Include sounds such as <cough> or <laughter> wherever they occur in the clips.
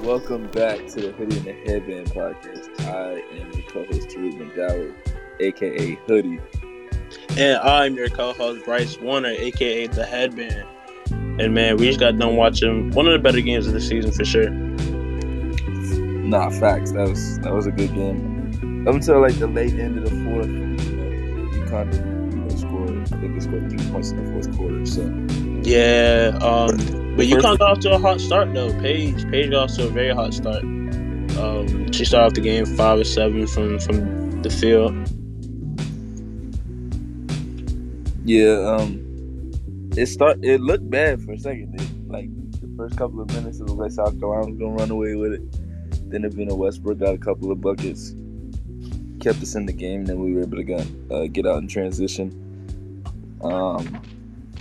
Welcome back to the Hoodie and the Headband podcast. I am your co-host Tariq McDowell, aka Hoodie. And I'm your co-host Bryce Warner, aka the Headband. And man, we just got done watching one of the better games of the season for sure. Nah, facts. That was that was a good game. Up until like the late end of the fourth, you know, UConn didn't you know, score. I think they scored three points in the fourth quarter. So Yeah, um, but UConn got off to a hot start though. Paige, Paige got off to a very hot start. Um, she started off the game five or seven from from the field. yeah, um, it start. It looked bad for a second. It, like the first couple of minutes, it was like South Carolina was gonna run away with it. Then Avina Westbrook got a couple of buckets, kept us in the game. Then we were able to get uh, get out in transition. Um,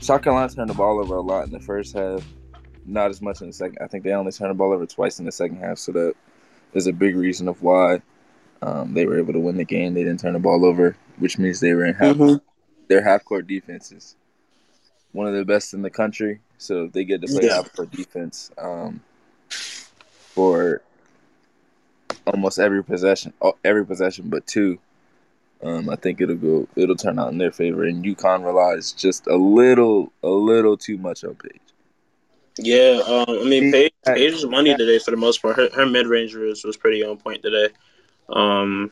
South Carolina turned the ball over a lot in the first half, not as much in the second. I think they only turned the ball over twice in the second half, so that is a big reason of why um, they were able to win the game. They didn't turn the ball over, which means they were in Mm-hmm. half their half court defense is one of the best in the country. So if they get to play Yeah. half court defense um, for almost every possession, oh, every possession but two, um, I think it'll go. It'll turn out in their favor. And UConn relies just a little, a little too much on Page. Yeah, um, I mean, Paige, Yeah. Paige's money today for the most part. Her, her mid range was, was pretty on point today. Um,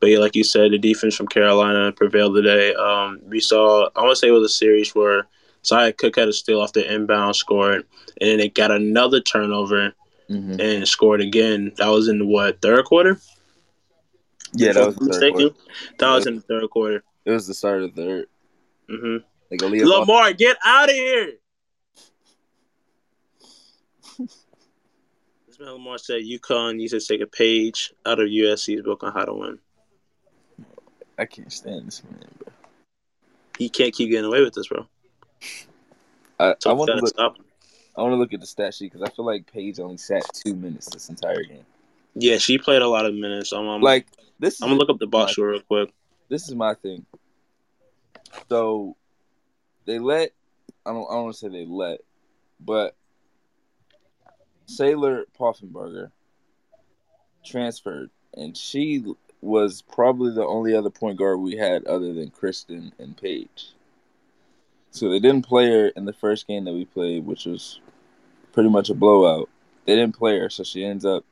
but yeah, like you said, the defense from Carolina prevailed today. Um, we saw, I want to say it was a series where Zaya Cook had a steal off the inbound, scored, and then they got another turnover Mm-hmm. and scored again. That was in the what, third quarter? Yeah, If that I'm was not the third quarter. mistaken. That was in the third quarter. It was the start of the third. hmm Like Aaliyah Boston- Lamar, get out <laughs> of here. This man Lamar said UConn needs to take a page out of USC's book on how to win. I can't stand this man. Bro. He can't keep getting away with this, bro. I, So I I want to gotta look. stop him. I want to look at the stat sheet because I feel like Paige only sat two minutes this entire game. Yeah, she played a lot of minutes. I'm, I'm, Like this is I'm gonna look up the box score real quick. this is my thing. So they let I don't I don't want to say they let, but Sailor Poffenberger transferred, and she was probably the only other point guard we had other than Kristen and Paige. So they didn't play her in the first game that we played, which was pretty much a blowout. They didn't play her, so she ends up,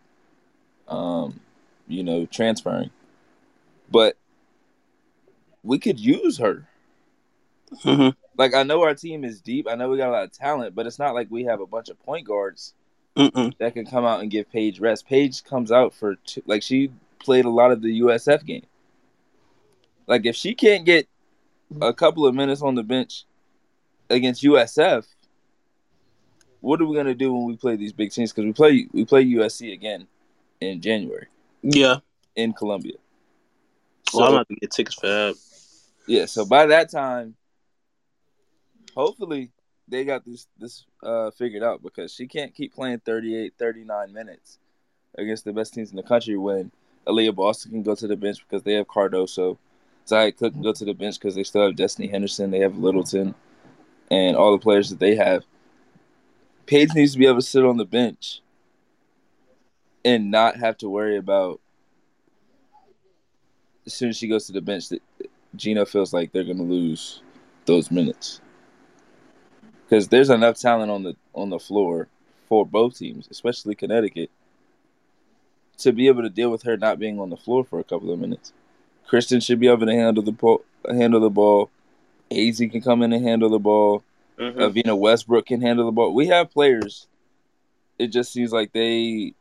um, you know, transferring. But we could use her. Mm-hmm. Like I know our team is deep. I know we got a lot of talent, but it's not like we have a bunch of point guards Mm-mm. that can come out and give Paige rest. Paige comes out for two, like she played a lot of the USF game. Like if she can't get a couple of minutes on the bench against USF, what are we gonna do when we play these big teams? Because we play we play USC again in January Yeah. in Columbia. Well, I'm gonna have to get tickets for that. Yeah, so by that time, hopefully they got this this uh figured out because she can't keep playing 38, 39 minutes against the best teams in the country when Aaliyah Boston can go to the bench because they have Cardoso. Zaya Cook can go to the bench because they still have Destiny Henderson, they have Littleton, and all the players that they have. Paige needs to be able to sit on the bench and not have to worry about as soon as she goes to the bench that Gino feels like they're gonna lose those minutes because there's enough talent on the on the floor for both teams, especially Connecticut, to be able to deal with her not being on the floor for a couple of minutes. Kristen should be able to handle the ball. Handle the ball. AZ can come in and handle the ball. Mm-hmm. Avina Westbrook can handle the ball. We have players. It just seems like they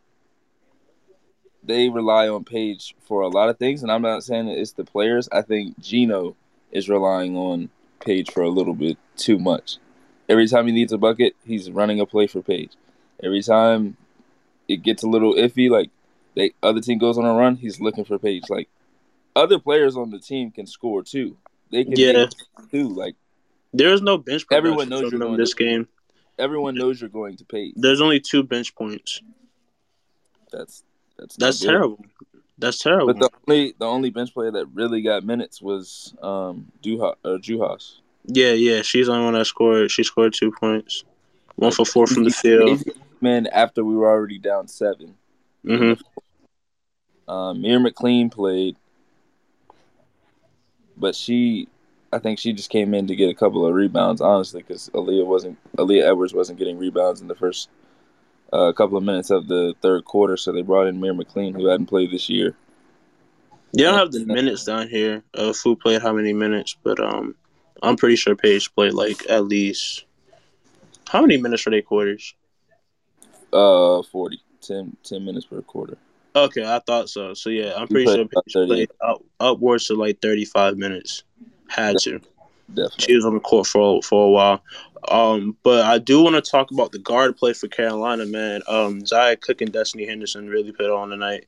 they rely on Paige for a lot of things, and I'm not saying that it's the players. I think Gino is relying on Paige for a little bit too much. Every time he needs a bucket, he's running a play for Paige. Every time it gets a little iffy, like the other team goes on a run, he's looking for Paige. Like other players on the team can score too. They can Yeah. make too. Like There is no bench. Everyone production knows you're from going this game. everyone knows you're going to Paige. There's only two bench points. That's that's not That's good. terrible. That's terrible. But the only the only bench player that really got minutes was um Duha or Juhas. Yeah, yeah. She's the only one that scored. She scored two points. One for four from the field. man after we were already down seven. Mm-hmm. Um, Mir McLean played, but she, I think she just came in to get a couple of rebounds, honestly, because Aaliyah wasn't Aaliyah Edwards wasn't getting rebounds in the first uh, couple of minutes of the third quarter, so they brought in Mir McLean, who hadn't played this year. They don't have the minutes down here of who played how many minutes, but um, I'm pretty sure Paige played like at least how many minutes for their quarters? Uh, 40, 10, 10 minutes per quarter. Okay, I thought so. So yeah, I'm pretty played sure about Paige 30. played up, upwards to like 35 minutes. Had to. Definitely. She was on the court for for a while. Um, but I do want to talk about the guard play for Carolina, man. Um, Zaya Cook and Destiny Henderson really put on tonight.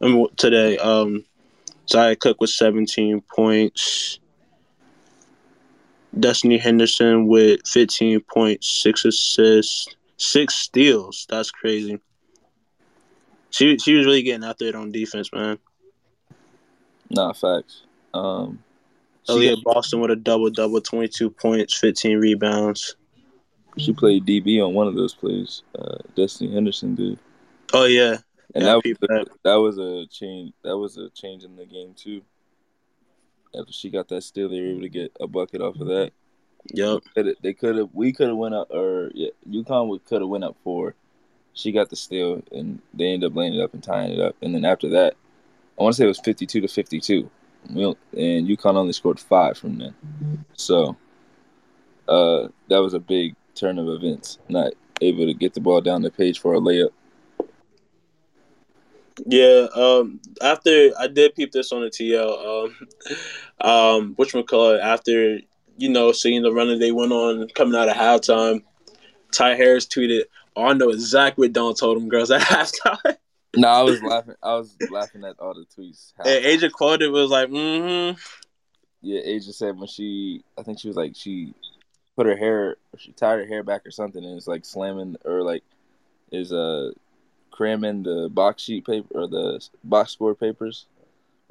I mean, today, um, Zaya Cook with 17 points. Destiny Henderson with 15.6 assists, six steals. That's crazy. She she was really getting out there on defense, man. Nah, facts. Um, she, Elliot Oh, Boston with a double double, 22 points, 15 rebounds. she played DB on one of those plays. Uh, Destiny Henderson did. Oh yeah, And Yeah, that, was peep that. that was a change. That was a change in the game too. After she got that steal, they were able to get a bucket off of that. yep. Coulda- They could have. We could have went up, or yeah, UConn could have went up four. She got the steal, and they ended up laying it up and tying it up. And then after that, I want to say it was fifty-two to fifty-two. We, and UConn only scored five from then. So uh, that was a big turn of events. Not able to get the ball down the page for a layup. Yeah, um, after I did peep this on the TL, um, <laughs> um, which McCullough, after you know, seeing the run that they went on coming out of halftime, Ty Harris tweeted, oh, I know exactly what Don told them girls at <laughs> halftime. No, I was laughing. I was laughing at all the tweets. How- <laughs> and Agent quoted was like, mm Yeah, Asia said when she, I think she was like she put her hair, she tied her hair back or something, and it's like slamming or like is uh cramming the box sheet paper or the box score papers.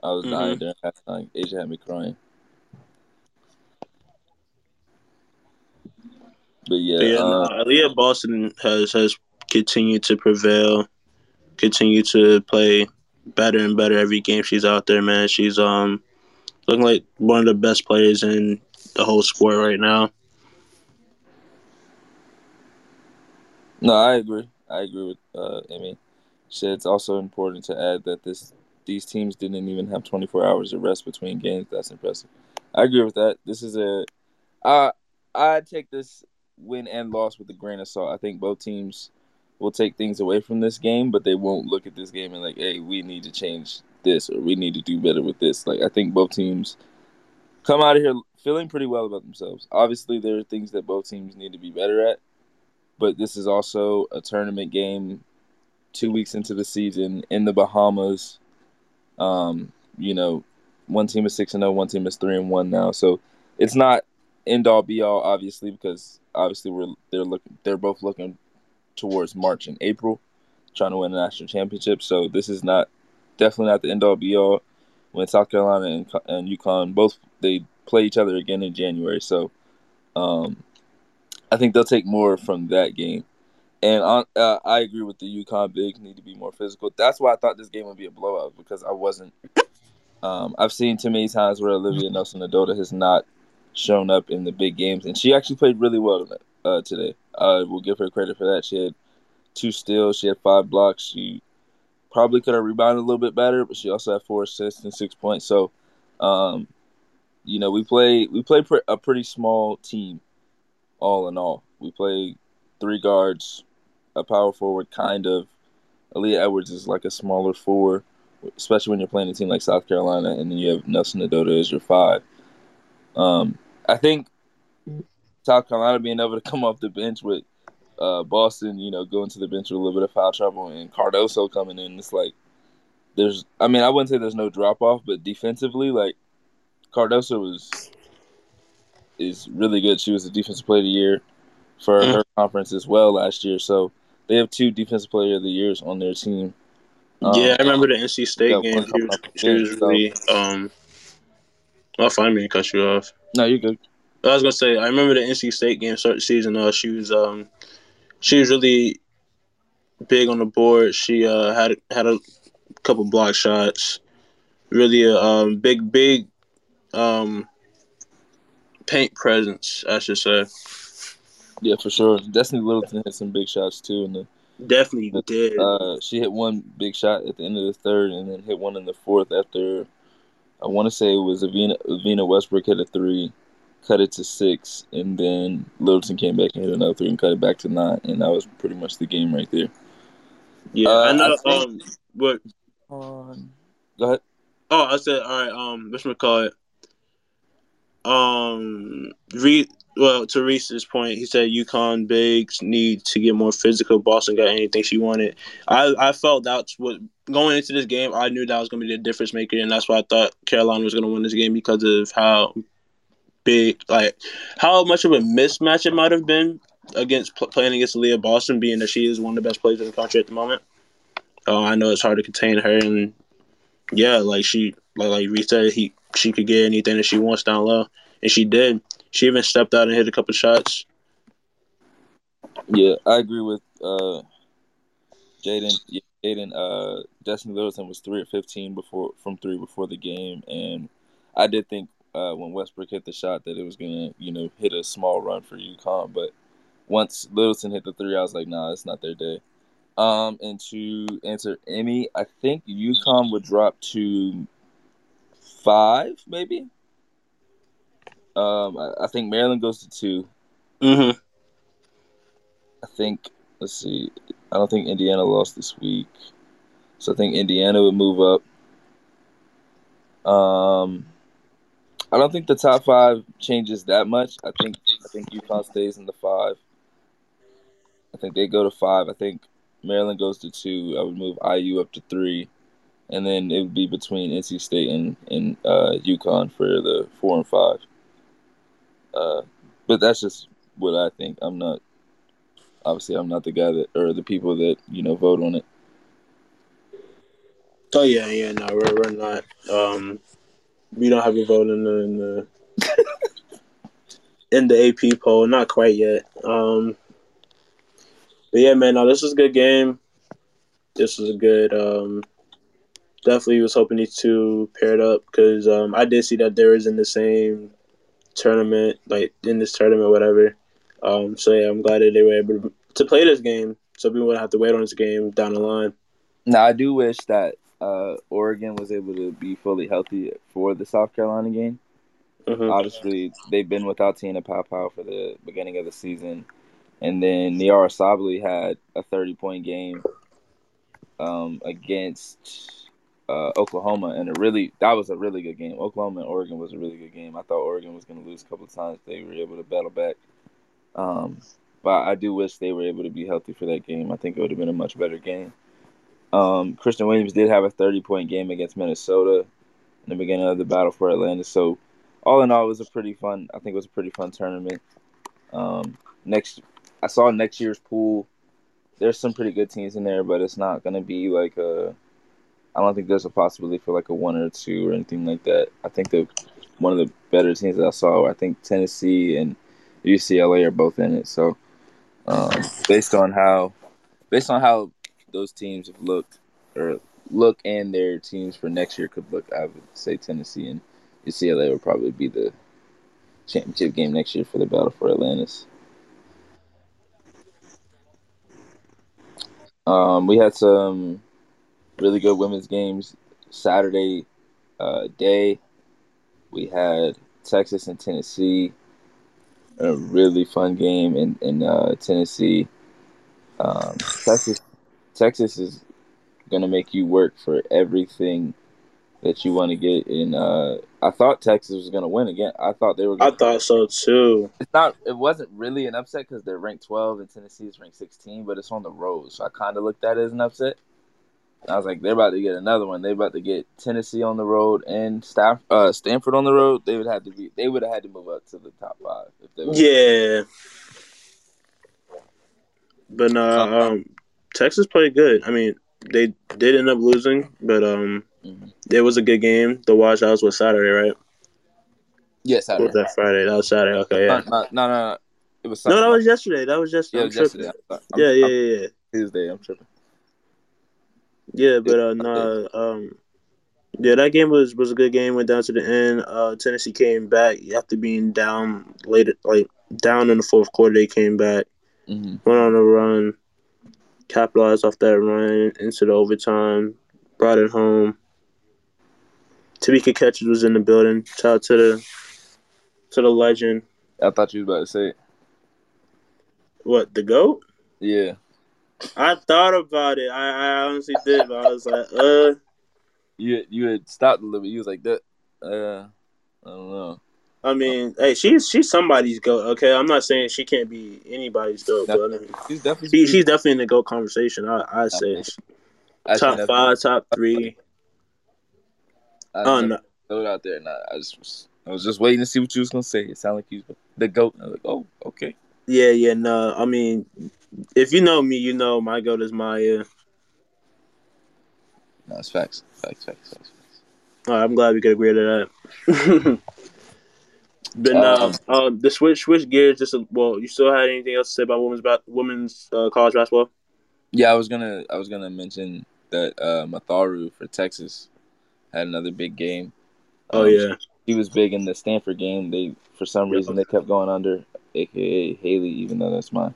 I was Mm-hmm. dying during halftime. Asia had me crying. But yeah, hmm. Yeah, uh, no, Aaliyah Boston has, has continued to prevail, continue to play better and better every game she's out there, man. She's um looking like one of the best players in the whole sport right now. No, I agree. I agree with uh, Emmy. She said it's also important to add that this these teams didn't even have 24 hours of rest between games. That's impressive. I agree with that. This is a I I take this win and loss with a grain of salt. I think both teams will take things away from this game, but they won't look at this game and like, hey, we need to change this or we need to do better with this. Like I think both teams come out of here feeling pretty well about themselves. Obviously, there are things that both teams need to be better at but this is also a tournament game two weeks into the season in the Bahamas. Um, you know, one team is six and oh, one team is three and one now. So it's not end all be all, obviously, because obviously we're they're looking they're both looking towards March and April, trying to win a national championship. So this is not definitely not the end all be all. When South Carolina and Co- and UConn both they play each other again in January, so um, I think they'll take more from that game. And on, uh, I agree with the UConn bigs need to be more physical. That's why I thought this game would be a blowout because I wasn't. Um, I've seen too many times where Olivia Nelson Adota has not shown up in the big games, and she actually played really well tonight- uh, today. Uh, we'll give her credit for that. She had two steals, she had five blocks. She probably could have rebounded a little bit better, but she also had four assists and six points. So, um, you know, we play we play pre- a pretty small team all in all. We play three guards, a power forward, kind of. Aaliyah Edwards is like a smaller four, especially when you're playing a team like South Carolina, and then you have Nelson Nadota as your five. Um, I think South Carolina being able to come off the bench with uh, Boston, you know, going to the bench with a little bit of foul trouble, and Cardoso coming in, it's like there's. I mean, I wouldn't say there's no drop off, but defensively, like Cardoso was is really good. She was the defensive player of the year for Mhm. her conference as well last year. So they have two defensive player of the years on their team. Um, yeah, I remember the NC State yeah, game. one She was, coming up she was against, really. Um, well, find me and cut you off. No, you're good. I was gonna say I remember the NC State game start the season. Uh, she was um, she was really big on the board. She uh, had had a couple block shots. Really a um, big big um, paint presence, I should say. Yeah, for sure. Destiny Littleton hit some big shots too in the Definitely did. Uh, she hit one big shot at the end of the third, and then hit one in the fourth after. I want to say it was Avina, Avina Westbrook hit a three, cut it to six, and then Littleton came back and hit another three and cut it back to nine, and that was pretty much the game right there. yeah, uh, I know. I think- um, what? Um, go ahead. Oh, I said all right. Um, which call it? Um, re well to Reese's point, he said UConn bigs need to get more physical. Boston got anything she wanted. I I felt that's what going into this game. I knew that was going to be the difference maker, and that's why I thought Carolina was going to win this game because of how big, like how much of a mismatch it might have been against pl- playing against Leah Boston, being that she is one of the best players in the country at the moment. Uh, I know it's hard to contain her, and yeah, like she, like like Reese said, he she could get anything that she wants down low, and she did. She even stepped out and hit a couple shots. Yeah, I agree with uh, Jaden. yeah, Jaden, uh, Destiny Littleton was three or fifteen before from three before the game, and I did think uh, when Westbrook hit the shot that it was gonna, you know, hit a small run for UConn. But once Littleton hit the three, I was like, nah, it's not their day. Um, and to answer Emmy, I think UConn would drop to five, maybe. Um, I, I think Maryland goes to two. Mm-hmm. I think let's see. I don't think Indiana lost this week. So I think Indiana would move up. Um I don't think the top five changes that much. I think I think UConn stays in the five. I think they go to five. I think Maryland goes to two. I would move IU up to three. And then it would be between NC State and, and uh UConn for the four and five. Uh but that's just what I think. I'm not obviously I'm not the guy that or the people that you know vote on it. Oh yeah, yeah. No, we're we're not. Um, we don't have a vote in the in the, in the AP poll. Not quite yet. Um, but yeah, man. No, this was a good game. This was a good. Um, definitely was hoping these two paired up because um, I did see that they was in the same tournament, like in this tournament, whatever. Um, so yeah, I'm glad that they were able to, to play this game. So we wouldn't have to wait on this game down the line. Now I do wish that uh, Oregon was able to be fully healthy for the South Carolina game. Mm-hmm. Mhm. Obviously, they've been without Tina Popow for the beginning of the season, and then Niara Sabli had a 30 point game um, against uh, Oklahoma, and a really that was a really good game. Oklahoma and Oregon was a really good game. I thought Oregon was going to lose a couple of times. They were able to battle back, um, but I do wish they were able to be healthy for that game. I think it would have been a much better game. Um, Christian Williams did have a 30 point game against Minnesota in the beginning of the battle for Atlanta. So, all in all, it was a pretty fun. I think it was a pretty fun tournament. Um, next, I saw next year's pool. There's some pretty good teams in there, but it's not gonna be like a. I don't think there's a possibility for like a one or two or anything like that. I think the one of the better teams that I saw. I think Tennessee and UCLA are both in it. So, um, based on how, based on how those teams have looked or look and their teams for next year could look, I would say Tennessee and UCLA would probably be the championship game next year for the battle for Atlantis. Um, we had some really good women's games Saturday uh, day. We had Texas and Tennessee, a really fun game in in uh, Tennessee. Um, Texas Texas is gonna make you work for everything that you want to get. And uh, I thought Texas was gonna win again. I thought they were. I Gonna, thought so too. it's not. It wasn't really an upset because they're ranked 12 and Tennessee is ranked 16, but it's on the road, so I kind of looked at it as an upset. And I was like, they're about to get another one. They're about to get Tennessee on the road and Staff, uh, Stanford on the road. They would have to be. They would have had to move up to the top five if they. were- Yeah. But no, um, Texas played good. I mean, they did end up losing, but um, Mhm. it was a good game. The watchouts was Saturday, right? Yes, I Or Was that Friday? That was Saturday. Okay, no, yeah. no, no, no. It was. No, that Sunday. was yesterday. That was yesterday. Yeah, I'm it was tripping. yesterday. I'm- Yeah, I'm- yeah, yeah, yeah. Tuesday. I'm tripping. Yeah, but uh, nah, um, yeah, that game was was a good game. Went down to the end. Uh, Tennessee came back after being down later, like down in the fourth quarter. They came back, Mm-hmm. went on a run, capitalized off that run into the overtime, brought it home. Tamika Catches was in the building. Shout out to the to the legend. I thought you was about to say it. What the goat? Yeah. I thought about it. I, I honestly did, but I was like, uh, You you had stopped a little bit. You was like that. Uh, I don't know. I mean, hey, she's she's somebody's goat. Okay, I'm not saying she can't be anybody's goat, but I mean, She's definitely she, she's definitely in the goat conversation. I I say she- I should top have- five, top three. I Oh don't know. no, Throw it out there. Nah, I just was, I was just waiting to see what you was gonna say. It sounded like you was the goat. I was like, oh, okay. yeah, yeah, no. I mean, if you know me, you know my goat is Maya. No, it's facts. Facts. Facts. Facts. facts. All right, I'm glad we could agree to that. but no, Um, um, the switch switch gears. Just a, well, you still had anything else to say about women's ba- women's uh, college basketball? Yeah, I was gonna I was gonna mention that uh, Matharu for Texas had another big game. Oh Um, yeah, he was big in the Stanford game. They for some Yeah. reason they kept going under, aka Haley, even though that's my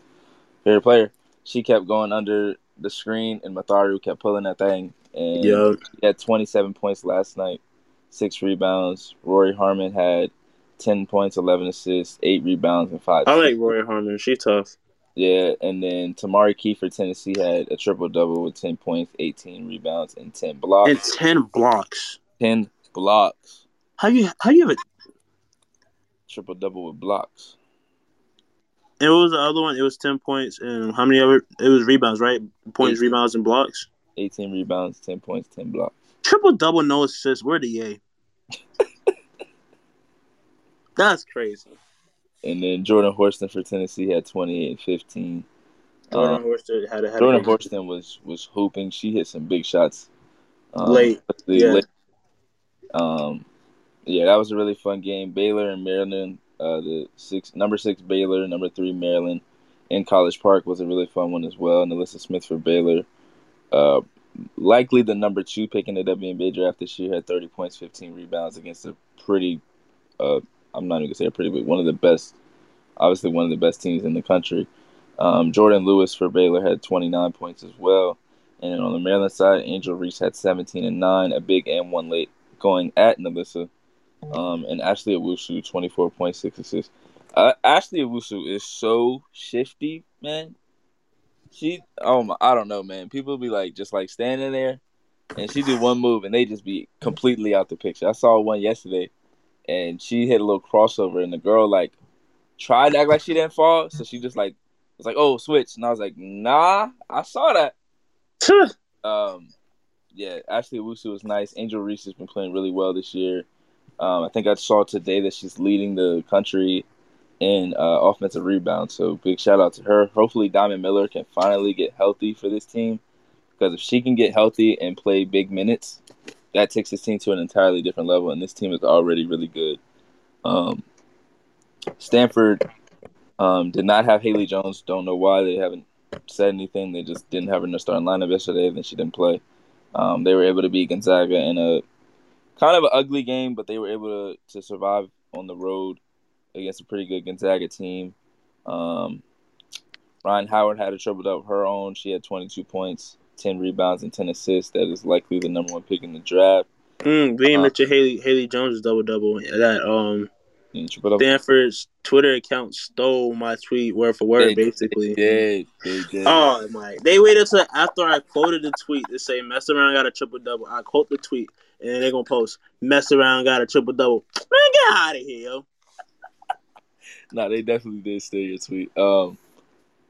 favorite player. She kept going under the screen, and Matharu kept pulling that thing. And yeah. he had 27 points last night, six rebounds. Rory Harmon had 10 points, 11 assists, eight rebounds, and five. I like assists. Roy Harmon. She tough. Yeah, and then Tamari Key for Tennessee had a triple double with 10 points, 18 rebounds, and 10 blocks. And ten blocks. 10 blocks. How you how you have it? Triple double with blocks. And what was the other one? It was ten points and how many other? It was rebounds, right? Points, rebounds, and blocks. 18 rebounds, 10 points, 10 blocks. Triple double, no assists. Where the <laughs> yay? That's crazy. And then Jordan Horston for Tennessee had 28 and 15. Jordan Um, Horsted had a had Jordan a Horston was was hooping. She hit some big shots. Um, late. especially Yeah. late. Um, yeah, that was a really fun game. Baylor and Maryland, uh, the six number six Baylor, number three Maryland, in College Park was a really fun one as well. And Alyssa Smith for Baylor, uh, likely the number two pick in the WNBA draft this year, had thirty points, fifteen rebounds against a pretty, uh, I'm not even gonna say a pretty, but one of the best, obviously one of the best teams in the country. Um, Jordan Lewis for Baylor had 29 points as well. And then on the Maryland side, Angel Reese had 17 and 9, a big and one late going at Nalissa. Um, and Ashley Owusu, 24.6 assists. Uh, Ashley Owusu is so shifty, man. She, oh my, I don't know, man. People be like, just like standing there, and she do one move, and they just be completely out the picture. I saw one yesterday, and she hit a little crossover, and the girl like tried to act like she didn't fall, so she just like was like, "Oh, switch," and I was like, "Nah, I saw that." Um, yeah, Ashley Wusu was nice. Angel Reese has been playing really well this year. Um, I think I saw today that she's leading the country in uh, offensive rebounds. So big shout out to her. Hopefully, Diamond Miller can finally get healthy for this team because if she can get healthy and play big minutes, that takes this team to an entirely different level. And this team is already really good. Um, Stanford um, did not have Haley Jones. Don't know why they haven't said anything. They just didn't have her in the starting lineup yesterday, and then she didn't play. Um, they were able to beat Gonzaga in a kind of an ugly game, but they were able to, to survive on the road against a pretty good Gonzaga team. Um, Ryan Howard had a triple double of her own. She had 22 points, 10 rebounds, and 10 assists. That is likely the number one pick in the draft. Mm, being Uh, Mr. Haley Haley Jones double double. That um And triple double. Stanford's Twitter account stole my tweet word for word, They- basically. They did. They did. Oh my! They waited till after I quoted the tweet to say "mess around got a triple double." I quote the tweet, and then they gonna post "mess around got a triple double." Man, get out of here, yo! No, they definitely did steal your tweet. Um,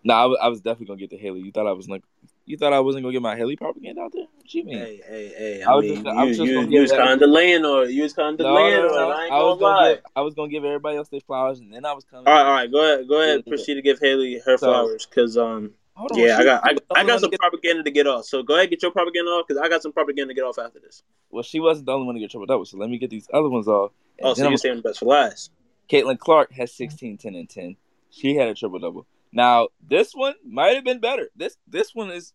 no, I wa- I was definitely gonna get to Haley. You thought I was like, you thought I wasn't gonna get my Haley propaganda out there? What you mean? Hey, hey, hey! I, I was mean, just- I was you, just you, gonna you give was that- kind of delaying, or you was "Oh kind of No, delaying, no, no. or I ain't I was gonna gonna lie. give, I was gonna give everybody else their flowers, and then I was coming. All right, all right, go ahead, go ahead, Yeah. proceed to give Haley her So- flowers, cause um, Hold on, yeah, I she- got, I, I only one got to some get- propaganda to get off. So go ahead, get your propaganda off, cause I got some propaganda to get off after this. Well, she wasn't the only one to get triple double, so let me get these other ones off. And Oh, then so I'm you're saying best for last? Caitlin Clark has 16, 10, and 10. She had a triple double. Now, this one might have been better. This this one is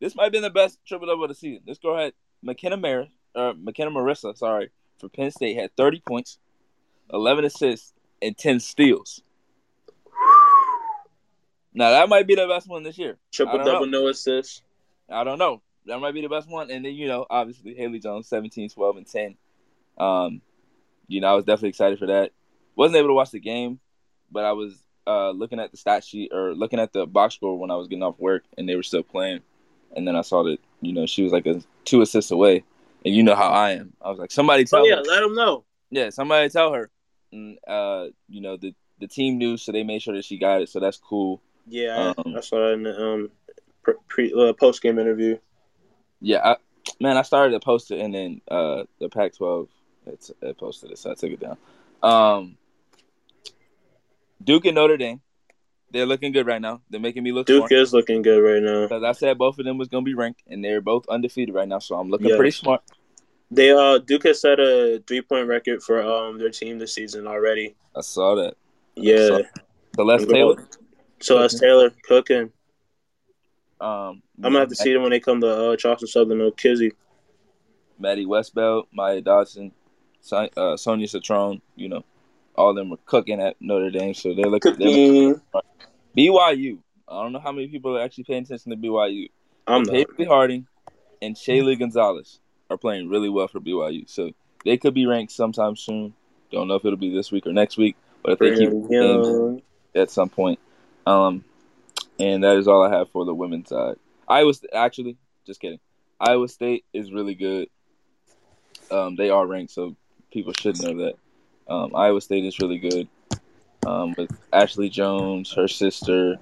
This might have been the best triple double of the season. Let's go ahead. McKenna Maris, uh, McKenna Marissa, sorry, for Penn State had 30 points, 11 assists, and 10 steals. Now that might be the best one this year. Triple I don't double, know. no assists. I don't know. That might be the best one. And then, you know, obviously Haley Jones, 17, 12, and 10. Um, you know, I was definitely excited for that. Wasn't able to watch the game, but I was uh, looking at the stat sheet or looking at the box score when I was getting off work and they were still playing. And then I saw that, you know, she was like a two assists away. And you know how I am. I was like, somebody tell Oh yeah, her. let them know. Yeah, somebody tell her. And, uh, you know, the, the team knew, so they made sure that she got it. So that's cool. Yeah, I- Um, I saw that in the um, pre, pre uh, post game interview. Yeah, I, man, I started to post it, and then uh, the Pac-12 it, it posted it, so I took it down. Um, Duke and Notre Dame, they're looking good right now. They're making me look Duke smart is looking good right now. because I said both of them was gonna be ranked, and they're both undefeated right now. So I'm looking Yes. pretty smart. They uh Duke has set a three point record for um their team this season already. I saw that. Yeah, Celeste Look at Taylor. so that's Taylor cooking. Um, I'm gonna have to see them when they come to uh, Charleston Southern or Kizzy. Maddie Westbelt, Maya Dodson, Son- uh, Sonia Citron. You know, all of them are cooking at Notre Dame, so they're looking. They're looking BYU. I don't know how many people are actually paying attention to BYU. I'm not. Paisley Harding and Shaylee Gonzalez are playing really well for BYU. So they could be ranked sometime soon. Don't know if it'll be this week or next week, but if they keep Brigham games Young. at some point. Um, and that is all I have for the women's side. Iowa St- actually, just kidding. Iowa State is really good. Um, they are ranked, so people should know that. Um, Iowa State is really good um, with Ashley Jones, her sister,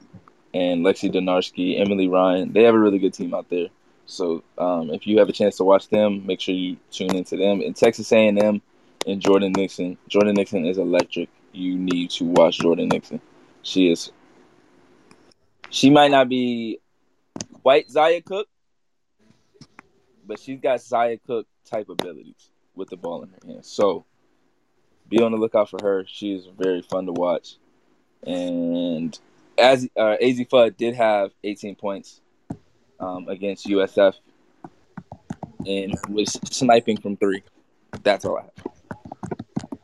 and Lexi Donarski, Emily Ryan. They have a really good team out there. So um, if you have a chance to watch them, make sure you tune into them. And Texas A&M and Jordan Nixon. Jordan Nixon is electric. You need to watch Jordan Nixon. She is. She might not be quite Zaya Cook, but she's got Zaya Cook type abilities with the ball in her hand. So be on the lookout for her. She is very fun to watch. And as uh, AZ Fudd did have 18 points um, against USF and was sniping from three. That's all I have.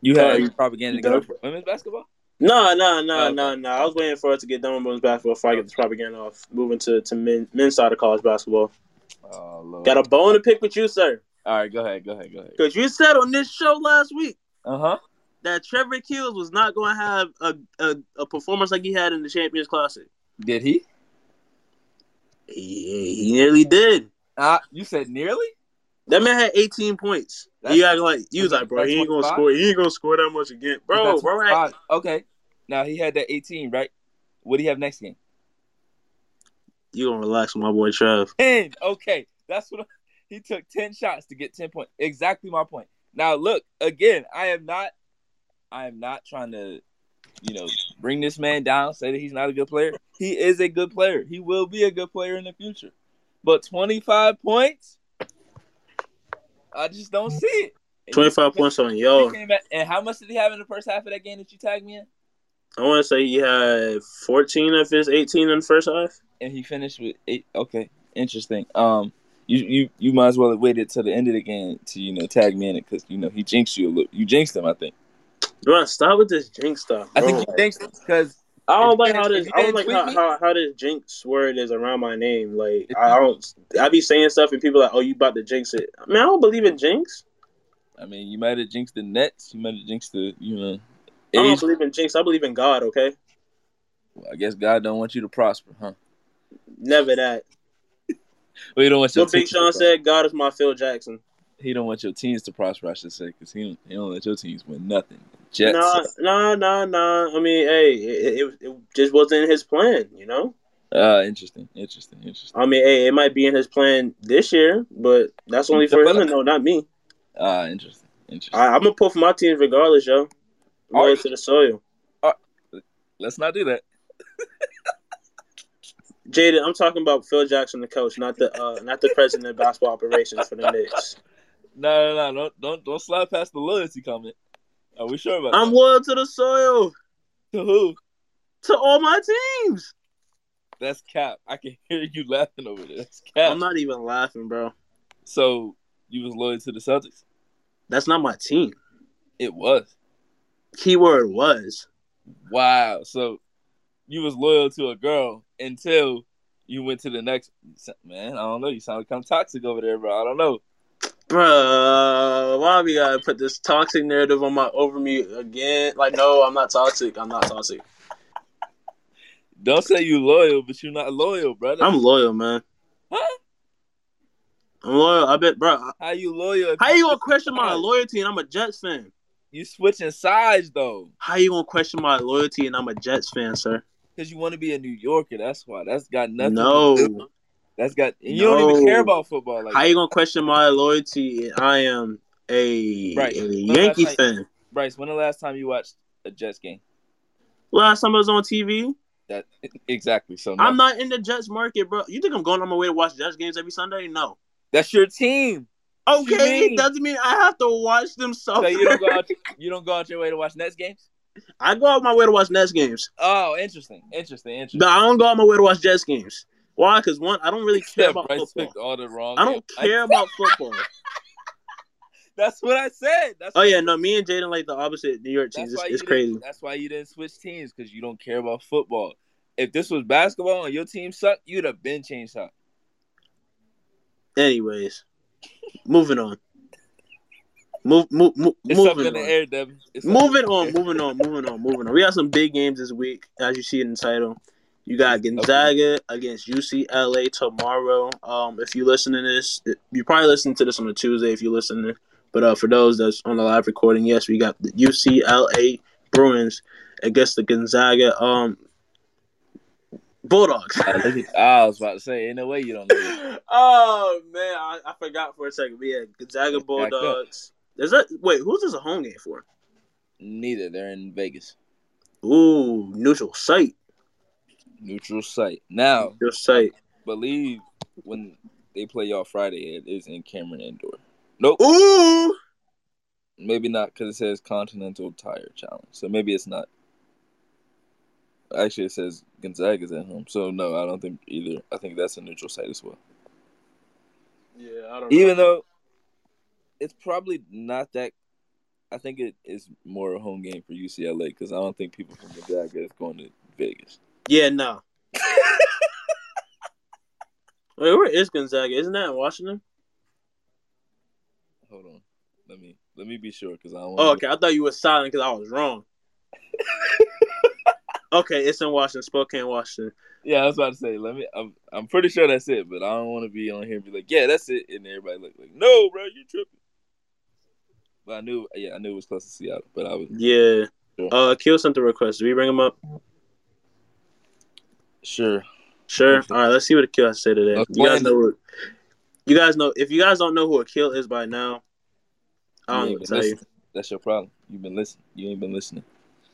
You Uh, have your propaganda you to go done? for women's basketball? No, no, no, Oh. no, no. I was waiting for it to get done with women's basketball before I get this propaganda off. Moving to to men, men's side of college basketball. Oh, Lord. Got a bone to pick with you, sir, All right, go ahead, go ahead, go ahead. because you said on this show last week Uh huh. that Trevor Keels was not going to have a, a a performance like he had in the Champions Classic. Did he? He, he nearly did. Uh, you said nearly. That man had 18 points. That's- you act like you was like, bro, that's he ain't gonna 25? score. He ain't gonna score that much again, bro. That's Bro, had- five. Okay. Now he had that 18, right? What do you have next game? you gonna relax, with my boy Trev. 10. Okay. That's what <laughs> he took 10 shots to get 10 points. Exactly my point. Now look, again, I am not I am not trying to, you know, bring this man down, say that he's not a good player. He is a good player. He will be a good player in the future. But 25 points? I just don't see it. And 25 points on he yo. came back- and how much did he have in the first half of that game that you tagged me in? I want to say he had 14 of his 18 in the first half. and he finished with eight. Okay, interesting. Um, you you you might as well have waited till the end of the game to you know tag me in it because you know he jinxed you a little. You jinxed him, I think. Bro, stop with this jinx stuff. I bro. think you jinxed him because I if you don't like didn't- how if this. you I don't like didn't how, tweet how, how this jinx word is around my name. Like If I you- don't. I be saying stuff and people like, oh, you about to jinx it. I mean, I don't believe in jinx. I mean you might have jinxed the Nets. You might have jinxed the you know. I don't Age. believe in jinx. I believe in God. Okay, Well, I guess God don't want you to prosper, huh? never that. Well, he don't want your What Big teams to Sean prosper. said, God is my Phil Jackson. He don't want your teams to prosper, I should say, because he don't, he don't let your teams win nothing. Jets. Nah, nah, nah, nah. I mean, hey, it, it, it just wasn't his plan, you know. Uh, interesting, interesting, interesting. I mean, hey, it might be in his plan this year, but that's only for him to know, not me. Uh, interesting, interesting. I, I'm gonna pull for my team regardless, yo. Are Loyal you? to the soil, Let's not do that. Jaden. I'm talking about Phil Jackson, the coach, not the uh, not the president of basketball operations for the Knicks. No, no, no, don't, don't, don't slide past the loyalty comment. Are we sure about I'm that? loyal to the soil, To who? to all my teams. That's cap. I can <laughs> hear you laughing over there. That's cap. I'm not even laughing, bro. so you was loyal to the Celtics. That's not my team. It was. Keyword was. Wow. So you was loyal to a girl until you went to the next man. I don't know. You sound kind of toxic over there, bro. I don't know. Bro, why we gotta put this toxic narrative on my over me again? Like, no, I'm not toxic. I'm not toxic. Don't say you loyal, but you're not loyal, brother. I'm loyal, man. Huh? I'm loyal. I bet, bro. How you loyal? if How you gonna question my loyalty and I'm a Jets fan? You switching sides though, How you gonna question my loyalty and I'm a Jets fan, sir? because you want to be a New Yorker. That's why. That's got nothing. No. To do. That's got. And you don't even No. care about football. Like, How you gonna question my loyalty and I am a, Right. a No, that's Yankees like- fan? Bryce, when the last time you watched a Jets game? Last time I was on TV, That <laughs> exactly. So no. I'm not in the Jets market, bro. You think I'm going on my way to watch Jets games every Sunday? No. That's your team. What you Okay, mean? it doesn't mean I have to watch them So suffer. you don't go out. You don't go out your way to watch Nets games. I go out my way to watch Nets games, Oh, interesting, interesting, interesting. but I don't go out my way to watch Jets games. Why? Because one, I don't really <laughs> care Yeah, about Bryce football. picked all the wrong. I don't games. care about <laughs> football. That's what I said. That's Oh yeah, no, me and Jaden like the opposite New York teams. That's It's, why it's you didn't- crazy. That's why you didn't switch teams because you don't care about football. If this was basketball and your team sucked, you'd have been changed up. Anyways, moving on. Move, move, move It's up moving in on. the air, Devin. It's up in Moving the on, air. moving on, moving on, moving on. We got some big games this week, as you see in the title. You got Gonzaga against UCLA tomorrow. Um, if you listen to this, you probably listen to this on a Tuesday if you listen. To, but uh, for those that's on the live recording, yes, we got the UCLA Bruins against the Gonzaga um Bulldogs. <laughs> I, look at- <laughs> I was about to say, ain't no way you don't know. this. oh man, I, I forgot for a second. We had Gonzaga It's backed up. Bulldogs. Is that wait? Who's this a home game for? Neither. They're in Vegas. Ooh, neutral site. Neutral site. Now, Neutral site. believe when they play y'all Friday, it is in Cameron Indoor. Nope. Ooh. Maybe not because it says Continental Tire Challenge. So maybe it's not. Actually, it says Gonzaga's at home. So no, I don't think either. I think that's a neutral site as well. Yeah, I don't even though it's probably not that. I think it is more a home game for UCLA because I don't think people from Gonzaga is going to Vegas. <laughs> Yeah, no. Wait, where is Gonzaga? Isn't that in Washington? Hold on, let me let me be sure because I don't. Oh, wanna- okay. I thought you were silent because I was wrong. <laughs> okay, it's in Washington, Spokane, Washington. Yeah, I was about to say. Let me. I'm I'm pretty sure that's it, but I don't want to be on here and be like, yeah, that's it, and everybody look like, no, bro, you tripping. But I knew, yeah, I knew it was close to Seattle, but I was Yeah. Sure. Uh, kill something request. Did we bring him up? sure. Sure. All right, let's see what Akil has to say today. Let's You guys land know what? You guys know if you guys don't know who Akil is by now, I You don't know ain't what to been tell you. listening. That's your problem. You've been listening. You ain't been listening.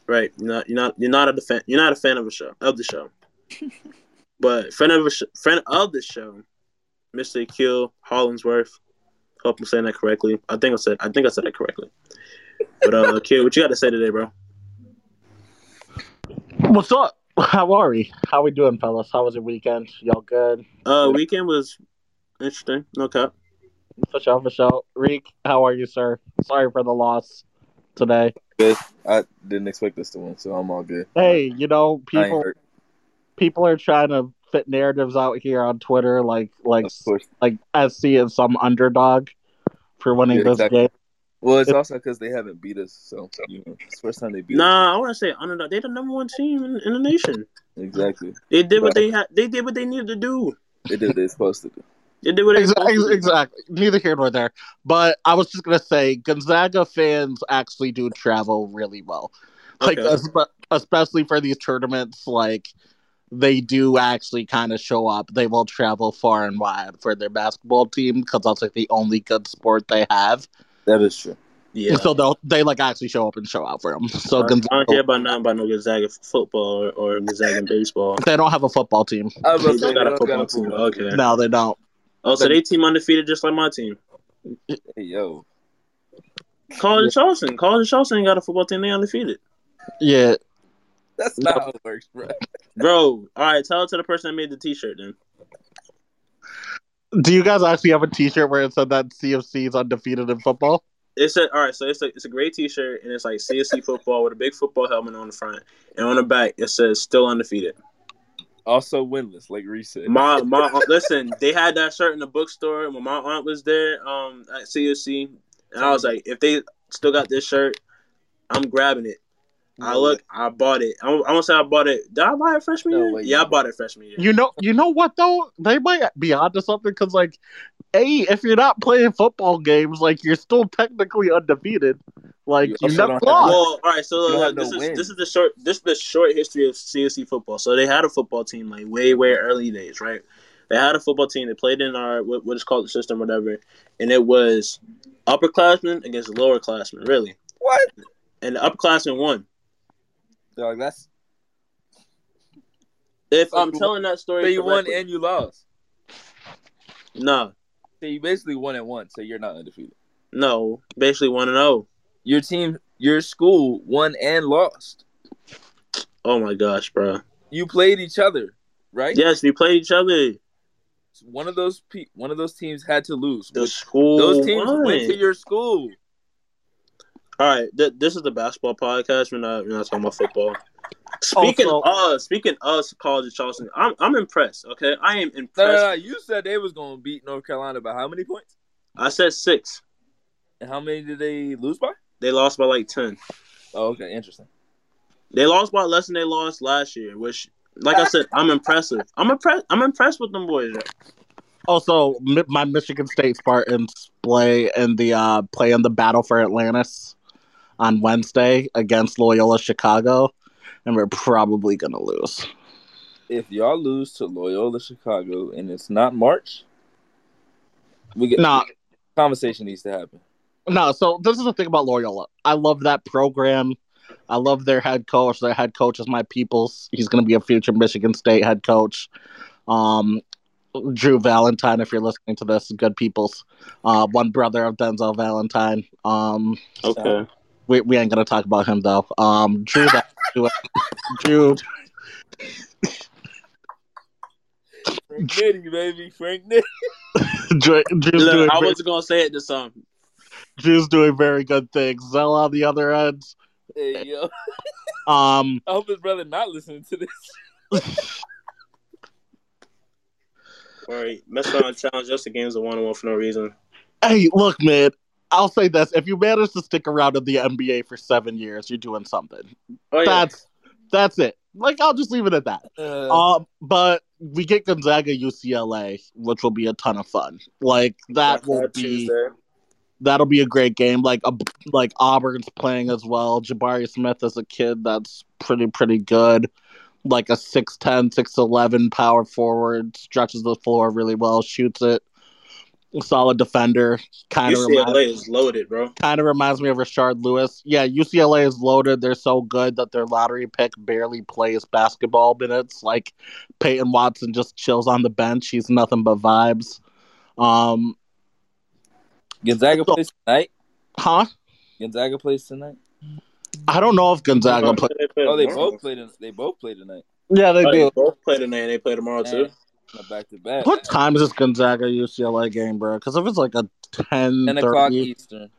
Right. You're not you're not you're not a fan you're not a fan of a show of the <laughs> show. but friend of a sh- friend of the show, Mr. Kill Hollingsworth. Hope I'm saying that correctly. I think I said I think I said that correctly. But uh Kill, what you gotta say today, bro? What's up? <laughs> How are we? How we doing, fellas? How was your weekend? Y'all good? Uh weekend was interesting, no cap. For sure, for sure. Reek, how are you, sir? Sorry for the loss today. I didn't expect us to win, so I'm all good. Hey, you know, I ain't people hurt, people are trying to fit narratives out here on Twitter, like like of course. like SC is some underdog for winning Yeah, this exactly. game. Well, it's If- also because they haven't beat us, so you know, it's the first time they beat us. Nah, I wanna say underdog they the number one team in, in the nation. Exactly, They did what they had they did what they needed to do. they did what they're supposed to do. They did what they Exactly, exactly. Neither here nor there. But I was just gonna say, Gonzaga fans actually do travel really well. Like, Okay. espe- especially for these tournaments, like they do actually kind of show up. They will travel far and wide for their basketball team because that's like the only good sport they have. That is true. Yeah. Oh, So they'll they like actually show up and show out for them. So I don't- I don't care Gonzaga, about nothing about no Gonzaga football or, or Gonzaga baseball. they don't have a football team. I was about They to don't say, got a they football got a team. football Okay. No, they don't. Oh, so they team undefeated just like my team. team. Hey, yo, College Charleston. College Charleston ain't got a football team. They undefeated. Yeah, That's not how it works, bro. Bro, all right, tell it to the person that made the T-shirt then. Do you guys actually have a T-shirt where it said that CFC is undefeated in football? It's a, all right, so it's a, it's a great T-shirt, and it's like CSC football with a big football helmet on the front, and on the back it says "Still undefeated." Also winless, like reset. My my aunt, listen, they had that shirt in the bookstore when my aunt was there um at CSC, and I was like, if they still got this shirt, I'm grabbing it. I look, I bought it. I'm, I'm gonna say I bought it. Did I buy it freshman No year? way. yeah, I bought it freshman year. You know, you know what though? They might be onto something because, like, a if you're not playing football games, like you're still technically undefeated. Like You you also never don't have- lost. Well, all right. So You like, have no this is win. this is the short this is the short history of CSC football. So they had a football team like way way early days, right? They had a football team. They played in our what, what is called the system, whatever, and it was upperclassmen against lowerclassmen, really. What? And the upperclassmen won. Dog, that's If So I'm you- telling that so story, you won correctly- and you lost. no, So you basically won at once. So you're not undefeated. no, basically one and oh. zero. Your team, your school won and lost. Oh my gosh, bro. You played each other, right? Yes, we played each other. One of those pe- one of those teams had to lose. The which- school. those teams went won. to your school. All right, th- this is the basketball podcast. We're not we're not talking about football. Speaking Also- of speaking of College of Charleston, I'm I'm impressed. Okay, I am impressed. No, no, no. You said they was gonna beat North Carolina by how many points? I said six. And how many did they lose by? They lost by like ten. Oh, okay, interesting. They lost by less than they lost last year, which, like I said, I'm impressive. I'm impressed. I'm impressed with them boys. Also, mi- my Michigan State Spartans play in the uh, play in the battle for Atlantis on Wednesday against Loyola Chicago, and we're probably gonna lose. If y'all lose to Loyola Chicago and it's not March, we get No, conversation needs to happen. No, so this is the thing about Loyola. I love that program. I love their head coach. Their head coach is my people's. He's going to be a future Michigan State head coach. Um, Drew Valentine, if you're listening to this, good people's. Uh, one brother of Denzel Valentine. Um, Okay. we, we ain't going to talk about him though. Um, <laughs> Drew, Drew, Frank Nitty, baby, Frank Nitty. Drew, Drew's doing Look, I great. wasn't gonna say it to some. Drew's doing very good things. Zell on the other end. Hey, yo, Um, I hope his brother not listening to this. All right, mess around, and challenge us the games of one on one for no reason. Hey, look, man. I'll say this: if you manage to stick around in the NBA for seven years, you're doing something. Oh yeah. That's that's it. Like I'll just leave it at that. Uh, Um, but we get Gonzaga UCLA, which will be a ton of fun. Like that will That's be Tuesday. that'll be a great game. Like a, like Auburn's playing as well. Jabari Smith is a kid that's pretty pretty good. Like a 6'10", 6'11", power forward, stretches the floor really well, shoots it. Solid defender, kind of UCLA is loaded, bro. kind of reminds me of Rashard Lewis. Yeah, UCLA is loaded. They're so good that their lottery pick barely plays basketball minutes. Like Peyton Watson just chills on the bench. He's nothing but vibes. Um, Gonzaga plays tonight. huh? Gonzaga plays tonight. I don't know if Gonzaga play. Oh, they tomorrow. both play. tonight. They both play tonight. Yeah, uh, they Oh, do. both play tonight. and They play tomorrow too. Back to back. What time is this Gonzaga UCLA game, bro? Because if it's like a 10, Ten o'clock 30 Eastern.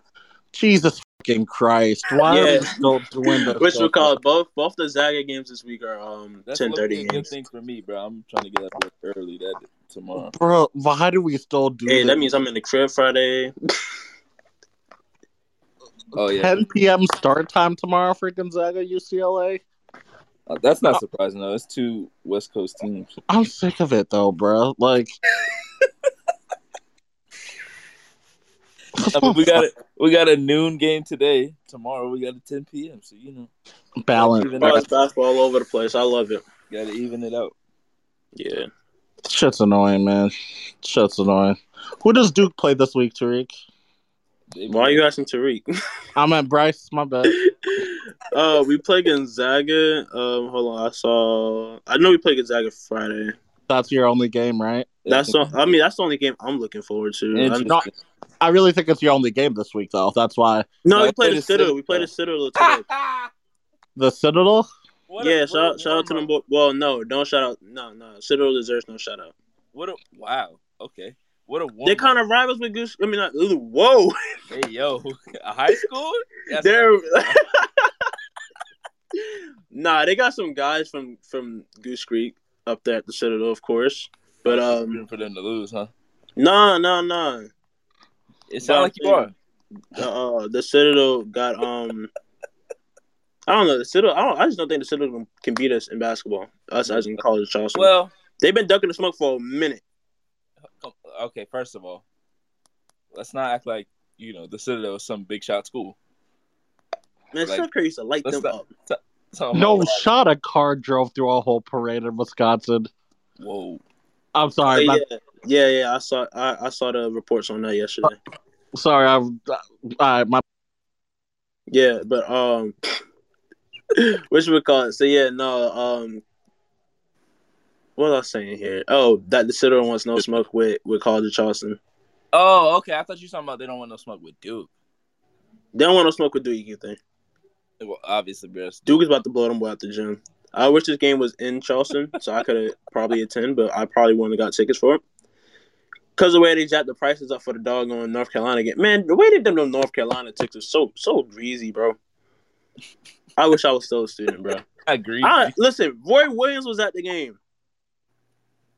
Jesus fucking Christ, why are Yeah. we still doing this? Which we call both both the Zaga games this week are um That's ten low-key thirty a good games. thing for me, bro. I'm trying to get up work early that tomorrow. bro? Why do we still do Hey, this? that means I'm in the crib Friday. Oh yeah, 10 p.m. start time tomorrow for Gonzaga UCLA. Uh, that's not surprising though. It's two West Coast <laughs> teams. I'm sick of it though, bro. Like, I mean, we got a, we got a noon game today. Tomorrow we got a 10 p.m. So you know, balance. Even Oh, out, it's basketball all over the place. I love it. gotta even it out. Yeah. Shit's annoying, man. Shit's annoying. Who does Duke play this week, Tariq? They- Why are you asking Tariq? <laughs> I'm at Bryce. My bad. uh, we play Gonzaga. Um, hold on. I saw. I know we play Gonzaga Friday. That's your only game, right? That's the. I mean, that's the only game I'm looking forward to. I'm- Interesting. not- I really think it's your only game this week, though. That's why no, No, we I played played the the Citadel. Citadel. We played the Citadel today. the Citadel. <laughs> What yeah, a- shout, what a shout out to them. warm-up. Boy. Well, no, don't shout out. No, no, Citadel deserves no shout out. What a wow. Okay. What a warm. They're kind of rivals with Goose. I mean, not, ooh, whoa, Hey yo, <laughs> a high school? That's- they're. <laughs> nah, they got some guys from from Goose Creek up there at the Citadel, of course. But um, for them to lose, huh? no, no, no. It sounds like you are. The, uh, the Citadel got um. I don't know the Citadel. I don't. I just don't think the Citadel can beat us in basketball. Us as in college Charleston. Well, they've been ducking the smoke for a minute. come- okay. First of all, let's not act like you know the Citadel is some big shot school. Man, Like, Steph Curry used to light let's them not- up. It's all No about- shot. A car drove through a whole parade in Wisconsin. Whoa. I'm sorry. yeah, my- yeah, yeah. I saw I, I saw the reports on that yesterday. Sorry. I'm. Uh, my Yeah, but um, <laughs> which we call it. So yeah, no. Um, what was I saying here? Oh, that the Citadel wants no smoke with with College of Charleston. Oh, okay. I thought you were talking about they don't want no smoke with Duke. They don't want no smoke with Duke. You think Well, obviously, there's Duke is about to blow them boy out the gym? I wish this game was in Charleston so I could have probably attend, but I probably wouldn't have got tickets for it. Cause the way they jacked the prices up for the dog on North Carolina game, man, the way they done them North Carolina tickets is so so greasy, bro. I wish I was still a student, bro. I agree. I, listen, Roy Williams was at the game.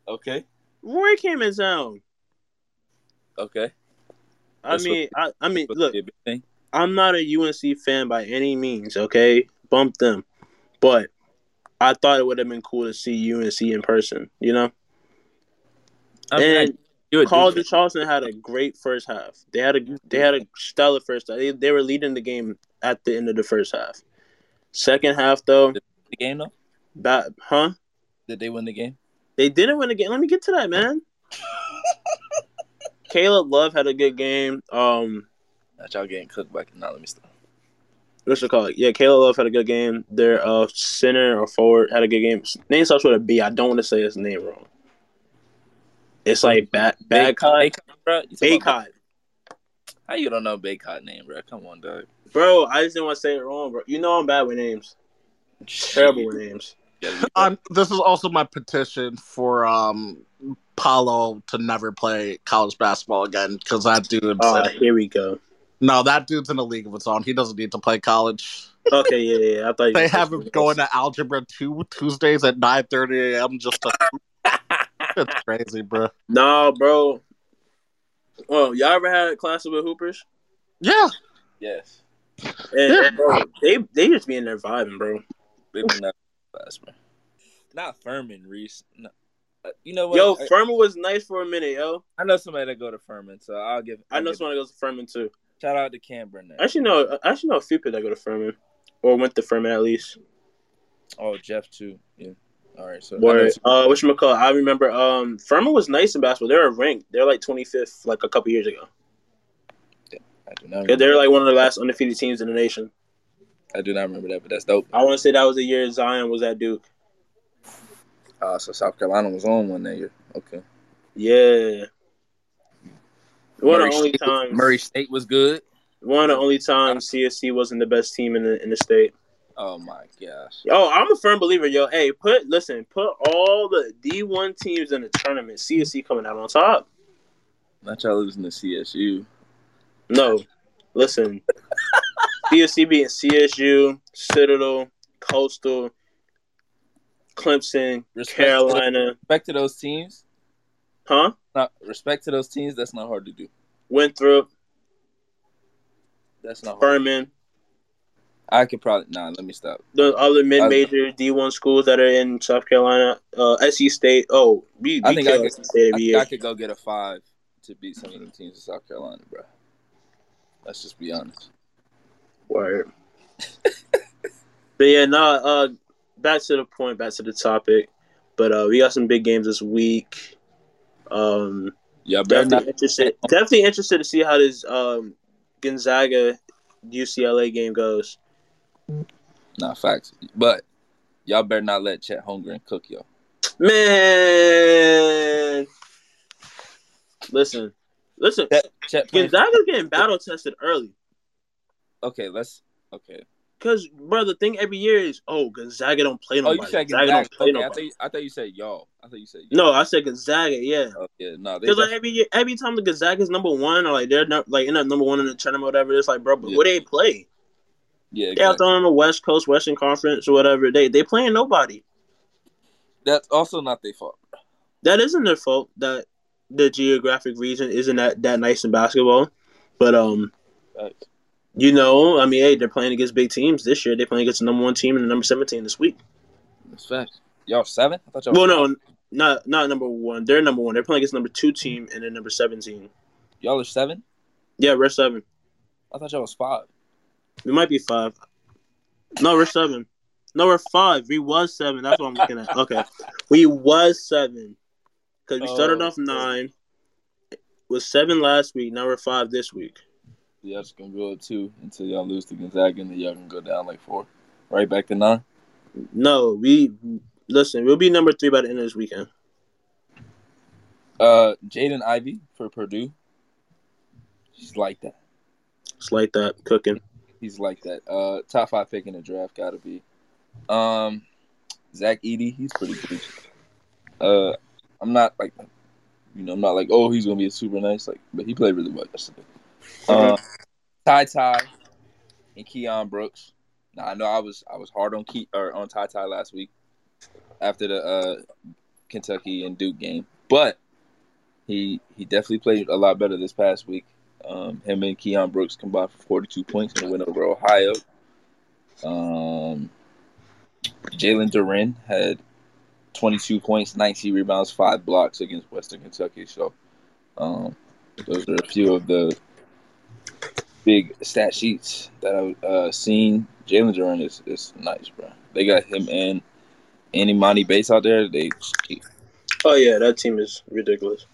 okay. Roy came in town. Okay. I That's what- mean, I, I mean, But look, the big thing- I'm not a UNC fan by any means. Okay, bump them, but I thought it would have been cool to see UNC in person. You know, I mean, and you a College Duke of Charleston had a great first half. They had a they had a stellar first half. They, they were leading the game at the end of the first half. Second half though, fan. the game though? that huh? Did they win the game? They didn't win the game. Let me get to that, <laughs> man. Caleb Love had a good game. Um, Not y'all getting cooked back. Now let me stop. what's it called? Yeah, Caleb Love had a good game. Their uh center or forward had a good game. His Name starts with a B. I don't want to say his name wrong. It's like bad bad Baycott, Baycott. bro. You talking about- Baycott. How you don't know Baycott name, bro? Come on, dog. Bro, I just didn't want to say it wrong, bro. You know I'm bad with names. <laughs> Terrible with names. um, this is also my petition for um Paulo to never play college basketball again because that dude. Oh, here we go. no, that dude's in a league of its own. He doesn't need to play college. Okay, yeah, yeah. yeah. I thought you They were have him supposed going to algebra two Tuesdays at nine thirty a.m. Just to. <laughs> it's crazy, bro. Nah, bro. Well, y'all ever had classes with hoopers? Yeah, Yes. And Yeah. bro, they they just be in there vibing, bro. Big one that class, bro. Not Furman, Reese. No. Uh, You know what? Yo, I, Furman was nice for a minute, yo. I know somebody that go to Furman, so I'll give. I know Give, someone that goes to Furman too. shout out to Cameron. There. I actually know I actually know a few people that go to Furman. Or went to Furman at least. Oh, Jeff too. Yeah. All right. So. I know Or some- uh which McCall, I remember um Furman was nice in basketball. They were ranked. They're like twenty fifth like a couple years ago. I do not. Yeah, Remember, They're like one of the last undefeated teams in the nation. I do not remember that, but that's dope. I wanna say that was the year Zion was at Duke. Uh, so South Carolina was on one that year. Okay. Yeah. One of Murray the only State- times Murray State was good. One of the only times CSC wasn't the best team in the in the state. Oh my gosh. Yo, Oh, I'm a firm believer, yo. Hey, put listen, put all the D1 teams in the tournament. CSC coming out on top. Not y'all losing to CSU. No, <laughs> listen, CSC being CSU, Citadel, Coastal, Clemson, Respect Carolina, Respect to those teams. huh? Not respect to those teams. That's not hard to do. Winthrop, That's not. Hard. Furman, I could probably. Nah. Let me stop. the other mid-major D1 schools that are in South Carolina, uh, SC State. Oh, we, I we think I kill could- SC State I, every think I year. could go get a five to beat some of them teams in South Carolina, bro. Let's just be honest. Word. but yeah, nah. Uh, back to the point. Back to the topic. But uh, we got some big games this week. Um, Yeah, better not. definitely interested. Definitely interested to see how this um Gonzaga UCLA game goes. Nah, facts. But y'all better not let Chet Holmgren cook y'all. Man, listen, listen. Chet playing- Gonzaga's getting battle tested early. okay, let's. Okay, Because bro, the thing every year is oh Gonzaga don't play Oh, nobody. you said Gonzaga Gonzaga. don't play Okay, I nobody. thought you, I thought you said y'all. I thought you said y'all. no, I said Gonzaga. Yeah. Oh, yeah, no, they Because like every year, every time the Gonzaga's number one or like they're not, like end up number one in the tournament or whatever, it's like bro, but Yeah. what they play? yeah, They out exactly. there on the West Coast, Western Conference or whatever. They they playing nobody. that's also not their fault. That isn't their fault that the geographic region isn't that, that nice in basketball. But um Right. you know, I mean hey, they're playing against big teams this year. They're playing against the number one team and the number seventeen this week. That's facts. Y'all seven? I thought y'all. Well no, not not number one. They're number one. They're playing against number two team and then number seventeen. y'all are seven. Yeah, we're seven. I thought y'all was five. We might be five. No, we're seven. No, we're five. We was seven. That's what I'm looking at. Okay, we was seven because we started Oh, off okay. nine. Was seven last week. Now we're five this week. Y'all just gonna go up two until y'all lose to Gonzaga, and then y'all can go down like four, right back to nine. No, we listen. We'll be number three by the end of this weekend. Uh, Jaden Ivy for Purdue. He's like that. It's like that cooking. He's like that. Uh, top five pick in the draft gotta be. Um, Zach Eady, he's pretty good. Uh, I'm not like, you know, I'm not like, oh, he's gonna be a super nice like, but he played really well yesterday. Uh, Ty Ty and Keon Brooks. Now I know I was I was hard on Ke- or on Ty Ty last week after the uh, Kentucky and Duke game, but he he definitely played a lot better this past week. Um, him and Keon Brooks combined for 42 points in a win over Ohio. Um, Jalen Duran had 22 points, 19 rebounds, five blocks against Western Kentucky. So um, those are a few of the big stat sheets that I've uh, seen. Jalen Duran is, is nice, bro. They got him and Andy Monty Bates out there. They Oh yeah, that team is ridiculous.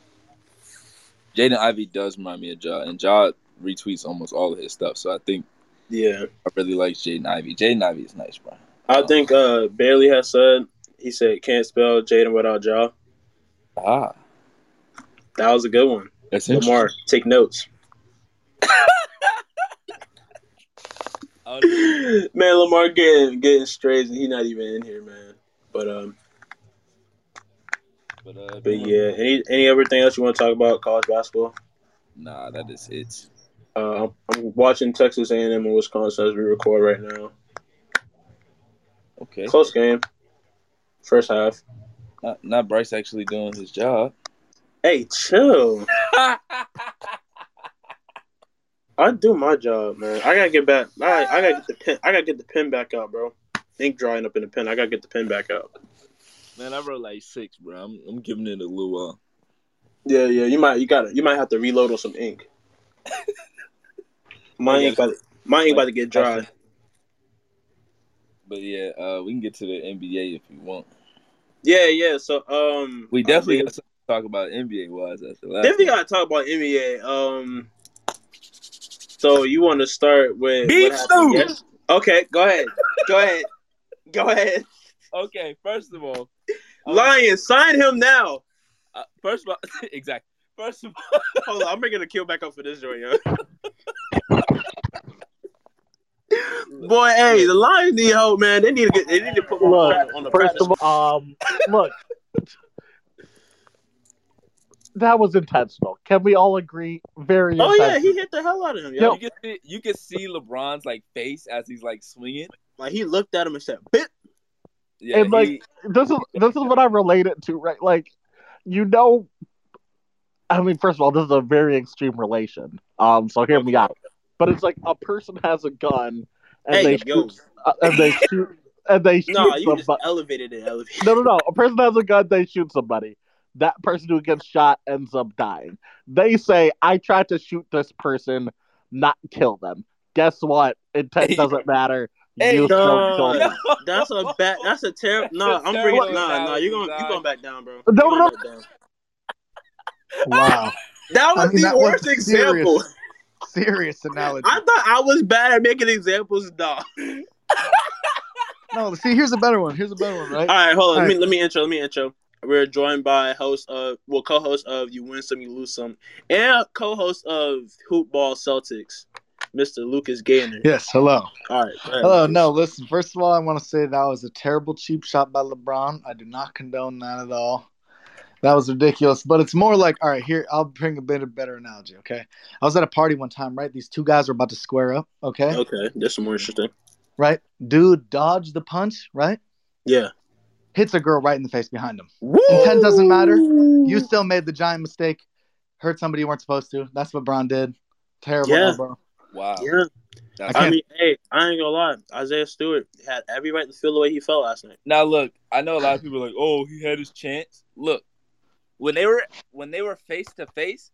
Jaden Ivy does remind me of Ja, and Ja retweets almost all of his stuff. So I think Yeah, I really like Jaden Ivy. Jaden Ivy is nice, bro. I think uh Bailey has said he said can't spell Jaden without Jaw. Ah, That was a good one. that's Lamar, take notes. man, Lamar getting getting strays and he not even in here, man. But um, But, uh, but yeah. Any any other thing else you want to talk about college basketball? nah, that is it. Uh, I'm, I'm watching Texas A&M and Wisconsin as we record right now. Okay, Close game, first half. not, not Bryce actually doing his job. Hey, chill. I do my job, man. I gotta get back. I I gotta get the pin. I gotta get the pin back out, bro. Ink drying up in the pen. I gotta get the pin back out. Man, I wrote like six, bro. I'm, I'm giving it a little. uh, Yeah, yeah. You might you gotta you might have to reload on <laughs> some ink. Mine ain't about to, mine ain't about to get dry. But yeah, uh, we can get to the NBA if you want. Yeah, yeah. So um, We definitely I got something to talk about NBA wise after last. definitely one. gotta talk about NBA. Um, so you want to start with what happened Beef yes- Okay, go ahead, go ahead, <laughs> go ahead. Okay, first of <laughs> all, I wanna- Lion, sign him now. uh, first of all, <laughs> exactly. First of all, Hold on, I'm bringing a kill back up for this <laughs> joint, yo. Boy, hey, the Lions need help, man. They need to get, they need to put more Look, on, on the First practice. of all, um, look, that was intentional. Can we all agree? Very. Oh yeah, intentional. he hit the hell out of him, yo. you Yo. can see you can see LeBron's like face as he's like swinging. Like he looked at him and said, "Bit." Yeah, And, like- <laughs> he- This is this is what I relate it to, right? Like, you know, I mean, first of all, this is a very extreme relation. Um, so hear me out. But it's like a person has a gun and Hey, they yo. shoot, uh, <laughs> and they shoot and they shoot No, you just somebody. elevated it. Elevated. No, no, no. A person has a gun, they shoot somebody. That person who gets shot ends up dying. They say, I tried to shoot this person, not kill them. Guess what? Intent Hey. doesn't matter. Hey, nah. you still killed them. That's a bad. That's a terrible. No, That's I'm bringing. terrible. Nah, nah. You going Nah. you going back down, bro. No, You no. going back down. Wow. That was I mean, the that was worst serious. example. Serious analogy. I thought I was bad at making examples. <laughs> Nah. No, see, here's a better one. Here's a better one, All right? right, hold on. All Let me let me intro. Let me intro. We're joined by host of well co-host of You Win Some You Lose Some and co-host of Hoop Ball Celtics, Mr. Lucas Gaynor. <laughs> Yes, hello. All right. go ahead, Hello, Lucas. no, listen, first of all, I want to say that was a terrible cheap shot by LeBron. I do not condone that at all. That was ridiculous. But it's more like, all right, here, I'll bring a bit of better analogy, okay? I was at a party one time, right? These two guys were about to square up, okay? Okay, that's more interesting. Right? Dude dodged the punch, right? Yeah. Hits a girl right in the face behind him. Intent doesn't matter. You still made the giant mistake. Hurt somebody you weren't supposed to. That's what Bron did. Terrible Yeah. elbow. Wow. Yeah, That's- I can't- mean, hey, I ain't gonna lie. Isaiah Stewart had every right to feel the way he felt last night. Now look, I know a lot of people are like, oh, he had his chance. Look, when they were when they were face to face,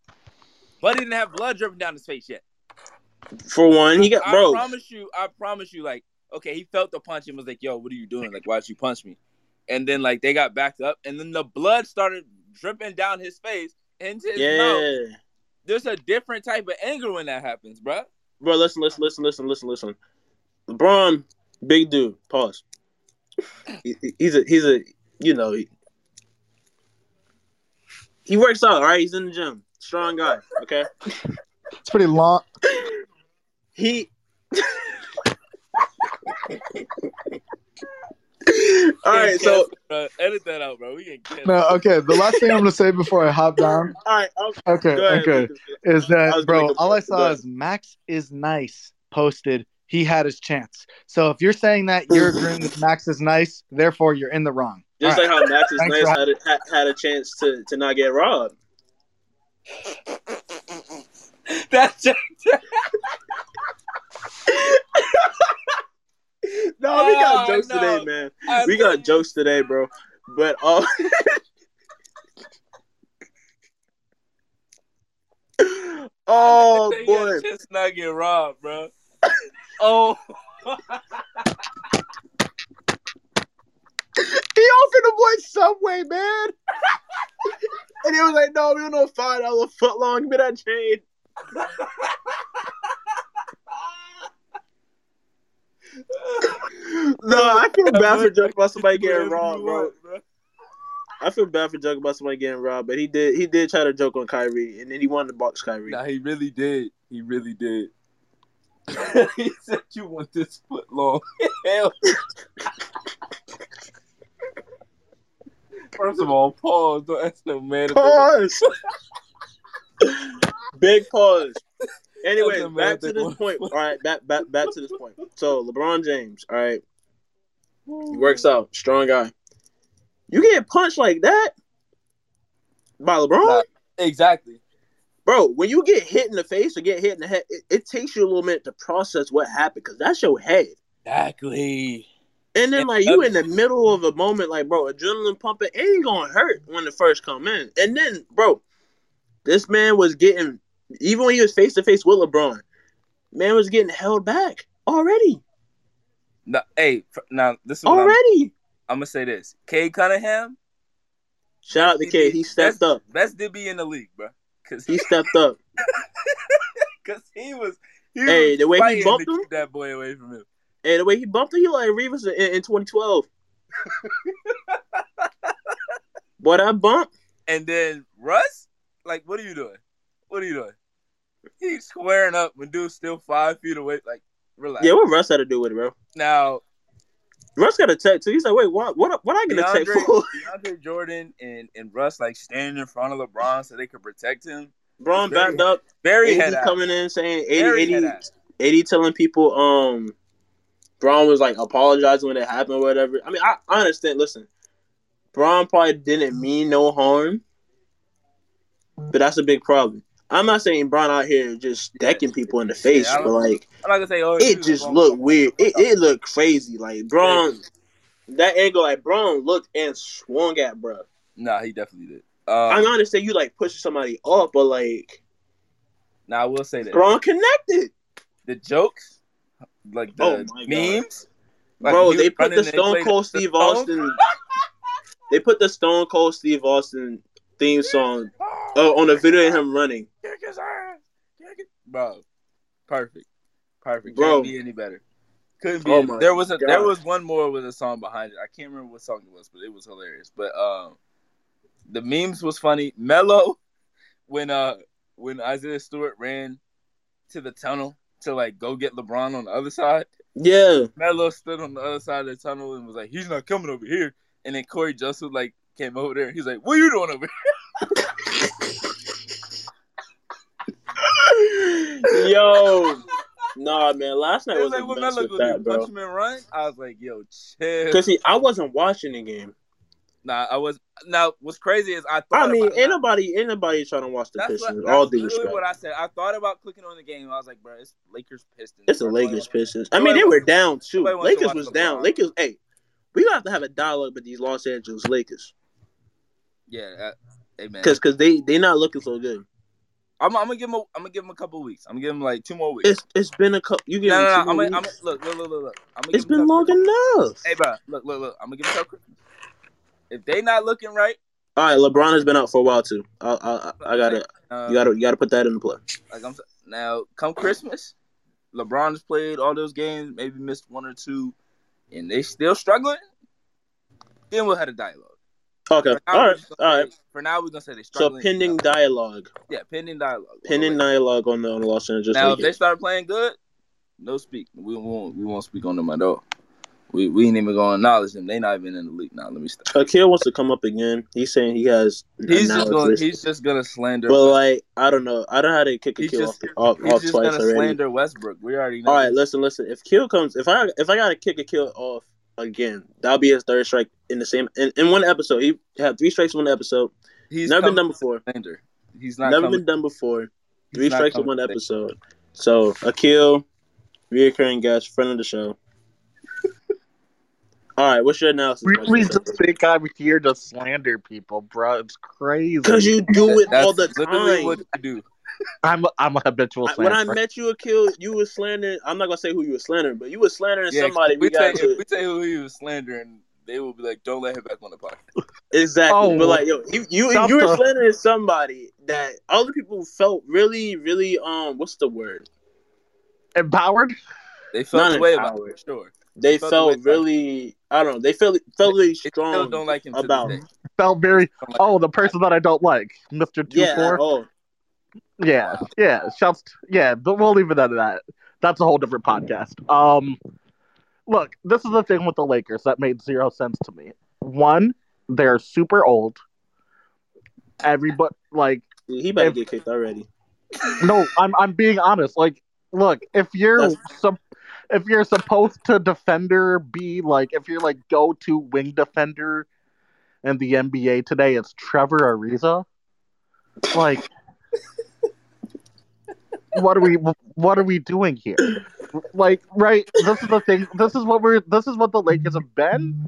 Buddy didn't have blood dripping down his face yet. For one, he got I bro. promise you, I promise you, like, okay, he felt the punch and was like, yo, what are you doing? Like, why'd you punch me? And then like they got backed up, and then the blood started dripping down his face into his mouth. Yeah, There's a different type of anger when that happens, bruh. bro. Listen, listen, listen, listen, listen, listen. LeBron, big dude. Pause. He- he- he's a he's a you know he, he works out. All right, he's in the gym. Strong guy. Okay. It's pretty long. He. <laughs> all right, so Bruh, edit that out, bro. We can get No, okay. The last thing I'm going to say before I hop down. all right, I'll- Okay, go ahead. okay. Lucas. is I was that gonna bro? go All I first, go saw ahead. is Max is nice posted. He had his chance. So if you're saying that <laughs> you're agreeing with Max is nice, therefore you're in the wrong. Just All right. like how Max's Thanks Nice for- had a, had, had a chance to, to not get robbed. <laughs> That's just, No, we got Oh, jokes no. today, man. I we got mean- jokes today, bro. But uh, <laughs> They oh Oh, boy, got Just not get robbed, <laughs> bro. oh, he offered the boy Subway, man. <laughs> and he was like, "No, we don't know five dollar foot long. Give me that chain." <laughs> No, I feel bad for joking about somebody getting robbed, bro. I feel bad for joking about somebody getting robbed, but he did he did try to joke on Kyrie, and then he wanted to box Kyrie. Nah, he really did. He really <laughs> did. he said you want this foot long. <laughs> Hell. First of all, pause. Don't ask no man. if they want- pause. <laughs> Big pause. Anyway, Doesn't back to matter. this point. All right, back back back to this point. So LeBron James, all right, he works out, strong guy. You get punched like that by LeBron, Nah. Exactly. bro. When you get hit in the face or get hit in the head, it, it takes you a little minute to process what happened because that's your head. Exactly. And then And like you other- in the middle of a moment, like bro, adrenaline pumping it ain't gonna hurt when the first come in. And then bro, this man was getting even when he was face to face with LeBron, man was getting held back already, Now, hey, fr- now this is what I'm, already. I'm gonna say. This Cade Cunningham, Shout out to K, he stepped up. best DB in the league, bro. Cause He stepped up. Cause he was, he Hey, was the way he fighting bumped to him? keep that boy away from him. And the way he bumped him, he like Reeves in, <laughs> in 2012. Boy, that bump, And then Russ, like, what are you doing? What are you doing? He's squaring up when dude's still five feet away. Like, relax. yeah, what Russ had to do with it, bro? Now, Russ got a tech too. He's like, wait, what? What? What I get a tech DeAndre, for? <laughs> DeAndre Jordan and, and Russ like standing in front of LeBron so they could protect him. Braun backed up. Very head AD out. coming in saying 80, Very head 80, out. 80 telling people um Braun was like apologizing when it happened or whatever. I mean I, I understand listen. Braun probably didn't mean no harm. But that's a big problem. I'm not saying Braun out here just decking people in the face, Yeah, I but don't- like I'm not gonna say. Oh, he it was just wrong. looked weird. It, it looked crazy. Like Braun that angle like Braun looked and swung at bruh. Nah, he definitely did. I Um, don't understand you like pushing somebody up, but like now I will say this: Braun connected. the jokes, like the Oh my God. memes, Like, Bro, he they was put running the and they Stone played Cold <laughs> the Steve song. Austin. They put the Stone Cold Steve Austin theme song uh, on a video of him running. Kick his ass. Kick it. Bro, perfect. Perfect. Bro. Couldn't be any better. Couldn't be Oh any- my there was a God. there was one more with a song behind it. I can't remember what song it was, but it was hilarious. But um the memes was funny. <laughs> Mello when uh when Isaiah Stewart ran to the tunnel to like go get LeBron on the other side. <laughs> Yeah. Melo stood on the other side of the tunnel and was like, "He's not coming over here." And then Corey Joseph like came over there. and He's like, "What are you doing over Yo. Nah, man. <laughs> Last night here?" It was was like, a "What mess Melo with gonna that, do? bro. Punch him and run?" I was like, "Yo, chill." Because see, I wasn't watching the game. Nah, I was. Now, what's crazy is I thought. I mean, about it. anybody, anybody trying to watch the That's, what, Pistons. that's all due literally respect, what I said. I thought about clicking on the game. I was like, bro, it's Lakers Pistons. it's the Bro, Lakers nobody- Pistons. I mean, they were down too. nobody wants to Lakers watch was LeBron. down. Lakers, hey, we gonna have to have a dialogue with these Los Angeles Lakers Yeah, that, hey man. because because they they not looking so good. I'm, I'm gonna give him. A, I'm gonna give him a couple weeks. I'm gonna give him like two more weeks. It's it's been a couple. You get no, no, no. I'm gonna, I'm gonna, look, look, look, look, look. I'm gonna it's give him been till- long enough. Hey, bro, look, look, look. I'm gonna give him till Christmas. If they not looking right, All right, LeBron has been out for a while too. I I, I got to uh, you got to you got to put that into play. Like I'm s- now, come Christmas, LeBron's played all those games, maybe missed one or two, and they still struggling. Then we'll have a dialogue. Okay. For now, All we're right. just gonna All right. say- For now, we're gonna say they So struggling. pending dialogue, Yeah, pending dialogue. pending dialogue on the on the Los Angeles Now, if they Lakers. start playing good, no speak. We won't. We won't speak on them at all. We we ain't even gonna acknowledge them. They not even in the league now. Let me stop. Akil wants to come up again. He's saying he has. He's just gonna. analysis. He's just gonna slander. But like, I don't know. I don't know how to kick a He's kill just- off, off, he's off just twice gonna already. slander Westbrook. We already know. All right, listen, listen. If kill comes, if I if I gotta kick a kill off again, that'll be his third strike in the same in, in one episode. He had three strikes in one episode. He's never been coming done before. to slander. He's not Never coming. been done before. he's Three not strikes in coming one to the- episode. So Akil, reoccurring guest, friend of the show. <laughs> All right, what's your analysis? We about we this? just think I'm here to slander people, bro. It's crazy. Cause you do it That's all the literally time. What you do? I'm a, I'm a habitual I- when slanderer. I met you, Akil, you were slandering. I'm not gonna say who you were slandering, but you were slandering Yeah, somebody. if we, We tell, got to, if we tell who he was slandering, they will be like, "Don't let him back on the podcast." exactly. Oh. but like, yo, you you Stop you were the- slandering somebody that other people felt really, really um, what's the word? Empowered? They felt Not the an way about hour. it, for sure. They Felt felt, the way about- really. I don't know. They felt felt really They still strong don't like him to about. this day. Felt very. Don't like Oh, him. the person that I don't like, Mister Two Yeah. Four. Oh, Yeah, yeah. Shouts. Yeah, but we'll leave it at that. That's a whole different podcast. Um, look, this is the thing with the Lakers that made zero sense to me. One, they're super old. Everybody, like, he better If- get kicked already. no, I'm I'm being honest. Like, look, if you're That's- some, if you're supposed to defender be like, if you're like go to wing defender in the NBA today, it's Trevor Ariza. Like, what are we what are we doing here? Like, right? This is the thing. This is what we're. This is what the Lakers have been.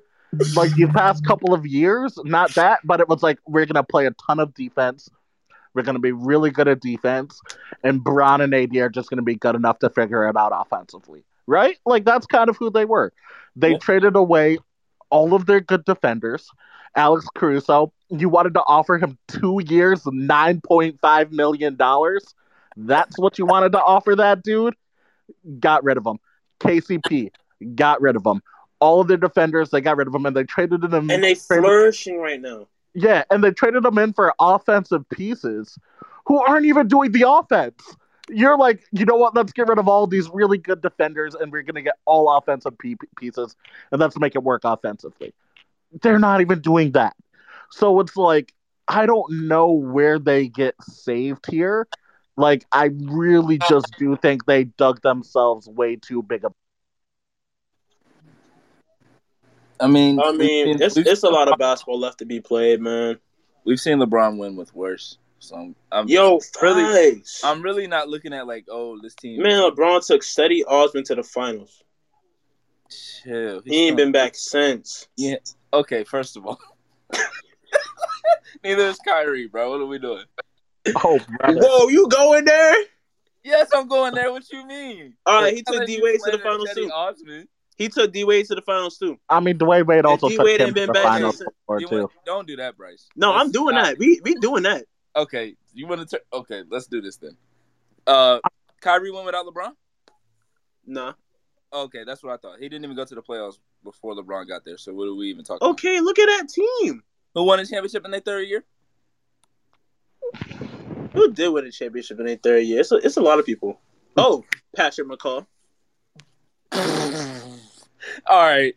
Like the past couple of years, not that, but it was like we're gonna play a ton of defense. We're gonna be really good at defense, and Brown and AD are just gonna be good enough to figure it out offensively, right? Like that's kind of who they were. They Yeah. traded away all of their good defenders. Alex Caruso, you wanted to offer him two years, nine point five million dollars. That's what you wanted to offer that dude. Got rid of him. KCP got rid of him. All of their defenders, they got rid of them, and they traded them. And they flourishing right now. Yeah, and they traded them in for offensive pieces who aren't even doing the offense. You're like, you know what? Let's get rid of all these really good defenders and we're going to get all offensive pe- pieces and let's make it work offensively. They're not even doing that. So it's like, I don't know where they get saved here. Like, I really just do think they dug themselves way too big a. <laughs> I mean, I mean, we've it's seen, it's a lot of basketball left to be played, man. we've seen LeBron win with worse. So I'm, I'm, Yo, Really? really? I'm really not looking at like, oh, this team. Man, LeBron took Steady Osmond to the finals. chill. He's He ain't done. been back since. Yeah. Okay, first of all. <laughs> Neither is Kyrie, bro. What are we doing? Oh, brother. Whoa, you going there? Yes, I'm going there. What you mean? All right, he took Telling you D-Wade to the slandering finals Chetty too. Osman. He took D Wade to the finals too. I mean, Dwayne Wade also D. took Wade him ain't to been the back finals since- before, You too. want- don't do that, Bryce. No, Let's I'm doing stop. that. We we doing that. Okay, you want to? Tur- okay, let's do this then. Uh, Kyrie went without LeBron. Nah. Okay, that's what I thought. He didn't even go to the playoffs before LeBron got there. So what are we even talking? about? Okay, look at that team. Who won a championship in their third year? <laughs> Who did win a championship in their third year? It's a, it's a lot of people. Oh, Patrick McCall. All right,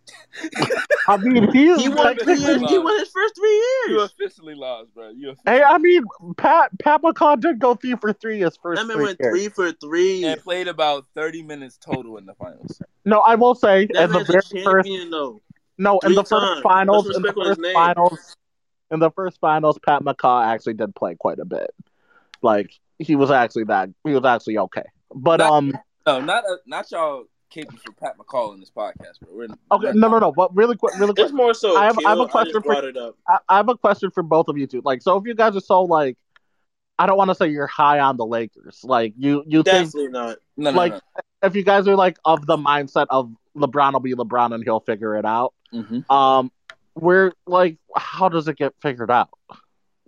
I mean, <laughs> he's He won, he, technically- he won his first three you years. officially lost, bro. You officially Hey, I mean, Pat Pat McCall did go three for three his first That man three went years. three for three. and played about thirty minutes total in the finals. No, I will say That in the man's very a first champion, though. no in three the first times. finals Let's in the respect his first name. finals in the first finals Pat McCall actually did play quite a bit. Like he was actually that he was actually okay. But Not- um No, not uh, not y'all caping for Pat McCall in this podcast, bro. We're in, okay no no no but really quick really quick It's more so. I have- I have a Akil, question just for- brought it up. I, I have a question for both of you two. Like so if you guys are so like I don't want to say you're high on the Lakers. Like you you think Definitely not. no, no, like no. if you guys are like of the mindset of LeBron will be LeBron and he'll figure it out. Mhm. Um, where like how does it get figured out?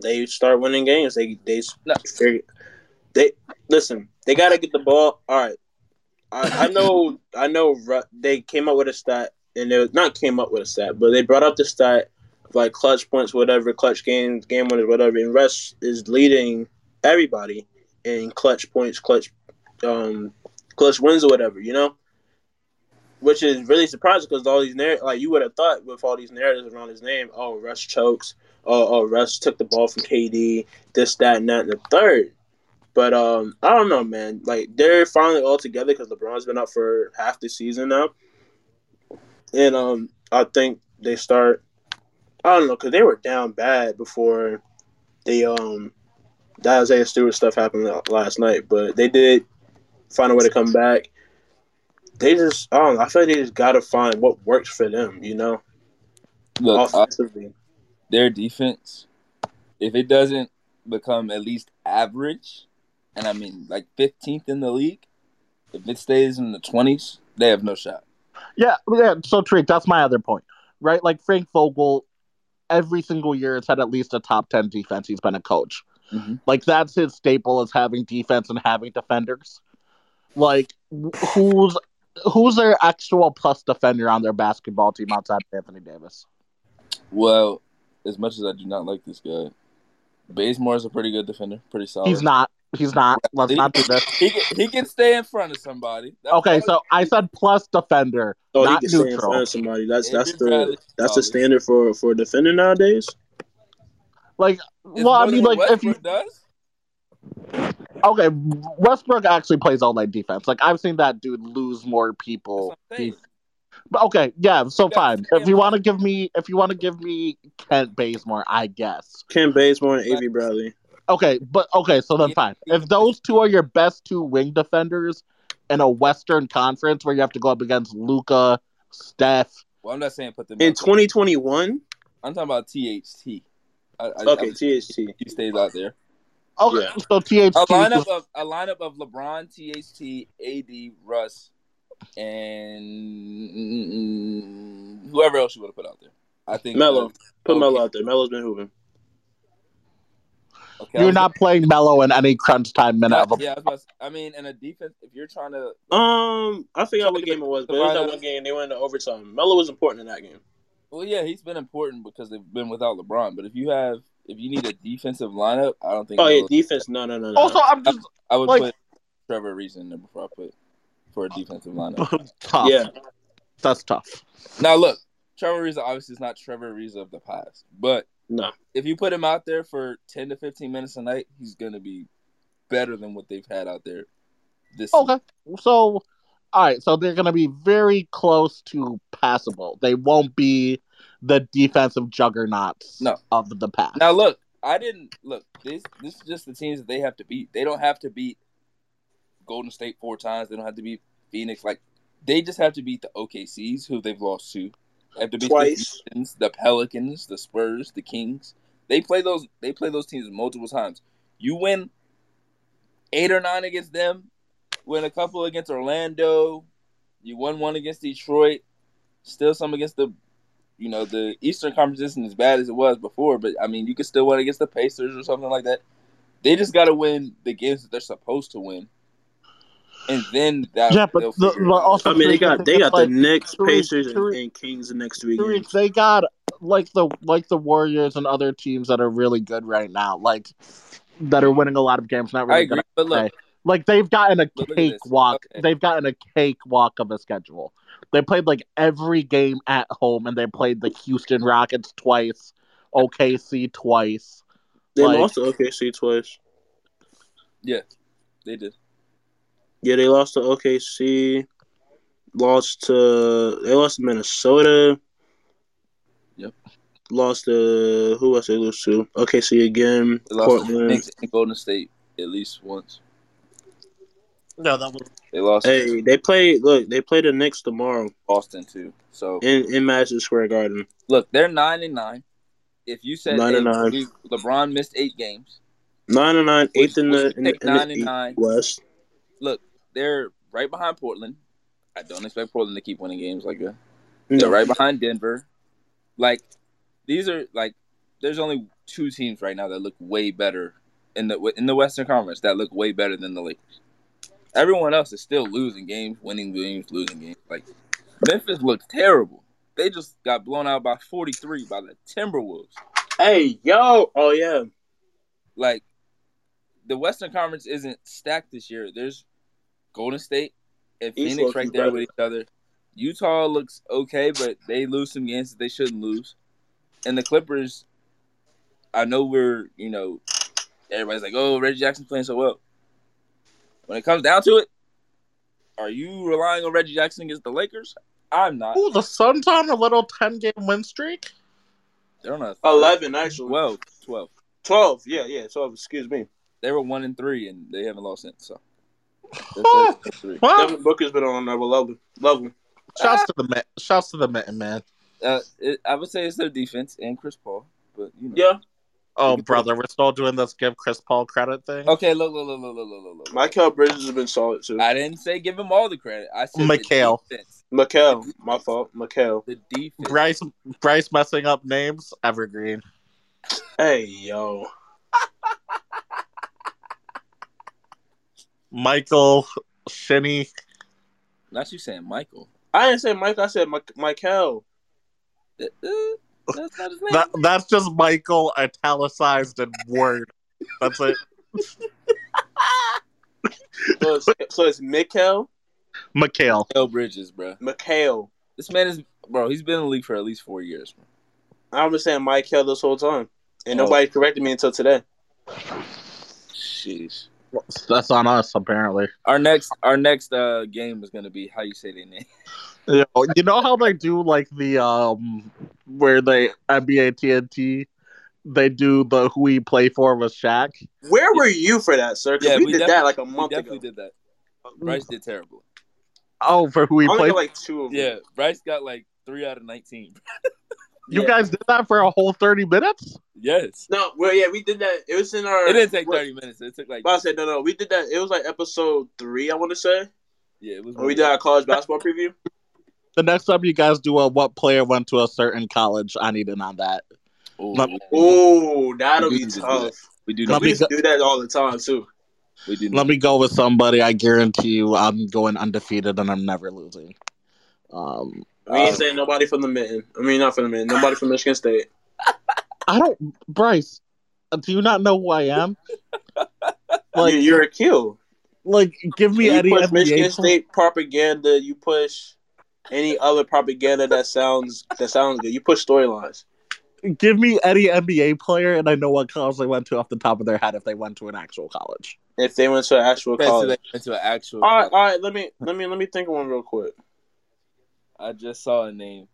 They start winning games. They they No. they, listen. They gotta get the ball. All right. I, I know. I know. Ru- They came up with a stat, and it was not came up with a stat, but they brought up the stat of like clutch points, whatever, clutch games, game winners, whatever. And Russ is leading everybody in clutch points, clutch, um, clutch wins or whatever. You know. Which is really surprising because all these narr- like you would have thought with all these narratives around his name, oh Russ chokes, oh, oh, Russ took the ball from KD, this, that, and that, and the third. But um, I don't know, man. Like they're finally all together because LeBron's been out for half the season now, and um, I think they start. I don't know because they were down bad before the um, that Isaiah Stewart stuff happened la- last night, but they did find a way to come back. They just, I don't know. I feel like they just gotta find what works for them, you know, Look, uh, I- offensively. their defense, if it doesn't become at least average, and I mean like 15th in the league, if it stays in the 20s, they have no shot. Yeah, yeah. So Tariq, that's my other point, right? Like Frank Vogel, every single year has had at least a top ten defense. He's been a coach. Mhm. Like that's his staple is having defense and having defenders. Like wh- who's who's their actual plus defender on their basketball team outside of Anthony Davis? Well, as much as I do not like this guy, Bazemore is a pretty good defender, pretty solid. He's not. He's not. Let's not do this. He can, he can stay in front of somebody. That's Okay, all- so I said plus defender, Oh, not he can stay in front neutral. of somebody. That's that's Adrian Bradley the that's the solid. standard for for a defender nowadays. Like, It's well, I more mean, than like what if you Westbrook does, okay, Westbrook actually plays all night defense. Like I've seen that dude lose more that's people. what Oh, I'm saying. But okay, yeah, so Yeah, fine. yeah. If you want to give me, if you want to give me Kent Bazemore, I guess. Ken Bazemore and Avery Bradley. Okay, but okay, so then Yeah, fine. he If can those two are your best two wing defenders in a Western Conference where you have to go up against Luca, Steph, Well, I'm not saying put them. In In 2021, I'm talking about THT. I, I, okay, I- THT. he stays out there. okay, Yeah. so THT, a lineup was- of a lineup of LeBron, THT, AD, Russ, and whoever else you would have put out there. I think Melo, put Okay. Melo out there. Melo's been hooping. Okay, I you're was- not playing Melo in any crunch time minute of a yeah, I, was about to say- I mean, in a defense, if you're trying to, Um, I forgot what game it was, but it was that one game they went into overtime. Melo was important in that game. well, yeah, he's been important because they've been without LeBron. But if you have, if you need a defensive lineup, I don't think. Oh yeah, Melo- defense. No, no, no, no. Also, I'm just I would like- put Trevor Reese in there before I put for a defensive lineup. tough. yeah, That's tough. now look, Trevor Reese obviously is not Trevor Reese of the past, but no. if you put him out there for ten to fifteen minutes a night, he's gonna be better than what they've had out there. This Okay. So, all right. So they're going to be very close to passable. They won't be the defensive juggernauts No. of the past. season. now look, I didn't look. This this is just the teams that they have to beat. They don't have to beat Golden State four times. They don't have to beat Phoenix. Like they just have to beat the OKCs who they've lost to. They have to beat Twice. the Houstons, the Pelicans, the Spurs, the Kings. They play those. They play those teams multiple times. You win eight or nine against them. Win a couple against Orlando. You won one against Detroit. Still some against the, you know, the Eastern Conference isn't as bad as it was before. But I mean, you could still win against the Pacers or something like that. They just got to win the games that they're supposed to win, and then that Yeah, but they'll the- figure it but out. I also- mean, they got they got the Knicks, Tariq- Pacers, and, Tariq- and Kings the next three Tariq, games. They got like the like the Warriors and other teams that are really good right now, like that are winning a lot of games. Not I really agree. good. But look, Like they've gotten a Look at this. cakewalk. Okay. They've gotten a cakewalk of a schedule. They played like every game at home, and they played the Houston Rockets twice, OKC twice. They Like- lost to OKC twice. Yeah, they did. Yeah, they lost to OKC. Lost to they lost to Minnesota. Yep. Lost to who else they lose to? OKC again. They lost to Portland. Phoenix and Golden State at least once. No, that was They lost Hey, they play. Look, they play the Knicks tomorrow Boston too. So in in Madison Square Garden. look, they're nine and nine. If you said Nine eight, and nine. we- LeBron missed eight games. Nine and nine, eighth in the Let's in the, take in the nine and nine. West. They're right behind Portland. I don't expect Portland to keep winning games like that. They're No. right behind Denver. Like these are like there's only two teams right now that look way better in the in the Western Conference that look way better than the Lakers. Everyone else is still losing games, winning games, losing games. Like Memphis looked terrible. They just got blown out by 43 by the Timberwolves. Hey, yo. Oh yeah. Like the Western Conference isn't stacked this year. There's Golden State and East Phoenix looks right there better. with each other. Utah looks okay, but they lose some games that they shouldn't lose. And the Clippers, I know we're you know everybody's like, oh Reggie Jackson's playing so well. When it comes down to it, are you relying on Reggie Jackson against the Lakers? I'm not. Ooh, the Suns on a little ten game win streak. They're on a Eleven actually. 12, 12. Twelve. Yeah, yeah. Twelve. Excuse me. They were one and three, and they haven't lost since. <laughs> So Oh. that's three. Huh? Devin Booker's been on another level. Level. Shouts to the Mi- shouts to the mitten man. Uh, it, I would say it's their defense and Chris Paul, but you know. Yeah. Oh brother, we're still doing this give Chris Paul credit thing. Okay, look, look, look, look, look, look, look, look. Michael Bridges has been solid too. I didn't say give him all the credit. I said Mikal. the defense. Mikel, my fault. Mikel. The defense. Bryce Bryce messing up names. Evergreen. Hey, yo. Michael Shinny. Not you saying Michael. I didn't say Mike. I said Mi- Mikel. Uh, uh, That's not his name. That that's just Michael italicized in word. That's it. <laughs> So it's, <laughs> so it's Mikel. Mikhail. Mikael Bridges, bro. Mikel. This man is, bro. He's been in the league for at least four years. Bro. I've been saying Mikel this whole time, and Oh. nobody corrected me until today. Sheesh. That's on us apparently. Our next, our next uh, game is gonna be how you say their name. You know, you know how they do like the um where they NBA TNT they do the who we play for with Shaq. Where were you for that, sir? 'Cause Yeah, we, we did definitely- that like a We month definitely ago. did that. Bryce did terrible. Oh, for who we I only play. got like two of them. Yeah, Bryce got like three out of nineteen. you yeah. guys did that for a whole thirty minutes. Yes. No, well, yeah, we did that. It was in our. It didn't take what- thirty minutes. It took like But I said no, no. We did that. It was like episode three, I want to say, yeah. It was. when Oh, we did our college basketball <laughs> preview. The next time you guys do a what player went to a certain college, I need in on that. Ooh, Let- Oh, that'll We be need to do tough. we do. Let Not, We me used to do that all the time too. we do. Let Not. me go with somebody. I guarantee you, I'm going undefeated and I'm never losing. Um, We ain't Uh, saying nobody from the mitten. I mean, not from the mitten. Nobody from Michigan State. I don't, Bryce. Do you not know who I am? Like, Like- you, you're a kill. Like, give me You any push NBA Michigan player. State propaganda. You push any other propaganda that sounds that sounds good. You push storylines. Give me any NBA player, and I know what college they went to off the top of their head if they went to an actual college. If they went to an actual college. Into an actual. All right, all right. Let me let me let me think of one real quick. I just saw a name.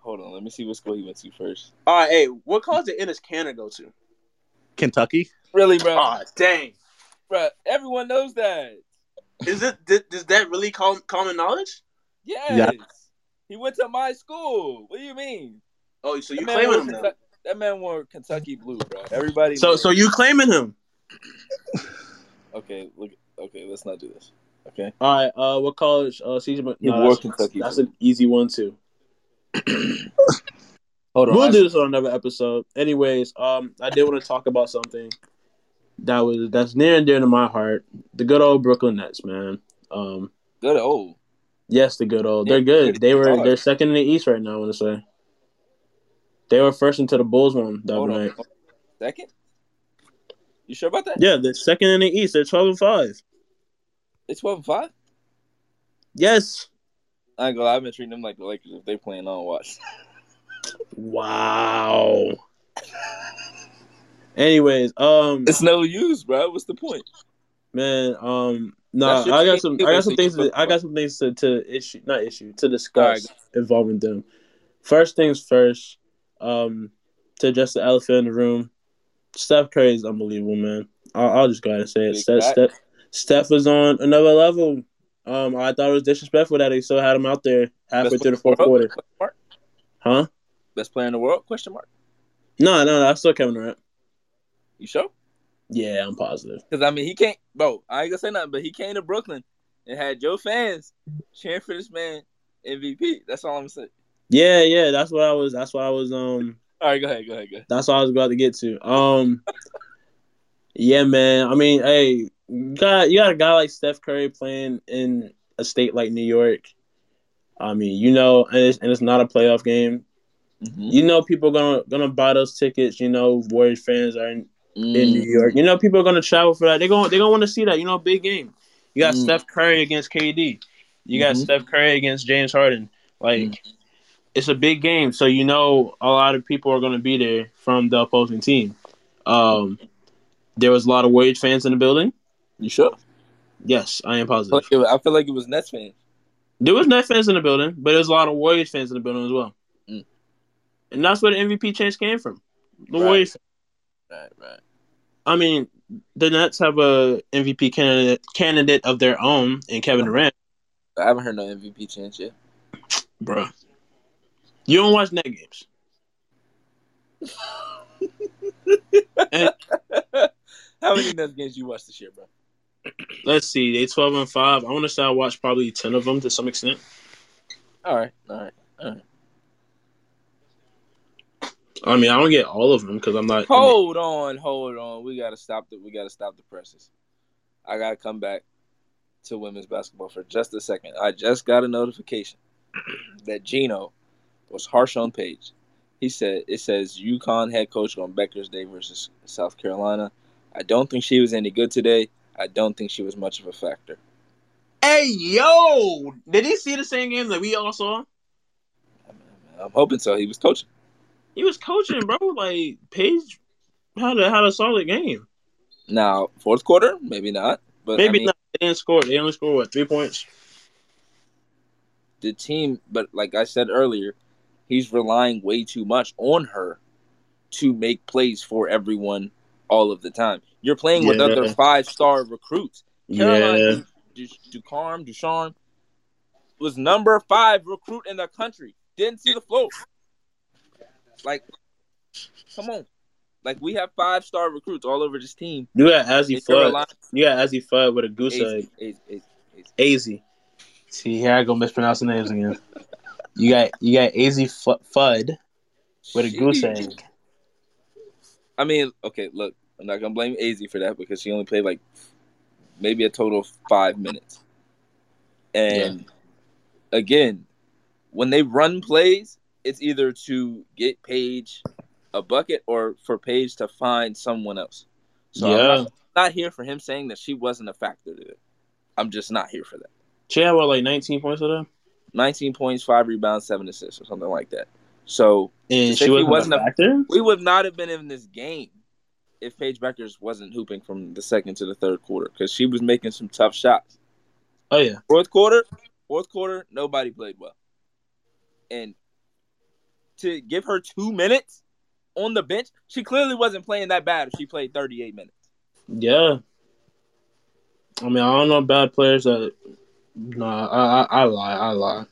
Hold on. Let me see what school he went to first. All right, hey, what college did Ennis Cannon go to? Kentucky. Really, bro? Aw, dang. Bro, everyone knows that. Is it did, is that really com- common knowledge? Yes. He went to my school. What do you mean? Oh, so That you man wore claiming him now? Kentuck- That man wore Kentucky blue, bro. Everybody. So so you claiming him? okay. Look. Okay. Let's not do this. Okay. All right, uh, what college? Uh, CJ. Mc- He No, wore that's, Kentucky. that's an easy one too. Hold on. We'll I- do this on another episode. Anyways, um, I did want to talk about something that was that's near and dear to my heart. The good old Brooklyn Nets, man. Um, Good old. yes, the good old. They're good. They were they're second in the East right now. I want to say they were first into the Bulls one that Hold night. on. Second. You sure about that? Yeah, they're second in the East. They're twelve and five. It's twelve and five. Yes. I go. I've been treating them like the Lakers if they playing on watch. <laughs> Wow. Anyways, um, It's no use, bro. What's the point? man, um, That no, shit's I got getting some, too I got some big, things, so you to, I got some things to, to issue, not issue, to discuss involving them. First things first, um, to address the elephant in the room, Steph Curry is unbelievable, man. I'll, I'll just go ahead and say it. Big Steph, fact. Steph, Steph was on another level. Um, I thought it was disrespectful that they still had him out there halfway Best through player the in fourth quarter, world? Question mark. huh? Best player in the world? Question mark. No, no, no, I still Kevin Durant. You sure? Yeah, I'm positive. Because I mean, he can't, bro. I ain't gonna say nothing, but he came to Brooklyn and had Joe fans cheering for this man MVP. That's all I'm saying. Yeah, yeah, that's what I was. That's what I was. Um, All right, go ahead, go ahead, go ahead. That's what I was about to get to. Um, yeah, man. I mean, hey, you got you got a guy like Steph Curry playing in a state like New York. I mean, you know, and it's, and it's not a playoff game. Mm-hmm. You know, people gonna gonna buy those tickets. You know, Warriors fans are in, in Mm-hmm. New York. You know, people are gonna travel for that. They going they gonna want to see that. You know, big game. You got Mm. Steph Curry against KD. You got Mhm. Steph Curry against James Harden. Like, Mm. it's a big game, so you know a lot of people are gonna be there from the opposing team. Um, there was a lot of Warriors fans in the building. You sure? Yes, I am I feel positive. like it was, I feel like it was Nets fans. There was Nets fans in the building, but there was a lot of Warriors fans in the building as well. Mm. And that's where the MVP chance came from. The Right. Warriors. Right, right. I mean, the Nets have a MVP candidate candidate of their own in Kevin Durant, I haven't heard no MVP chance yet. <laughs> bro. You don't watch net games. How many Nets games you watched this year, bro? Let's see, they twelve and five. I want to say I watched probably ten of them to some extent. All right, all right. I mean, I don't get all of them because I'm not. Hold on, hold on. We gotta stop the we gotta stop the presses. I gotta come back to women's basketball for just a second. I just got a notification <clears throat> that Gino was harsh on Page. He said it says UConn head coach on Becker's Day versus South Carolina. I don't think she was any good today. I don't think she was much of a factor. Hey yo, did he see the same game that we all saw? I'm hoping so. He was coaching. He was coaching, bro. Like Paige had a had a solid game. Now, fourth quarter, maybe not. But Maybe I mean, not. They didn't score. They only scored what three points. the team, but like I said earlier, he's relying way too much on her to make plays for everyone all of the time. You're playing with Yeah. other five star recruits. Caroline Du- Du- Ducarm, Ducharme was number five recruit in the country. Didn't see the floor. Like, come on. Like we have five star recruits all over this team. you got Azzy And you're Fudd. relying- You got Azzy Fudd with a goose egg. Easy, easy, easy, easy. Azy. See, here I go mispronouncing names again. <laughs> You got you got Azy Fu- Fudd with a goose Jeez. egg. I mean, okay, look, I'm not gonna blame AZ for that because she only played like maybe a total of five minutes. And again, when they run plays, it's either to get Paige a bucket or for Paige to find someone else. So I'm yeah, not, not here for him saying that she wasn't a factor to it. I'm just not here for that. she had what like 19 points of them, 19 points, five rebounds, seven assists, or something like that. So and say she she wasn't, wasn't a a- factor. we would not have been in this game if Paige Beckers wasn't hooping from the second to the third quarter because she was making some tough shots. Oh yeah, Fourth quarter, fourth quarter, nobody played well. And to give her two minutes on the bench, she clearly wasn't playing that bad if she played 38 minutes. yeah. I mean, I don't know bad players that. Nah, I I, I lie, I lie.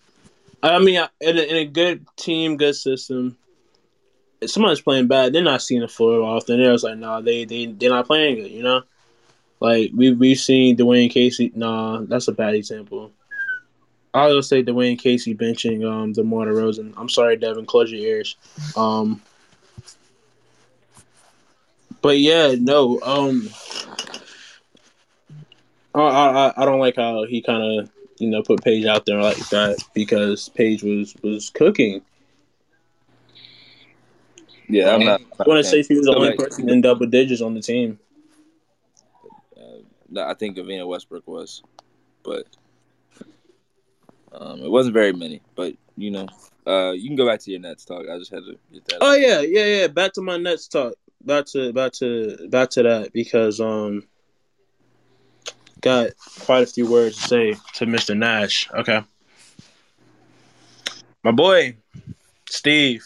I mean, I- in a, in a good team, good system, if somebody's playing bad, they're not seeing the floor often. They're just like, nah, they they they're not playing good, you know. Like we we've seen Dwayne Casey. Nah, that's a bad example. I was gonna say Dwayne Casey benching um DeMar DeRozan. I'm sorry, Devin, close your ears. Um, but yeah, no. Um, I I, I- I don't like how he kind of you know put Paige out there like that because Paige was was cooking. Yeah, I'm not- I I want to say she was the only Correct. person in double digits on the team. Uh, No, I think Avina Westbrook was, but um, it wasn't very many. But you know, uh, you can go back to your Nets talk. I just had to get that. Oh yeah, yeah, yeah. Back to my Nets talk. Back to back to back to that because um got quite a few words to say to Mr. Nash. Okay. My boy, Steve,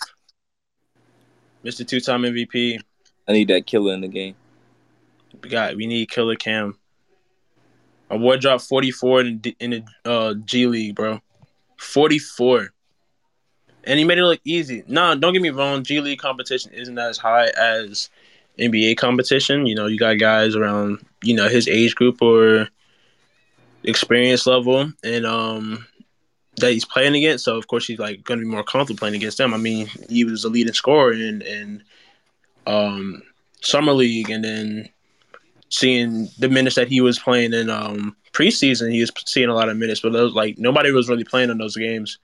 Mr. Two time MVP. I need that killer in the game. We got we need Killer Cam. My boy dropped 44 in the, in the uh, G League, bro. 44. And he made it look easy. Nah, don't get me wrong. G League competition isn't as high as NBA competition. You know, you got guys around, you know, his age group or experience level and um that he's playing against. So of course he's like gonna be more comfortable playing against them. I mean, he was the leading scorer in in um summer league and then seeing the minutes that he was playing in um preseason, he was seeing a lot of minutes, but those like nobody was really playing in those games.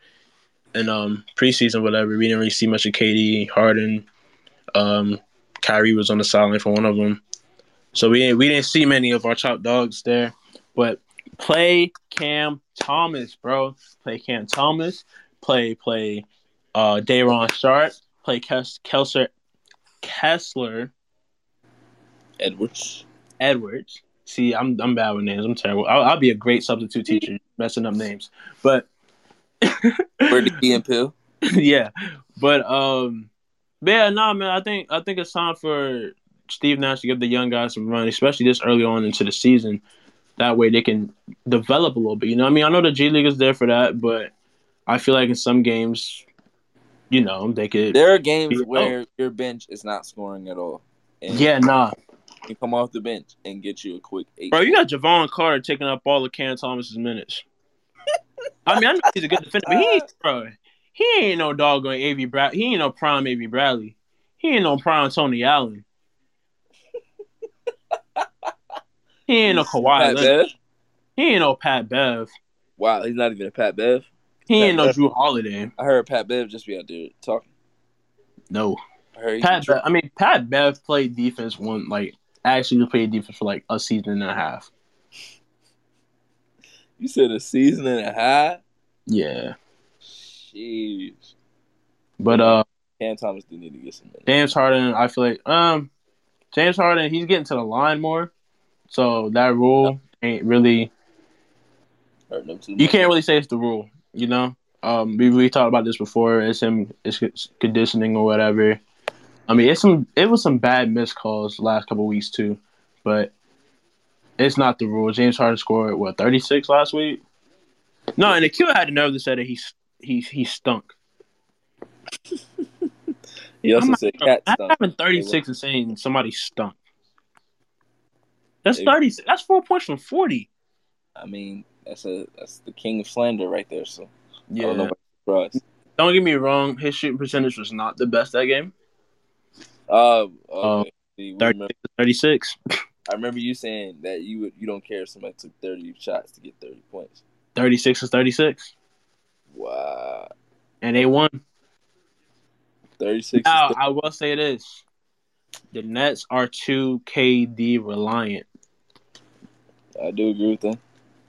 And um preseason, whatever, we didn't really see much of KD, Harden, um, Kyrie was on the sideline for one of them. So we didn't, we didn't see many of our top dogs there. But play Cam Thomas, bro. Play Cam Thomas. Play play uh Dayron Sharp. Play Kes- Kelsler Kessler Edwards. Edwards. See, I'm I'm bad with names. I'm terrible. I'll, I'll be a great substitute teacher messing up names. But <laughs> Where the key and pill? yeah, but um, but yeah, no, man. I think I think it's time for Steve Nash to give the young guys some run, especially this early on into the season. That way they can develop a little bit. You know, what I mean, I know the G League is there for that, but I feel like in some games, you know, they could. There are games where your bench is not scoring at all. And Yeah, nah, you come off the bench and get you a quick eight. bro. You got Javon Carter taking up all of Cam Thomas's minutes. I mean, I know he's a good defender, but he, ain't- bro, he ain't no doggone Av Brad. He ain't no prime Av Bradley. He ain't no prime Tony Allen. He ain't no Kawhi. Pat Bev? Leonard. He ain't no Pat Bev. Wow, he's not even a Pat Bev. He ain't no Pat Bev. Drew Holiday. I heard Pat Bev just be out there talking. No. I heard he's Pat Bev, I mean, Pat Bev played defense one, like, actually played defense for like a season and a half. You said a season and a half. Yeah. Jeez. But, uh, Cam Thomas do need to get some minutes. James Harden, I feel like um James Harden, he's getting to the line more. So that rule ain't really Hurting them too you much. can't really say it's the rule, you know? Um we we talked about this before. It's him it's c- conditioning or whatever. I mean it's some it was some bad missed calls the last couple weeks too, but it's not the rule. James Harden scored what, thirty six last week? No, and the Q had to know that said that he he he stunk. He also I'm not- said cat I'm stunk. having 36 and saying somebody stunk. That's 36. That's four points from 40. I mean, that's a that's the king of slander right there. So Yeah. I don't know about surprise. Don't get me wrong. His shooting percentage was not the best that game. Um, Uh, okay. See, we 36. remember, 36. I remember you saying that you would you don't care if somebody took thirty shots to get thirty points. 36 is 36. Wow, And they won. thirty six. Now, I will say this. The Nets are too KD reliant. I do agree with them.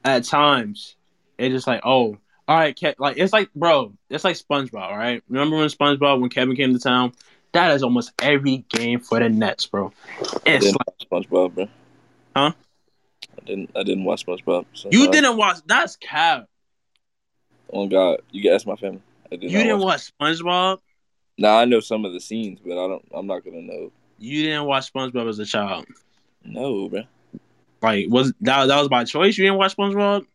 At times, it's just like, oh, all right, Ke- like it's like, bro, it's like SpongeBob, all right? Remember when SpongeBob, when Kevin came to town? That is almost every game for the Nets, bro. I It's didn't watch SpongeBob, bro. Huh? I didn't. I didn't watch SpongeBob. So You I- didn't watch. That's cap. Oh God, you can ask my family. I did You not didn't watch. watch SpongeBob. Now I know some of the scenes, but I don't. I'm not gonna know. You didn't watch SpongeBob as a child. No, bro. Like was that that was by choice? You didn't watch SpongeBob.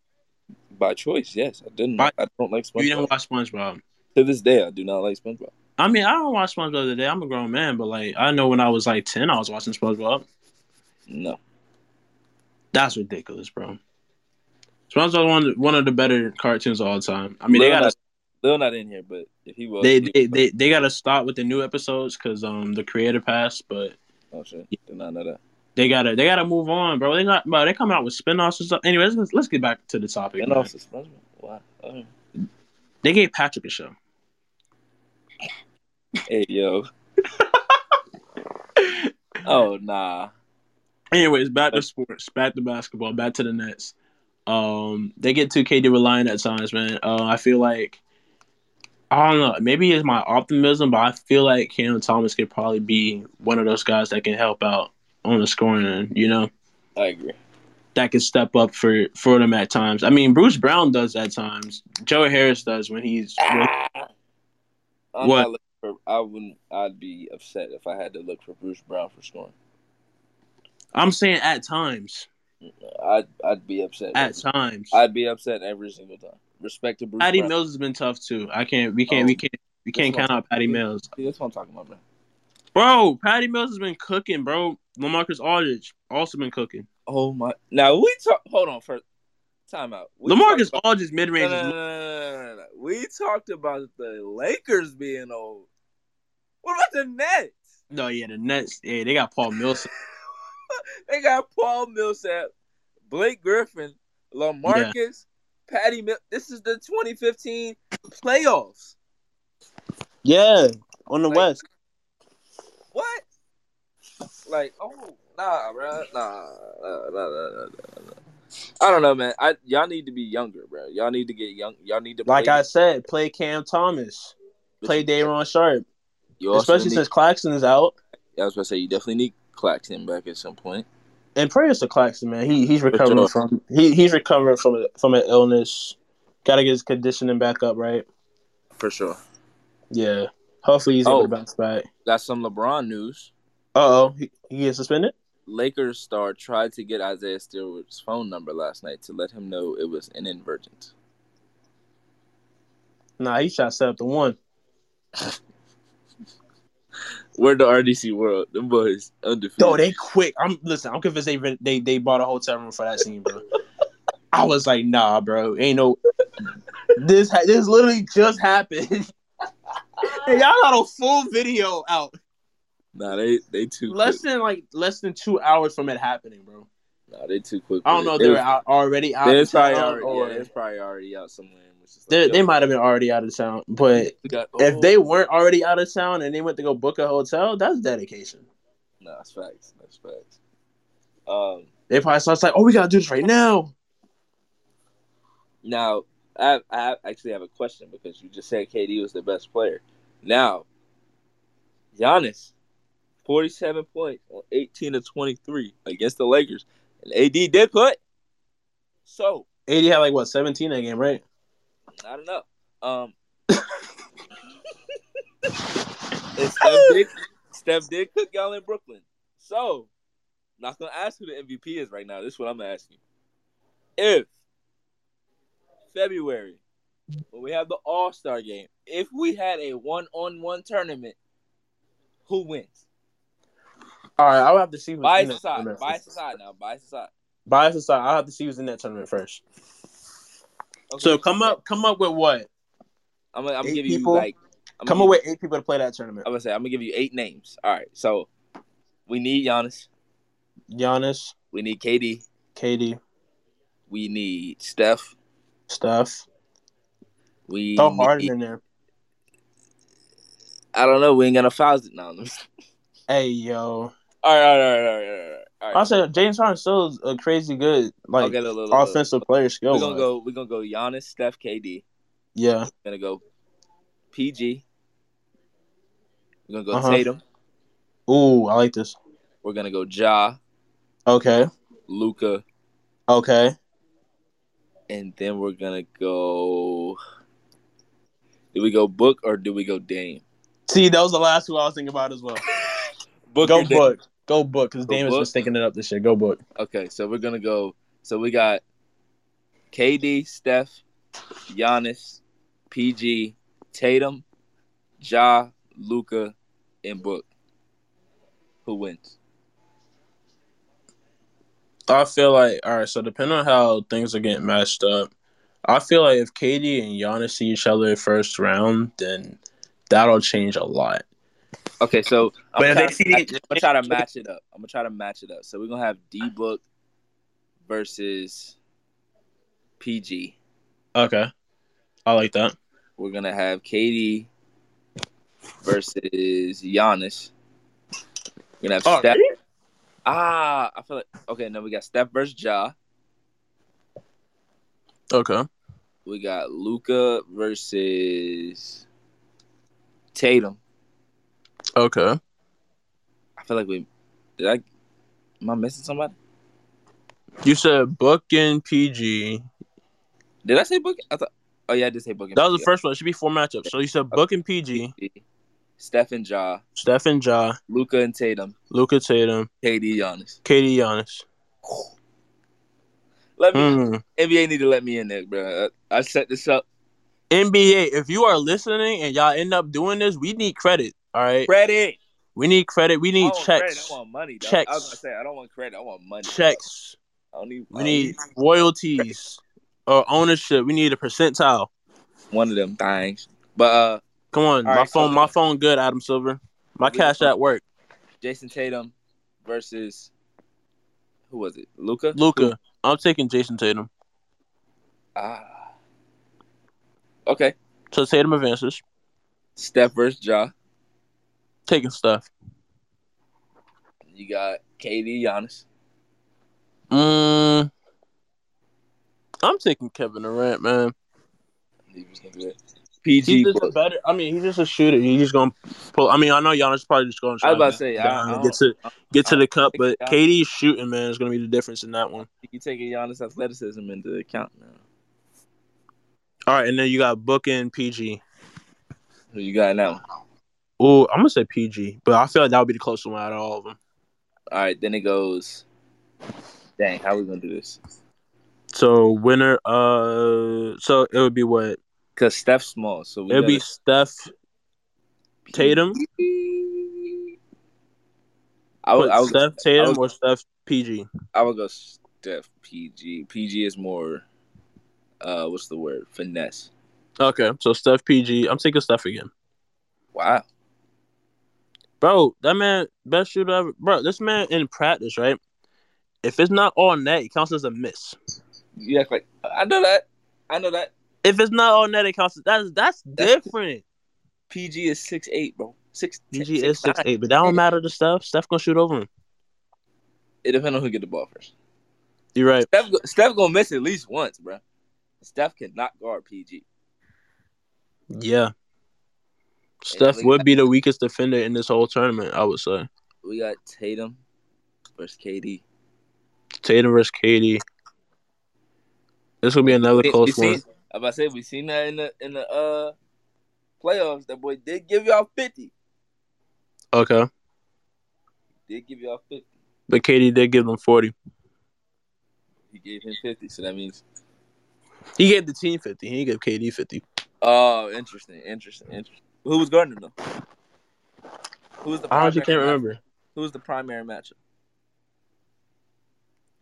By choice, yes. I didn't. By- I don't like You didn't SpongeBob. watch SpongeBob. To this day, I do not like SpongeBob. I mean, I don't watch SpongeBob today. I'm a grown man, but like I know when I was like ten, I was watching SpongeBob. No. That's ridiculous, bro. SpongeBob one one of the better cartoons of all time. I mean, they Lil gotta not, Lil not in here, but if he was, he- they, they they they gotta stop with the new episodes because um the creator passed, but oh shit, did not know that. they gotta they gotta move on, bro. They not bro. They come out with spinoffs and stuff. Anyways, let's, let's get back to the topic. And man. also SpongeBob. Wow. Oh. They gave Patrick a show. <laughs> Hey yo. oh nah. Anyways, back to sports, back to basketball, back to the Nets. Um, they get too KD reliant at times, man. Uh, I feel like I don't know. Maybe it's my optimism, but I feel like Cam Thomas could probably be one of those guys that can help out on the scoring end. You know, I agree. that can step up for for them at times. I mean, Bruce Brown does at times. Joe Harris does when he's. Ah. when- I'm What? not looking for, I wouldn't. I'd be upset if I had to look for Bruce Brown for scoring. I'm saying at times, I'd I'd be upset. at times. I'd be upset every single time. Respect to Bruce. Patty Brown. Mills has been tough too. I can't. We can't. we Oh, can't. We can't this one- count out Patty Mills, See, that's what I'm talking about, man. bro. Patty Mills has been cooking, bro. Lamarcus Aldridge also been cooking. Oh my! Now we talk. Hold on, first time out. We Lamarcus talked about- Aldridge mid No, range. no, no, no, is no, no, no. We talked about the Lakers being old. What about the Nets? No, yeah, the Nets. Yeah, they got Paul Millsap. They got Paul Millsap, Blake Griffin, LaMarcus, Patty. Mill- this is the 2015 playoffs. Yeah, on the Like- What? Like, oh nah, bro, nah, nah, nah, nah, nah, nah, nah. I don't know, man. I y'all need to be younger, bro. Y'all need to get young. Y'all need to Like play- I said, play Cam Thomas, play Dayron Sharp, You also especially need- since Claxton is out. I was gonna say you definitely need Claxton back at some point. And prayers to Claxton, man. He he's sure. recovering from he he's recovering from from an illness. Got to get his conditioning back up, right? For sure. Yeah. Hopefully he's Oh. able to bounce back. Got some LeBron news. Uh oh, he, he gets suspended. Lakers star tried to get Isaiah Stewart's phone number last night to let him know it was an inadvertent. Nah, he shot set up the one. We're the RDC world. The boys undefeated. Yo, they quick. I'm listen. I'm convinced they re- they they bought a hotel room for that scene, bro. I was like, nah, bro, ain't no. This ha- this literally just happened. <laughs> and y'all got a full video out, nah, they they too less quick. than like less than two hours from it happening, bro. Nah, they too quick. I don't know if They they were was- out, already out. They of was probably town already, or- yeah, they was probably already out somewhere. and was just they, like, they yo, might have been already out of town, but we got- if oh. they weren't already out of town and they went to go book a hotel, that's dedication. nah, that's facts. That's facts. Um, They probably saw it's like, oh, we gotta do this right now. Now, I, I actually have a question because you just said KD was the best player. Now, Giannis, 47 points on 18 to 23 against the Lakers. And AD did put. So, Eighty had like what seventeen that game, right? not enough. <laughs> Um, and Steph, did, Steph did cook y'all in Brooklyn. So, not going to ask who the MVP is right now. This is what I'm asking. If February, when we have the All Star game, if we had a one on one tournament, who wins? All right, I'll have to see who's in Bias that aside. tournament. Bias aside now. Bias aside. Bias aside, I'll have to see who's in that tournament first. Okay. So come up, come up with what? I'm going to eight give you people. like. I'm Come gonna up give- with eight people to play that tournament. I'm going to say, I'm going to give you eight names. All right. So, we need Giannis. Giannis, We need KD. Katie, We need Steph. Steph. We Throw Harden need- in there. I don't know. We ain't gonna foul it now. all right, Hey yo, <laughs> all right, all right, all right, all right. All right. also James Harden still is a crazy good like Okay, look, look, look, look. offensive player skill. We're gonna go. We're gonna go. Giannis, Steph, KD. Yeah, We're gonna go. PG. We're gonna go Uh-huh. Tatum. ooh, I like this. We're gonna go Ja, Okay, Luca, okay. and then we're gonna go. Do we go Book or do we go Dame? See, that was the last two I was thinking about <laughs> as well. Book. Go or Dame? book, go book, because Go Damon's been Book. stinking it up this year. Go book. Okay, so we're gonna go. So we got KD, Steph, Giannis, PG, Tatum, Ja, Luca, and Book. Who wins? I feel like all right. So depending on how things are getting matched up, I feel like if KD and Giannis see each other first round, then that'll change a lot. Okay, so I'm But gonna, if they try, see- I'm gonna try to match it up. I'm gonna try to match it up. So we're gonna have D Book versus PG. Okay, I like that. We're gonna have KD versus Giannis. We're gonna have Oh, Steph. Ah, I feel like okay. Now we got Steph versus Ja. Okay. We got Luca versus Tatum. Okay. I feel like we did. I am I missing somebody? You said Book and PG. Did I say Book? I thought. Oh yeah, I did say Book. and That was the PG. first one. It should be four matchups. So you said Book and PG, Steph and Ja, Steph and Ja, Luca and Tatum, Luka Tatum, KD, Giannis. Katie Giannis. Let me Hmm. NBA need to let me in there, bro. I, I set this up. NBA, if you are listening and y'all end up doing this, we need credit. All right. Credit. We need credit. We I need don't want credit. checks. I want money. Dog. I was Checks. gonna say I don't want credit. I want money. Checks. I don't need. I We don't need royalties or ownership. We need a percentile. one of them things. But uh, Come on, All my right, phone, so- my phone, good. Adam Silver, my We- cash at work. Jason Tatum versus who was it? Luca. Luca, I'm taking Jason Tatum. Ah. Okay. So Tatum advances. Steph versus Ja. Taking stuff. You got KD, Giannis. Mm, I'm taking Kevin Durant, man. He was gonna do it. He's PG. just a Book. better. I mean, he's just a shooter. He's just gonna pull. I mean, I know Giannis probably just going. I was about to say, I- I get to don't- get to I the cup, but think Giannis- KD's shooting, man, is gonna be the difference in that one. You taking Giannis athleticism into account now. All right, and then you got Book and PG. Who you got now? Oh, I'm gonna say PG, but I feel like that would be the closest one out of all of them. All right, then it goes. Dang, how we gonna do this? So winner, uh, so it would be what? Cause Steph's small, so we It'd be gotta- Steph Tatum. I would, Put I would, Steph I Tatum would- or Steph PG. I would go Steph PG. PG is more, uh, what's the word? Finesse. Okay, so Steph PG. I'm taking Steph again, Wow. bro. That man best shooter ever, bro. This man in practice, right? If it's not all net, it counts as a miss. You act like I know that. I know that. If it's not all net, it counts. As, that's that's That's- different. PG is six eight, bro. Six. PG is six nine. eight, but that don't matter to Steph. Steph gonna shoot over him. It depends on who get the ball first. You're right. Steph, go- Steph gonna miss at least once, bro. Steph cannot guard PG. Yeah. Steph we would got- be the weakest defender in this whole tournament, I would say. We got Tatum versus KD. Tatum versus KD. This will be another We- we close seen, one. If I said we seen that in the in the uh playoffs, that boy did give y'all fifty. Okay. Did give y'all fifty. But KD did give them 40. He gave him fifty, so that means He gave the team 50. He didn't give KD 50. Oh, interesting, interesting, interesting. Who was guarding them? Who was the I honestly primary can't match- remember. Who was the primary matchup?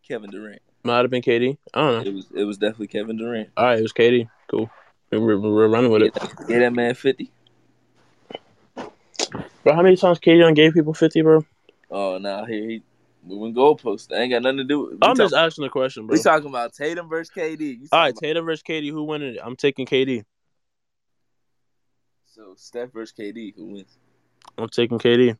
Kevin Durant. Might have been KD. I don't know. It was it was definitely Kevin Durant. All right, it was KD. Cool. We We're, we we're running with Get it. that, get that man fifty. Bro, how many times KD done gave people 50, bro? Oh no, here he moving goalposts. That ain't got nothing to do with. We, I'm talk- just asking a question, bro. we talking about Tatum versus KD. You All talking right, Tatum versus KD. Who winning it? I'm taking KD. So Steph versus KD, who wins? I'm taking I KD. And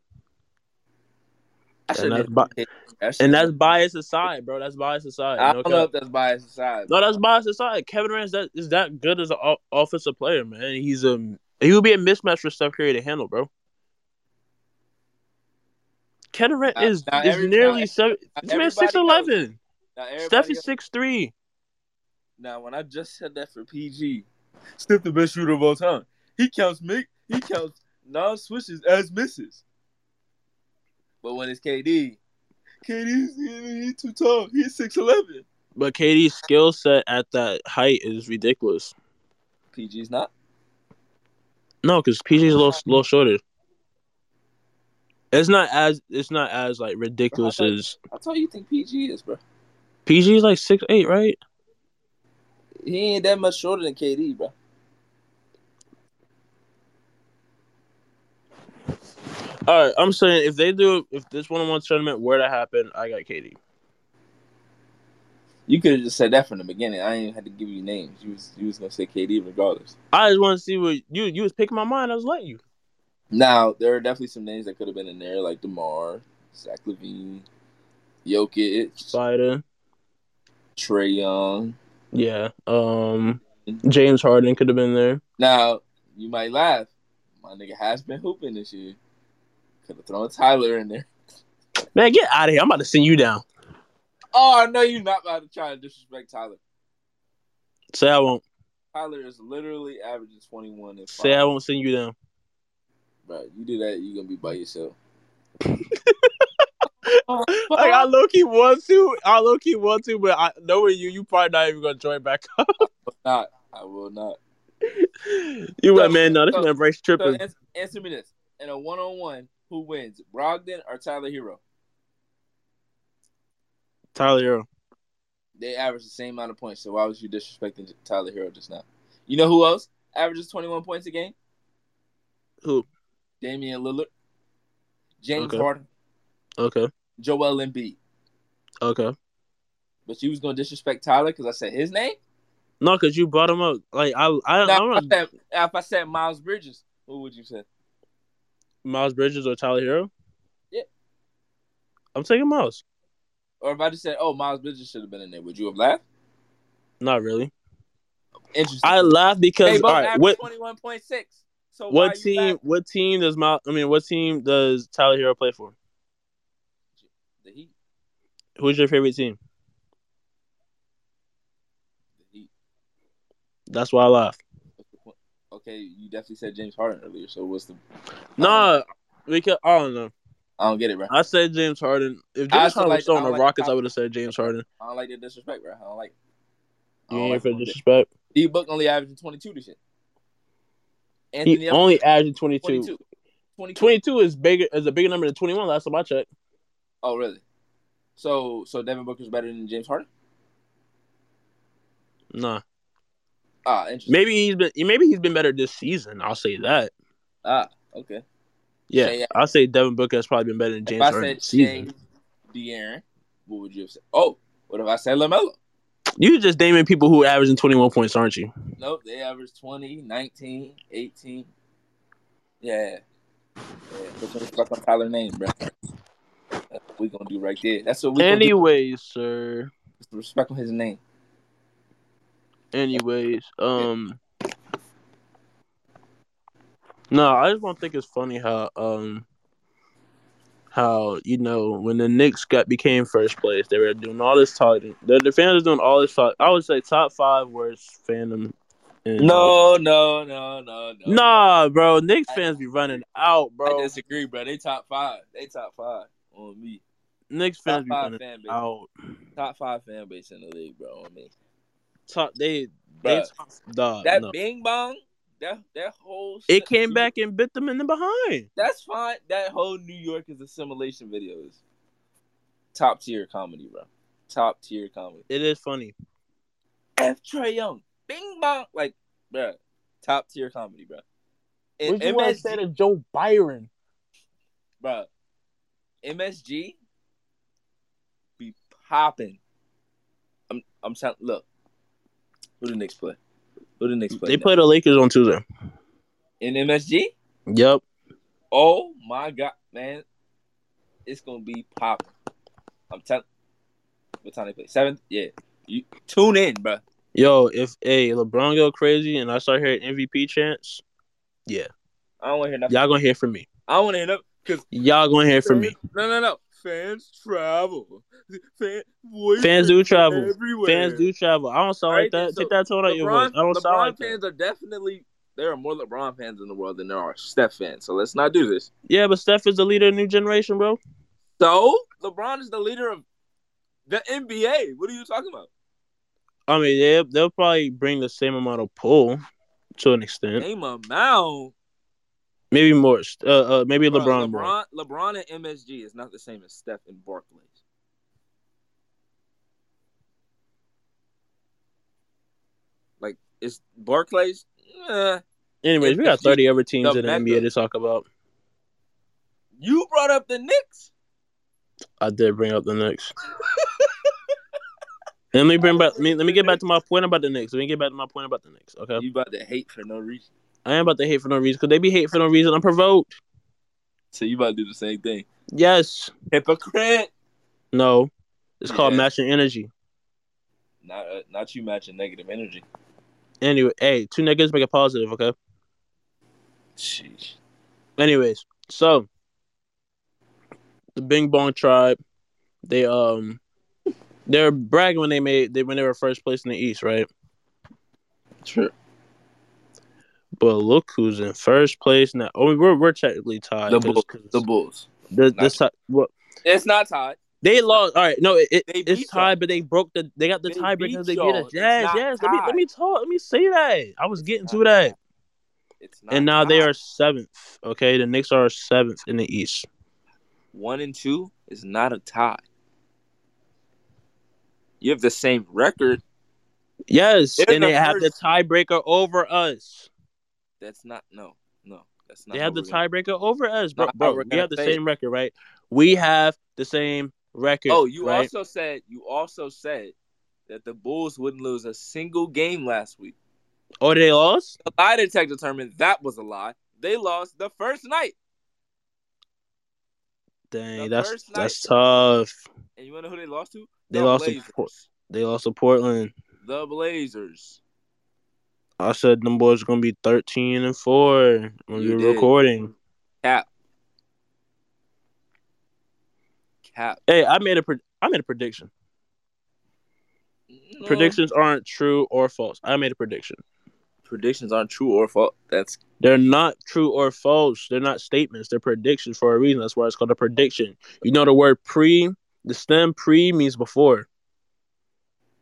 that's, shouldn't. bi- have- I shouldn't and that's have- bias aside, bro. That's bias aside. I No don't cap. know if that's biased aside. No, that's bias aside. Kevin Durant is that is that good as an o- offensive player, man. He's a he would be a mismatch for Steph Curry to handle, bro. Kevin Durant Nah, is nah, is every- nearly nah, seven. nah, This man's six everybody knows. eleven. Now, Steph everybody is six three. Now, when I just said that for PG, Steph the best shooter of all time. He counts make he counts non swishes as misses. But when it's KD, KD's he's too tall. He's six eleven. But KD's skill set at that height is ridiculous. PG's not. No, because PJ's a little little shorter. It's not as it's not as like ridiculous as How tall you think PG is, bro? PG's like six eight, right? He ain't that much shorter than KD, bro. All right, I'm saying if they do if this one on one tournament were to happen, I got KD. You could have just said that from the beginning. I ain't even had to give you names. You was you was gonna say KD regardless. I just want to see what you you was picking my mind. I was letting you. Now there are definitely some names that could have been in there, like Demar, Zach Levine, Jokic, Spider. Trey Young. Yeah. Um, James Harden could have been there. Now you might laugh. My nigga has been hooping this year. Could have thrown Tyler in there. <laughs> Man, get out of here. I'm about to send you down. Oh no, you're not about to try to disrespect Tyler. Say I won't. Tyler is literally averaging 21 and Say I five. won't send you <laughs> down. Bro, you do that, you're gonna be by <laughs> yourself. Like I low key want to. I low key want to, but I knowing you, you probably not even gonna join back up. <laughs> Not, I will not. you went, man. No, this man Bryce So tripping. answer, answer me this: in a one-on-one, who wins, Brogdon or Tyler Hero? Tyler Hero. They average the same amount of points, so why was you disrespecting Tyler Hero just now? You know who else averages 21 points a game? Who? Damian Lillard, James Okay. Harden, Okay. Joel Embiid. Okay. But you was gonna disrespect Tyler because I said his name. No, cause you brought him up. Like I, I, I Now, if, don't I know. said, if I said Miles Bridges, who would you say? Miles Bridges or Tyler Hero. Yeah. I'm taking Miles. Or if I just said, "Oh, Miles Bridges should have been in there," would you have laughed? Not really. Interesting. I laugh they because both all right. average What 21.6. So why what you team? laughing? What team does Miles? I mean, what team does Tyler Hero play for? The Heat. Who's your favorite team? The Heat. That's why I laugh. What's the point? Okay, you definitely said James Harden earlier, so what's the? Nah, we could. I don't know. I don't get it, bro. I said James Harden. If I James also Harden like- was still I on the like- Rockets, I would have said James Harden. I don't like the disrespect, bro. I don't like. I You don't ain't like for it. disrespect. D Book only averaging 22 this year. Anthony He Edwards, only averaged 22. 22. 22. 22 is bigger is a bigger number than 21 last time I checked. Oh, really? So, so Devin Booker's better than James Harden? Nah. Ah, interesting. Maybe he's been maybe he's been better this season. I'll say that. Ah, okay. Yeah. Shea- I'll say Devin Booker has probably been better than James if I Harden said this Shane, season. De'Aaron, what would you have said? Oh, what if I said Lamelo? You just naming people who averaging 21 points, aren't you? Nope, they average 20, 19, 18. Yeah. yeah. Put some stuff on Tyler name, bro. That's what we gonna do right there. That's what we gonna do. Anyways, sir. Respect on his name. Anyways, um No, I just don't think it's funny how um how you know when the Knicks got became first place, they were doing all this talking. The, the fans was doing all this talk. I would say top five worst fandom. In, No, no, no, no, no. nah, bro, Knicks fans be running out, I bro. disagree, bro. They top five. They top five on me. Knicks Top fans be five running fan base. out. Top five fan base in the league, bro. On me, Top they they bro. top, dog, That no. Bing Bong, that that whole It shit- came back and bit them in the behind. That's fine. That whole New York is assimilation video is top tier comedy, bro. Top tier comedy. It is funny. F Trey Young, Bing Bong, like, bro. Top tier comedy, bro. And Would you want to MSG, say to Joe Byron? bro. MSG be popping. I'm I'm telling. Look, who the Knicks play? Who the Knicks play? They now? play the Lakers on Tuesday. in MSG. Yep. Oh my god, man, it's gonna be popping. I'm telling. What time they play? Seven. Yeah, you tune in, bro. Yo, if hey LeBron go crazy and I start hearing MVP chants, I don't want to hear nothing. y'all gonna hear from me. I don't want to hear nothing because Y'all gonna hear from me. No, no, no. Fans travel. Fan, voices Fans do travel. Everywhere. Fans do travel. I don't sound like Right, that. so Take that tone out your voice. LeBron, I don't LeBron sound like that. fans are definitely there are more LeBron fans in the world than there are Steph fans. So let's not do this. Yeah, but Steph is the leader of the new generation, bro. So LeBron is the leader of the NBA. What are you talking about? I mean, they they'll probably bring the same amount of pull to an extent, Name a mound. maybe more. Uh, uh maybe Bro, LeBron more. LeBron, LeBron and MSG is not the same as Steph and Barkley. Like, it's Barclays? Eh. Anyways, we got MSG, thirty other teams the in the mecca. NBA to talk about. You brought up the Knicks. I did bring up the Knicks. And let me bring back. Let me, let me get back to my point about the Knicks. Let me get back to my point about the Knicks. Okay. You about to hate for no reason. I am about to hate for no reason because they be hate for no reason. I'm provoked. So you about to do the same thing. Yes. Hypocrite. No, it's called Yeah. matching energy. Not uh, not you matching negative energy. Anyway, hey, two negatives make a positive. Okay. Jeez. Anyways, so the Bing Bong tribe, they um, they're bragging when they made they when they were first place in the East, right? True. But look who's in first place now. Oh, we're we're technically tied. The 'cause- Bulls. 'cause The Bulls. the- not- this ti- well, It's not tied. they lost. All right, no, it, it- They it's beat tied, y'all. but they broke the. They got the They tie beat because they beat y'all. us. It's Yes, not yes. Let me let tied. me talk. Let me say that. I was getting to that. It's not And now they tied. are seventh. Okay, the Knicks are seventh in the East. one and two is not a tie. You have the same record. Yes, They're and the they have the first- tiebreaker over us. That's not no, no. That's not. They how have the we're gonna- tiebreaker over us, bro. Not how bro we're we gonna have the play it. same record, right? We have the same record. Oh, you right? also said you also said that the Bulls wouldn't lose a single game last week. Oh, they lost. The lie detector determined that was a lie. They lost the first night. Dang, The that's first night- that's tough. And you wanna know who they lost to? They The lost to Blazers. Por- They lost to Portland. the Blazers. I said them boys are gonna be thirteen and four You when we did. we're recording. Cap. Hey, I made a pre- I made a prediction. No. Predictions aren't true or false. I made a prediction. predictions aren't true or false. That's They're not true or false. They're not statements. They're predictions for a reason. That's why it's called a prediction. You know the word pre. The stem pre means before.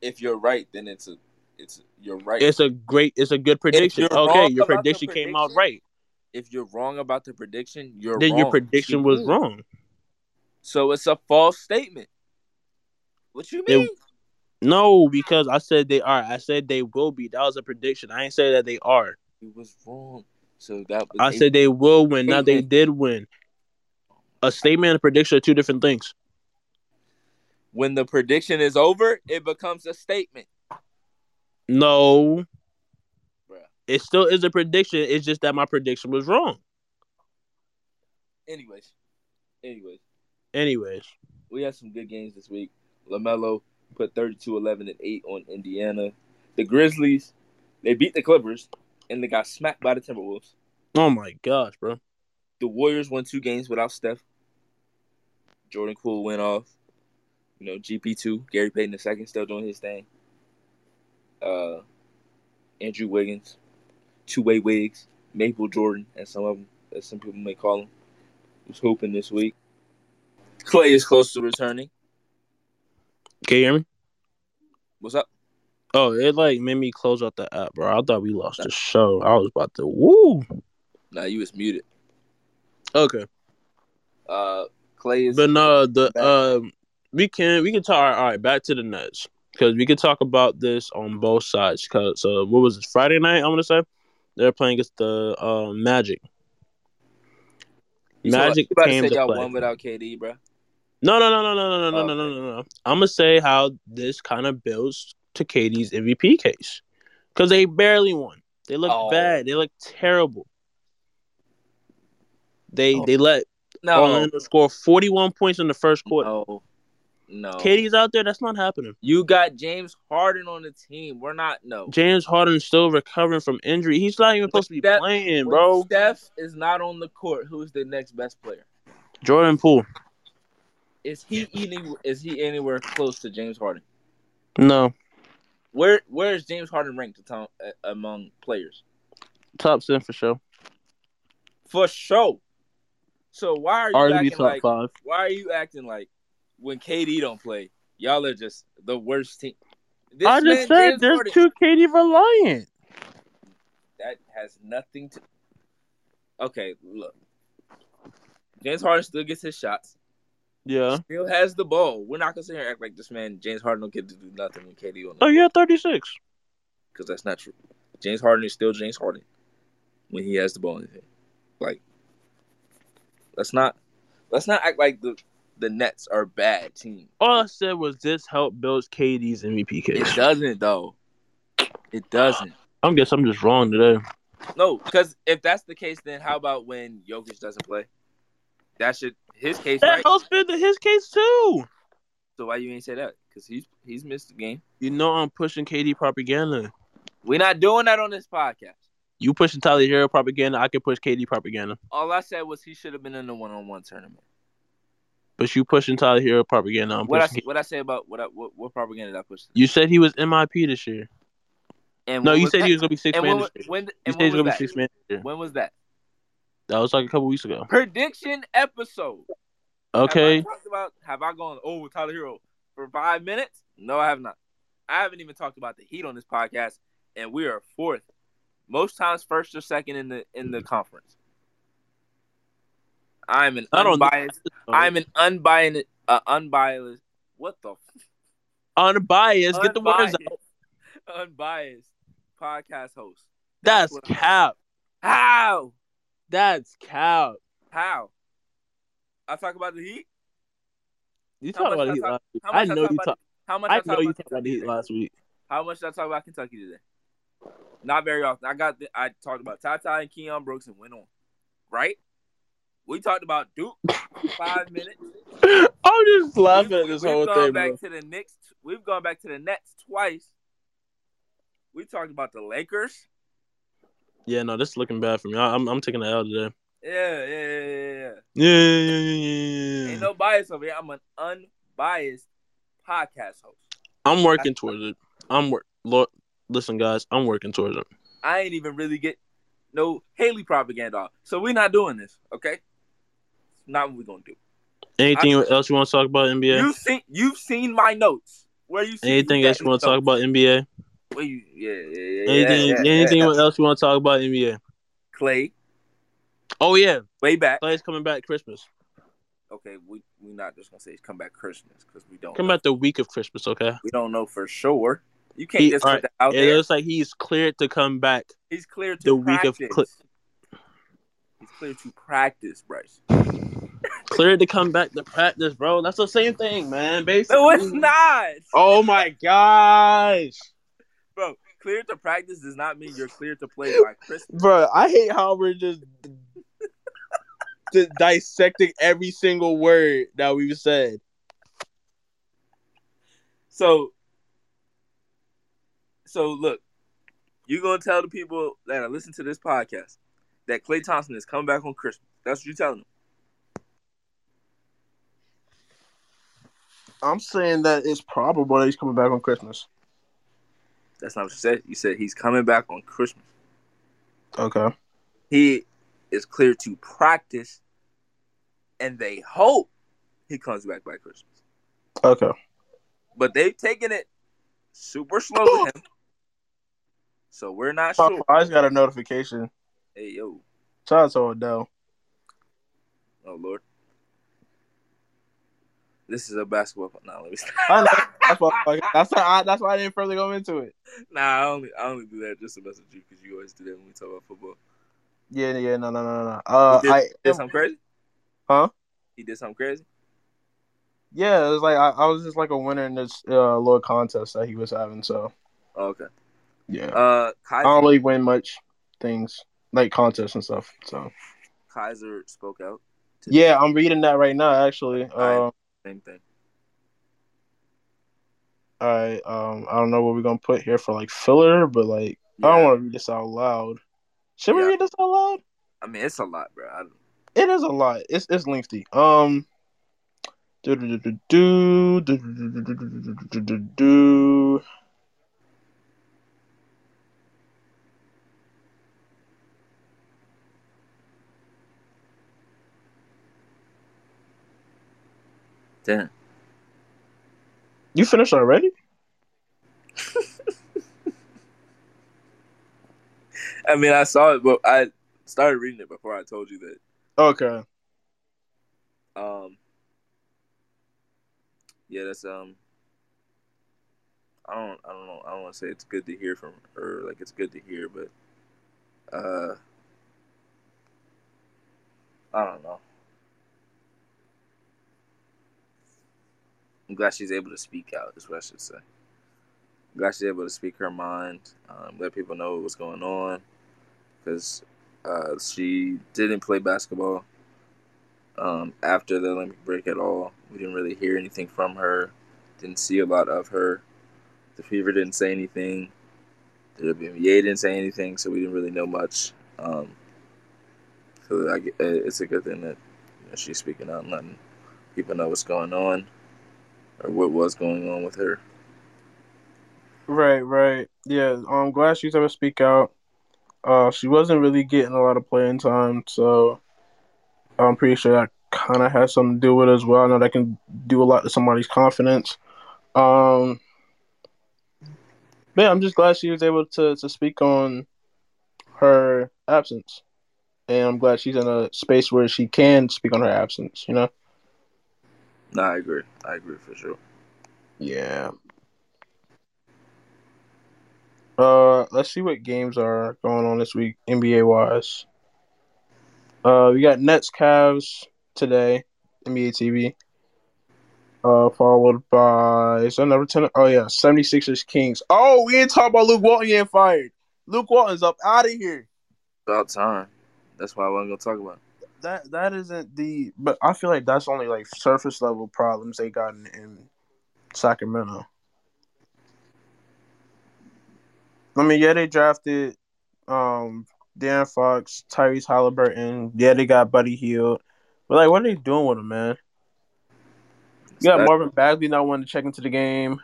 if you're right, then it's a it's you're right. It's a great. It's a good prediction. you're Okay, wrong your about the prediction came out prediction, right. if you're wrong about the prediction, you're Then your wrong. Mm-hmm. prediction was wrong. So it's a false statement. What you It- mean? No, because I said they are. I said they will be. That was a prediction. I ain't say that they are. It was wrong. So that was I a- said they will win. Now they Statement. did win. A statement and a prediction are two different things. when the prediction is over, it becomes a statement. No. Bruh. It still is a prediction. It's just that my prediction was wrong. Anyways, anyways, Anyways, we had some good games this week. LaMelo put 32 11 and 8 on Indiana. The Grizzlies, they beat the Clippers and they got smacked by the Timberwolves. oh my gosh, bro. The Warriors won two games without Steph. Jordan Poole went off. You know, GP2, Gary Payton the second still doing his thing. Uh Andrew Wiggins, two way wigs, Maple Jordan, as some of them as some people may call him, was hooping this week. Clay is close to returning. Can you hear me? What's up? Oh, it like made me close out the app, bro. I thought we lost the show. I was about to woo. Nah, you was muted. Okay, Uh Clay is but no, the back. um, we can we can talk. All right, back to the Nets because we could talk about this on both sides. Cause uh, what was it Friday night? I want to say they're playing against the uh, Magic. You about- Magic you about to came say to y'all play. won without KD, bro. No, no, no, no, no, no, no, no, no, Okay. no, no, no. I'm gonna say how this kind of builds to KD's MVP case because they barely won. They look Oh. bad. They look terrible. They Oh. they let No, Orlando score 41 points in the first quarter. no, no. KD's out there. That's not happening. You got James Harden on the team. We're not no. James Harden's still recovering from injury. He's not even supposed to be Steph- When playing, bro. Steph is not on the court. Who's the next best player? Jordan Poole. Is he any, Is he anywhere close to James Harden? No, Where Where is James Harden ranked ato- uh, among players? top ten for sure. For sure. So why are you RB acting top like? five. Why are you acting like when KD don't play? Y'all are just the worst team. This I just man, said James there's Harden- two KD reliant. that has nothing to. Okay, look. James Harden still gets his shots. Yeah. Still has the ball. We're not gonna sit here and act like this man James Harden don't get to do nothing when KD on Oh the yeah, 36. because that's not true. James Harden is still James Harden when he has the ball in his hand. Like, let's not let's not act like the the Nets are a bad team. All I said was this helped build KD's MVP It case. doesn't though. It doesn't. I guess I'm just wrong today. No, because if that's the case, then how about when Jokic doesn't play? That should his case, That right? helps build his case too. So why you ain't say that? Because he's he's missed the game. You know I'm pushing KD propaganda. We're not doing that on this podcast. You pushing Tyler Hero propaganda. I can push KD propaganda. All I said was he should have been in the one-on-one tournament. But you pushing Tyler Hero propaganda. I'm What I pushing- what I say about what I, what, what propaganda did I push? you said he was MIP this year. And No, when you was said that? he was gonna be six And man when this was- year. when You and said he was when was gonna be that? six man this year. When was that? That was like a couple weeks ago. Prediction episode. Have Okay. I talked about have I gone oh Tyler Hero for five minutes? No, I have not. I haven't even talked about the Heat on this podcast, and we are fourth, most times first or second in the in the conference. I'm an Not on this- unbiased. I'm an unbiased. Uh, unbiased. What the? f- unbiased. Get the words out. Unbiased podcast host. That's what I'm- cap. How? That's cap. How? I talk about the Heat. You How talked much about the I Heat talk- last week. How I much know talk you about- talked. How much I know talk you about talked about the Heat today? last week. How much did I talk about Kentucky today? Not very often. I got the, I talked about Tata and Keon Brooks and went on. Right? We talked about Duke five <laughs> minutes. I'm just laughing at this We've whole gone thing, bro. back to the Knicks. We've gone back to the Nets twice. We talked about the Lakers. Yeah, no, this is looking bad for me. I, I'm, I'm taking the L today. Yeah, yeah, yeah, yeah, yeah. Yeah, yeah, yeah, Ain't yeah, yeah. no bias over here. I'm an unbiased podcast host. I'm working towards it. I'm work. Lord, listen, guys, I'm working towards it. I ain't even really get no Haley propaganda off. So we're not doing this, okay? Not what we're gonna do. Anything else you want to talk about NBA? You've seen you've seen my notes. Where you see anything that else you in want to talk notes. about NBA? Where you, yeah, yeah, yeah, Anything, yeah, yeah, anything yeah. else you want to talk about NBA? Clay, Oh yeah, way back. Clay's coming back Christmas. Okay, we we not just gonna say it's come back Christmas because we don't Come know. back the week of Christmas, okay? we don't know for sure. You can't He- just alright, put that out It there. looks like he's cleared to come back. He's clear to the week of practice. Cl- He's clear to practice, Bryce. Cleared to come back to practice, bro. That's the same thing, man. Basically. No, it's not, Oh my gosh, bro. Clear to practice does not mean you're clear to play by Christmas. bro. I hate how we're <laughs> just, just dissecting every single word that we've said. So, so look, you gonna tell the people that are listening to this podcast that Clay Thompson is coming back on Christmas. That's what you're telling them. I'm saying that it's probable that he's coming back on Christmas. That's not what you said. You said he's coming back on Christmas. Okay. He is clear to practice, and they hope he comes back by Christmas. Okay. But they've taken it super slow with him. So we're not sure. I just got a notification. Hey yo, Shout out to Odell. oh lord, this is a basketball. po- Nah, let me <laughs> stop. I know. That's why. Like, that's why. I, that's why I didn't further go into it. Nah, I only I only do that just to mess with you because you always do that when we talk about football. Yeah. Yeah. No. No. No. No. no. Uh, he did, I. did something crazy. Huh? He did something crazy. Yeah. It was like I, I was just like a winner in this uh, little contest that he was having. So Oh, okay. yeah. Uh, I Kaiser, don't really win much things like contests and stuff. So Kaiser spoke out. today. yeah, I'm reading that right now. Actually. Uh, Alright. Same thing. all right. Um. I don't know what we're gonna put here for like filler, but like I don't Yeah. want to read this out loud. Should we Yeah. read this out loud? I mean, it's a lot, bro. I, It is a lot. It's it's lengthy. Um. do, do, do, do, do, do, do, do, do, do, do, do, do, do. damn. You finished already? I mean, I saw it, but I started reading it before I told you that. Okay. Um. Yeah, that's um. I don't. I don't know. I don't want to say it's good to hear from, or like it's good to hear, but uh, I don't know. I'm glad she's able to speak out. Is what I should say. I'm glad she's able to speak her mind, um, let people know what's going on, because uh, she didn't play basketball um, after the Olympic break at all. We didn't really hear anything from her. Didn't see a lot of her. The Fever didn't say anything. The WNBA didn't say anything, so we didn't really know much. Um, so I, gue- uh, it's a good thing that you know, she's speaking out and letting people know what's going on or what was going on with her. Right, right. Yeah, I'm glad she's able to speak out. Uh, she wasn't really getting a lot of playing time, so I'm pretty sure that kind of has something to do with it as well. I know that can do a lot to somebody's confidence. Um, yeah, I'm just glad she was able to, to speak on her absence. And I'm glad she's in a space where she can speak on her absence, you know? No, I agree. I agree for sure. Yeah. Uh, let's see what games are going on this week NBA wise. Uh, we got Nets Cavs today, NBA TV. Uh, followed by is that number ten? Oh yeah, 76ers Kings. Oh, we ain't talking about Luke Walton getting fired. Luke Walton's up out of here. About time. That's why I wasn't gonna talk about. It. That that isn't the but I feel like that's only like surface level problems they got in, in Sacramento. I mean, yeah, they drafted um Dan Fox, Tyrese Halliburton. Yeah, they got Buddy Hield. But like, what are they doing with him, man? You got That- Marvin Bagley not wanting to check into the game.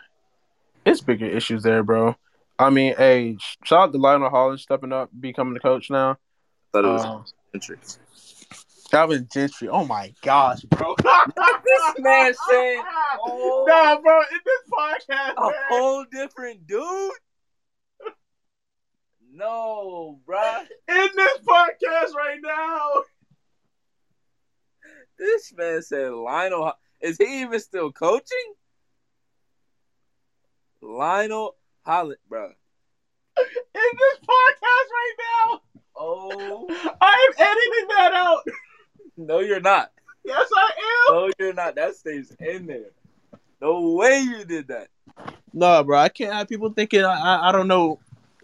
It's bigger issues there, bro. I mean, hey, shout out to Lionel Hollins stepping up, becoming the coach now. I thought it was Um, entry. Calvin Gentry. Oh my gosh, bro. <laughs> This man said, "Oh." Nah, bro, in this podcast, <laughs> a man. whole different dude. No, bruh. in this podcast right now. This man said Lionel. Ho- Is he even still coaching? Lionel Holland, bruh. In this podcast right now. Oh, I am editing that out. no, you're not. Yes, I am. No, you're not. That stays in there. No way you did that. No, bro, I can't have people thinking I, I, I don't know.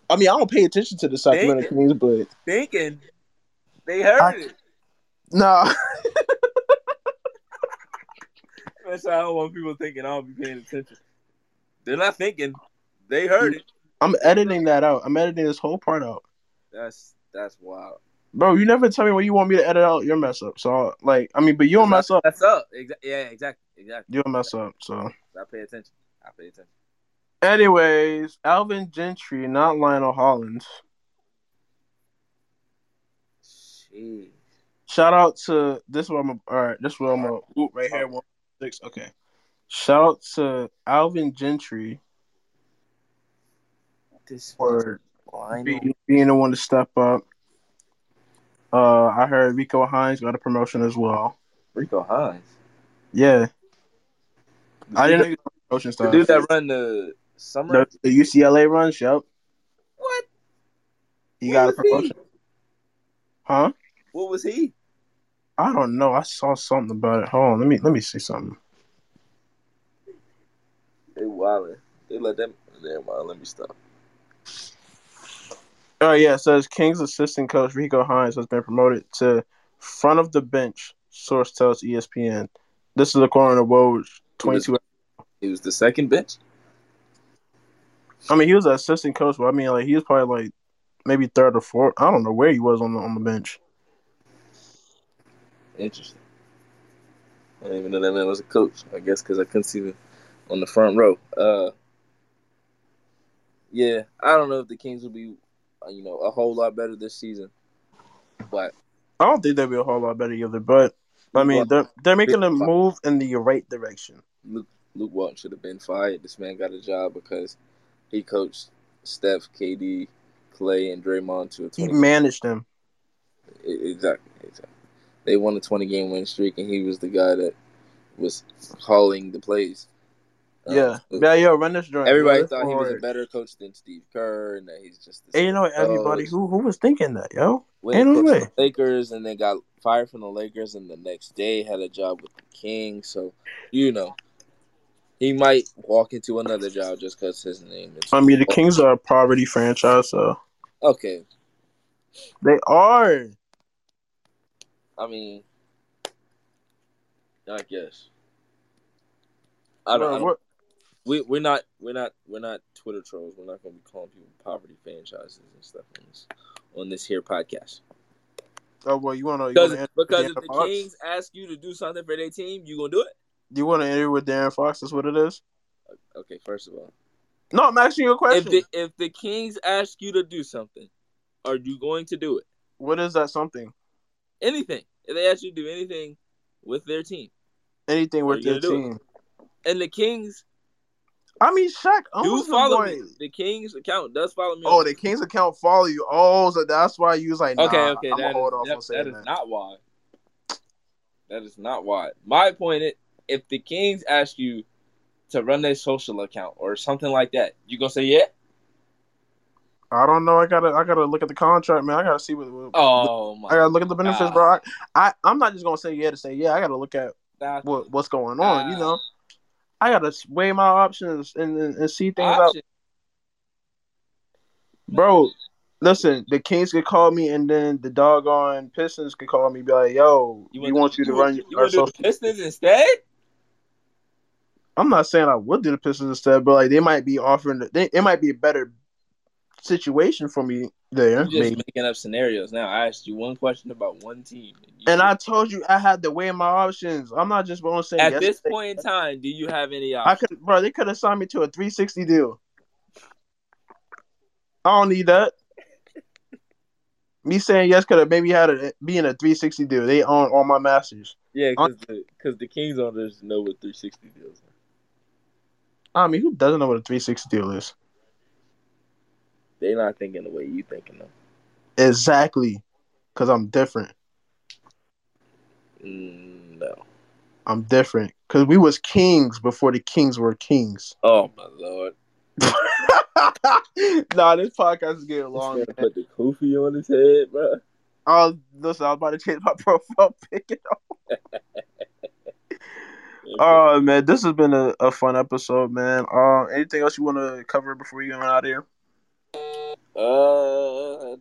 I mean, I don't pay attention to the Sacramento Kings, but Thinking they heard it. no, That's why I don't want people thinking I don't be paying attention. They're not thinking. They heard it. <laughs> I'm editing that out. I'm editing this whole part out, That's that's wild. bro. You never tell me when you want me to edit out your mess up. So, like, I mean, but you don't mess up. That's up. Exa- yeah, exactly. Exactly. You don't mess up. So, I pay attention. I pay attention. anyways, Alvin Gentry, not Lionel Hollins. Jeez. Shout out to this one. I'm all right. This one I'm gonna oop, right here. One six. Okay. Shout out to Alvin Gentry This for Lionel. be, being the one to step up. Uh, I heard Rico Hines got a promotion as well. Rico Hines. Yeah, I didn't know he got a promotion The stuff. dude that run the summer. The, the UCLA runs. Yep, What? he Where got a was he? promotion. Huh? What was he? I don't know. I saw something about it. Hold on. Let me let me see something. They wildin'. They let them. Never mind. Let me stop. Oh yeah, it says Kings assistant coach Rico Hines has been promoted to front of the bench. Source tells E ESPN. This is according to Woj. Twenty-two. He was the second bench. I mean, he was an assistant coach, but I mean, like he was probably like maybe third or fourth. I don't know where he was on the on the bench. Interesting. I didn't even know that man was a coach. I guess because I couldn't see him on the front row. Uh, yeah, I don't know if the Kings will be, uh, you know, a whole lot better this season. But I don't think they'd be a whole lot better either, but I mean, they're they're making a move in the right direction. Luke Luke Walton should have been fired. This man got a job because he coached Steph, KD, Clay, and Draymond to a He twenty. managed them. E- Exactly, exactly. They won a twenty game win streak, and he was the guy that was calling the plays. Um, Yeah, so yeah, yo, run this joint. Everybody Run this thought he was a forward. better coach than Steve Kerr, and that he's just. And you know, what, everybody who who was thinking that, yo, went ain't no coached way. the Lakers, and then got fired from the Lakers, and the next day had a job with the Kings. So you know, he might walk into another job just because his name is. I mean, the Kings are a poverty franchise, so Okay, they are. I mean, I guess. I don't, Bro, I don't what we we're not we're not we're not Twitter trolls. We're not going to be calling people poverty franchises and stuff on this on this here podcast. Oh well, you want to Because answer with because De'Aaron if the Fox? Kings ask you to do something for their team, you gonna do it? You want to interview with Darren Fox? That's what it is. Okay, first of all, No, I'm asking you a if question. the if the Kings ask you to do something, are you going to do it? What is that something? Anything? If they ask you to do anything with their team, Anything Are with you your gonna do team? and the Kings I mean, Shaq. do owns the follow boy. me, the Kings account does follow me. Oh, on the Kings account follow you. Oh, so that's why you was like, nah, Okay, okay, I'm that gonna hold off is, on that, that saying is that. not why. That is not why. My point is, if the Kings ask you to run their social account or something like that, you gonna say yeah? I don't know. I gotta, I gotta look at the contract, man. I gotta see what. what Oh my! I gotta look at the benefits, God. bro. I, I, I'm not just gonna say yeah to say yeah. I gotta look at Stop it. what what's going on. you Ah. know, I gotta weigh my options and and, and see things out. Option. Bro, listen, the Kings could call me, and then the doggone Pistons could call me, be like, "Yo, You we wanna want do- you to you wanna- run You our want to do social." the Pistons instead? I'm not saying I would do the Pistons instead, but like they might be offering, they, it might be a better situation for me there, You just maybe. making up scenarios now. I asked you one question about one team, you- And I told you I had to weigh my options. I'm not just going to say at yes. this point in time, do you have any I options? could, bro. They could have signed me to a 360 deal. I don't need that. me saying yes could have maybe had a be in a 360 deal. They own all my masters. Yeah, because the, 'cause the Kings owners know what 360 deals. Are. I mean, who doesn't know what a 360 deal is? They're not thinking the way you thinking though. Exactly, because I'm different. Mm, no. I'm different because we was kings before the kings were kings. <laughs> Oh my lord! nah, this podcast is getting This long. man Man. put the kofi on his head, bro. I was, listen, I was about to change my <laughs> profile pic. and all. Oh man, this has been a, a fun episode, man. Uh, anything else you want to cover before we get out of here? Uh,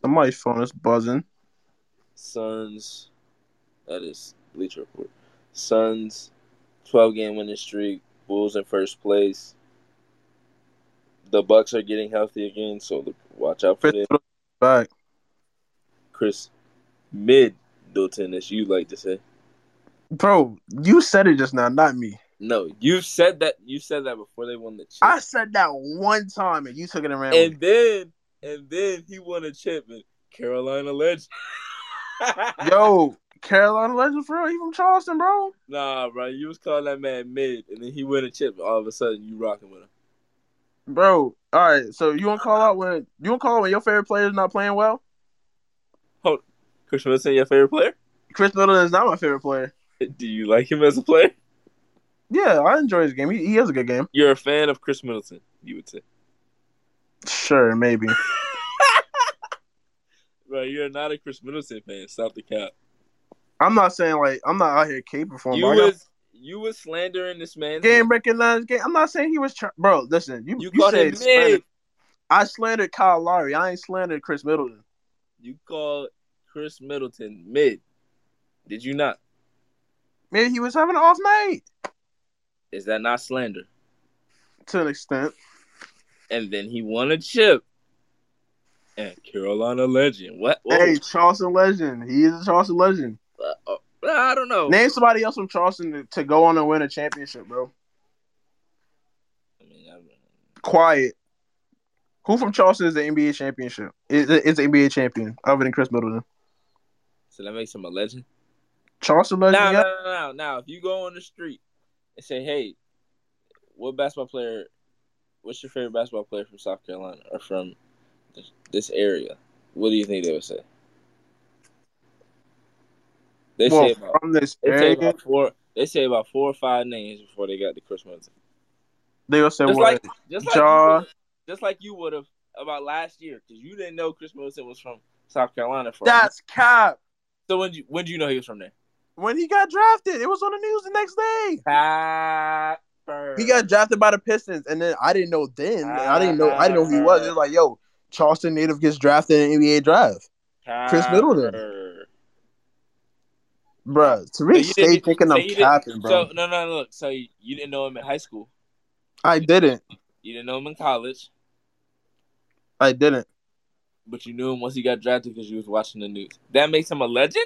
Somebody's phone is buzzing. Suns. That is Bleacher Report. Suns, twelve game winning streak. Bulls in first place. The Bucks are getting healthy again, so the, watch out for Chris them. back. Chris Middleton, as you like to say. Bro, you said it just now, not me. No, you said that. You said that before they won the chip, I said that one time and you took it and ran. with and then and then he won a chip and Carolina Legend. it. Yo, Carolina legend for real. He from Charleston, bro. <laughs> Nah, bro, you was calling that man mid, and then he win a chip. All of a sudden, you rocking with him. Bro, all right. So you want to call out when you want to call out when your favorite player is not playing well? Chris Middleton, your favorite player? <laughs> Chris Middleton is not my favorite player. Do you like him as a player? Yeah, I enjoy his game. He, he has a good game. You're a fan of Chris Middleton, you would say. Sure, maybe. Right, you're not a Chris Middleton fan. Stop the cap. I'm not saying like I'm not out here caping for him. You but I got was you was slandering this man. game recognized game. I'm not saying he was. Try- bro, listen. You You you, called him said slander. mid. I slandered Kyle Lowry. I ain't slandered Chris Middleton. You called Chris Middleton mid. Did you not? Maybe he was having an off night Is that not slander? to an extent. And then he won a chip. And Carolina legend. What? Whoa. Hey, Charleston legend. He is a Charleston legend. Uh, uh, I don't know. Name somebody else from Charleston to, to go on and win a championship, bro. I mean, I don't know. quiet. Who from Charleston is the NBA championship? Is is the NBA champion other than Chris Middleton? So that makes him a legend. Charleston legend. Now, yeah. now, now, now, if you go on the street and say, "Hey, what basketball player? What's your favorite basketball player from South Carolina or from this, this area?" What do you think they would say? They say Well, about from this they say area, about four. They say about four or five names before they got to Chris Middleton. they will say Just what? like, just like, Ja. you would've- just like you would have about last year because you didn't know Chris Middleton was from South Carolina. For a minute. That's cap. so when you when did you know he was from there? When he got drafted, it was on the news the next day. Tapper. He got drafted by the Pistons, and then I didn't know then. I didn't know. I didn't know who he was. It was like, yo, Charleston native gets drafted in NBA draft, Chris Middleton. Tapper. Bruh, Tariq So you stayed didn't- thinking so I'm you didn't- capping, bro. So no, no, no, look. So you, you didn't know him in high school. I didn't. You didn't know him in college, I didn't. but you knew him once he got drafted because you was watching the news. That makes him a legend.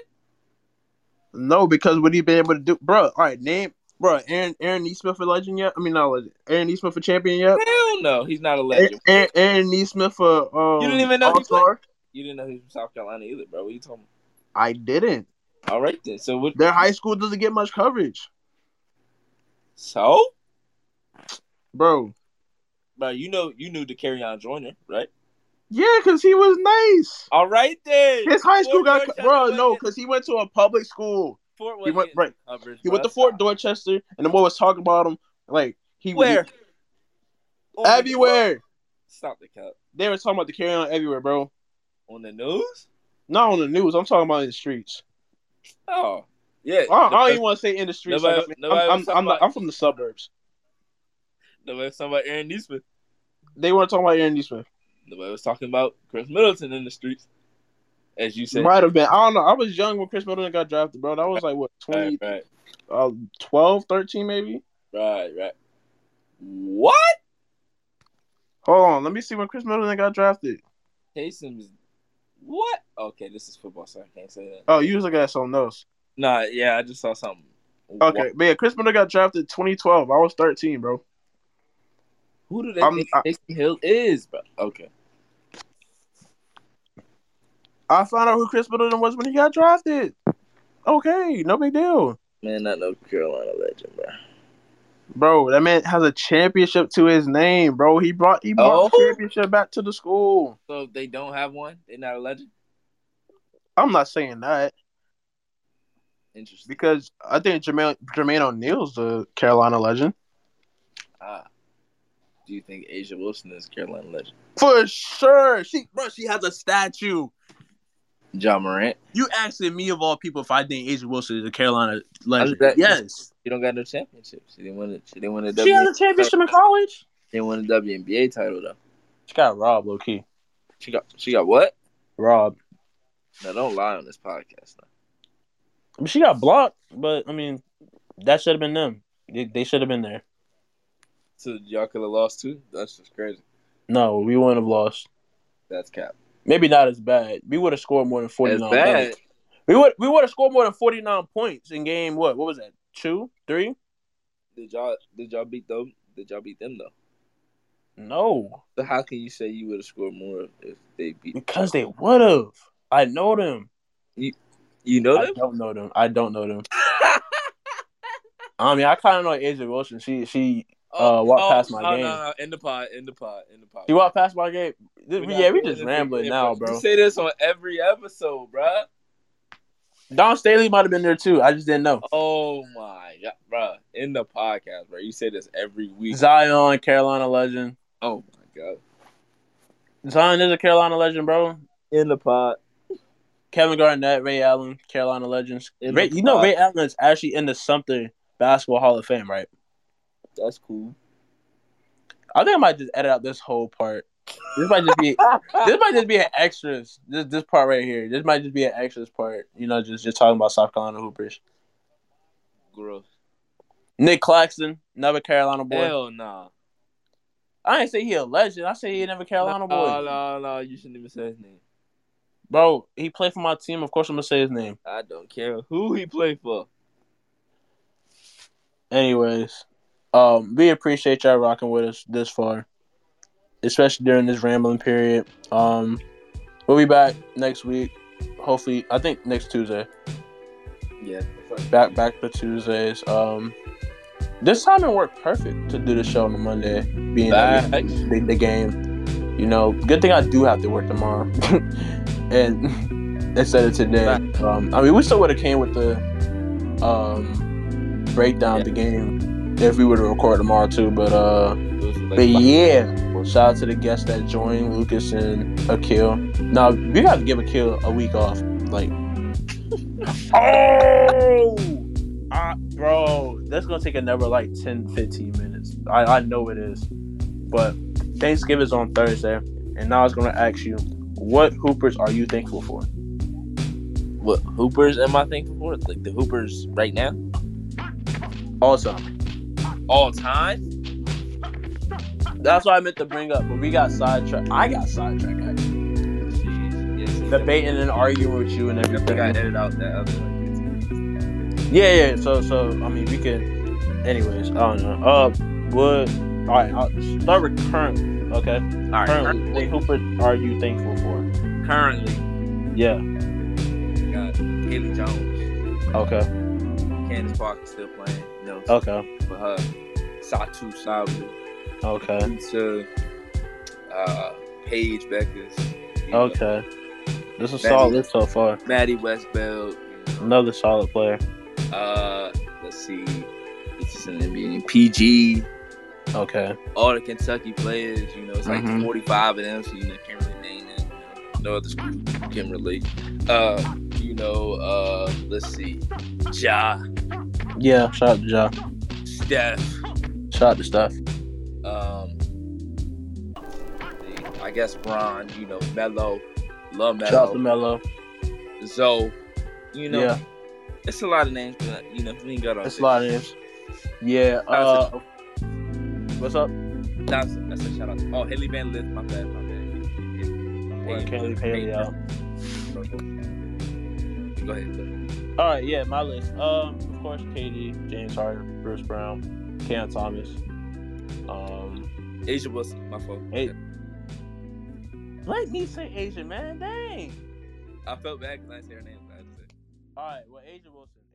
No, because what he been able to do, bro? All right, name, bro. Aaron Aaron Neesmith a legend yet? I mean, not a legend. Aaron Neesmith a champion yet? Hell no, he's not a legend. Aaron, Aaron, Aaron Neesmith a um, You didn't even know he all-star? You didn't know he was from South Carolina either, bro. What you talking? I didn't. About? All right then. So what? Their high school doesn't get much coverage, So, bro. bro, you know you knew the carry on Joyner, right? Yeah, cause he was nice. All right then. His high school Fort got co- Worth- bro. No, cause he went to a public school. Fort He Worth went getting right. coverage, He bro. went to Fort Dorchester, and the boy was talking about him like he Where? On he, the- everywhere. Stop the cap. They were talking about the carry on everywhere, bro. On the news? Not on the news. I'm talking about in the streets. Oh, yeah. I, I don't Nobody- even want to say in the streets. Nobody- like, I mean, nobody I'm, was I'm, talking I'm, not- about- I'm from the suburbs. Nobody was talking about Aaron Neesmith. They weren't talking about Aaron Neesmith. Nobody was talking about Chris Middleton in the streets, as you said. Might have been. I don't know. I was young when Chris Middleton got drafted, bro. That was like what Right, 20, right, uh, 12, 13 maybe. right, right. What? Hold on, let me see when Chris Middleton got drafted. Taysom's. What? Okay, this is football, so I can't say that. Oh, you was looking at something else. Nah, yeah, I just saw something. Okay, Wha- but yeah, Chris Middleton got drafted 2012. I was 13, bro. Who do they I'm- think I- Taysom Hill is, bro? Okay. I found out who Chris Middleton was when he got drafted. Okay, no big deal, Man, not no Carolina legend, bro. bro. That man has a championship to his name, bro. He brought he brought the Oh. championship back to the school. So if they don't have one, they're not a legend? I'm not saying that Interesting. because I think Jermaine, Jermaine O'Neal's the Carolina legend Ah. Do you think Asia Wilson is a Carolina legend? for sure. She, bro, she has a statue. John Morant? You asking me of all people if I think Asia Wilson is a Carolina legend? bet- Yes. She don't got no championships. She didn't win it. She didn't win a She had a championship in college. She didn't win a WNBA title though. She got robbed, low key. She got she got what? Robbed. No, don't lie on this podcast. Now. I mean, she got blocked, but I mean, that should have been them. They, they should have been there. So y'all could have lost too. That's just crazy. No, we wouldn't have lost. That's cap. Maybe not as bad. We would have scored more than forty It's nine. bad. points. We would we would have scored more than forty nine points in game. What what was that? Two, three? Did y'all did y'all beat them? Did y'all beat them though? No, So how can you say you would have scored more if they beat because they would have. I know them. you know I them? don't know them. I don't know them. I mean, I kind of know Asia Wilson. She she Uh, walk past my no, game. Oh, No, no, in the pod, in the pod, in the pod. she walked past my game. We're not yeah, we doing just this rambling again, now, bro. You bro. say this on every episode, bruh. Don Staley might have been there too. I just didn't know. Oh my god, bruh. In the podcast, bro. You say this every week. Zion, Carolina legend. Oh my god. Zion is a Carolina legend, bro. In the pod. Kevin Garnett, Ray Allen, Carolina legends. In Ray, the you know pod. Ray Allen is actually in the something basketball Hall of Fame, right? That's <laughs> cool. I think I might just edit out this whole part. This might just be this might just be an extras. This this part right here. This might just be an extras part. You know, just just talking about South Carolina Hoopers. Gross. Nick Claxton, another Carolina boy. Hell nah. I ain't say he a legend. I say he another Carolina boy. No, no, no. You shouldn't even say his name. Bro, he played for my team. Of course, I'm gonna say his name. I don't care who he played for. Anyways, um, we appreciate y'all rocking with us this far, especially during this rambling period. Um, we'll be back next week. Hopefully, I think next Tuesday. Yeah. Back back to Tuesdays. Um, this time it worked perfect to do the show on a Monday, being that Back. the, the game. You know, good thing I do have to work tomorrow, <laughs> and instead of today. Um, I mean, we still would have came with the um breakdown of the game if we were to record tomorrow too. But uh, It was like but five- yeah, shout out to the guests that joined Lucas and Akil. Now we got to give Akil a week off. Like, <laughs> oh, I, bro, that's gonna take another like 10, 15 minutes. I, I know it is, but Thanksgiving's on Thursday, and now I was gonna ask you, what Hoopers are you thankful for? What Hoopers am I thankful for? Like the Hoopers right now, Awesome. all time. that's what I meant to bring up, but we got sidetracked. I got sidetracked actually. debating and arguing with you and everything. I edited out that other one. Yeah, yeah. So, so I mean, we could. Anyways, I don't know. Uh, would all right. I'll start with current. Okay, All right. currently, what Hooper are you thankful for? Currently, Yeah. we got Haley Jones, Okay. Candace Parker still playing. You know, Okay. for her. Satu Sabu, Okay. Lisa, uh, Paige Beckers, you know, Okay. This is solid list so far. Maddie Westbelt. You know, Another solid player. Uh, let's see. It's just an NBA. PG, Okay. all the Kentucky players, you know, it's like Mhm. 45 of them, so you know, can't really name it. You know, no other school can relate. Uh, you know, uh, let's see. Ja, Yeah. Shout out to Ja. Steph, Shout out to Steph. um, the- I guess Bron, you know, Mello, Love Shout out to Mello, Melo. Zoe. You know, yeah. it's a lot of names, but, you know, we ain't got all That's this. a lot of names. Yeah. Uh, what's up? That's, that's a shout out. Oh, Haley Van Lith, my bad, my bad. Boy, can't leave Haley out. Go ahead. Go ahead. All right, yeah, my list. Um, of course, KD, James Harden, Bruce Brown, Cam Thomas. Um, Asia Wilson, my fault. Hey. let me say Asian man, dang. I felt bad because I didn't say her name. but I just said- All right, well, Asian Wilson.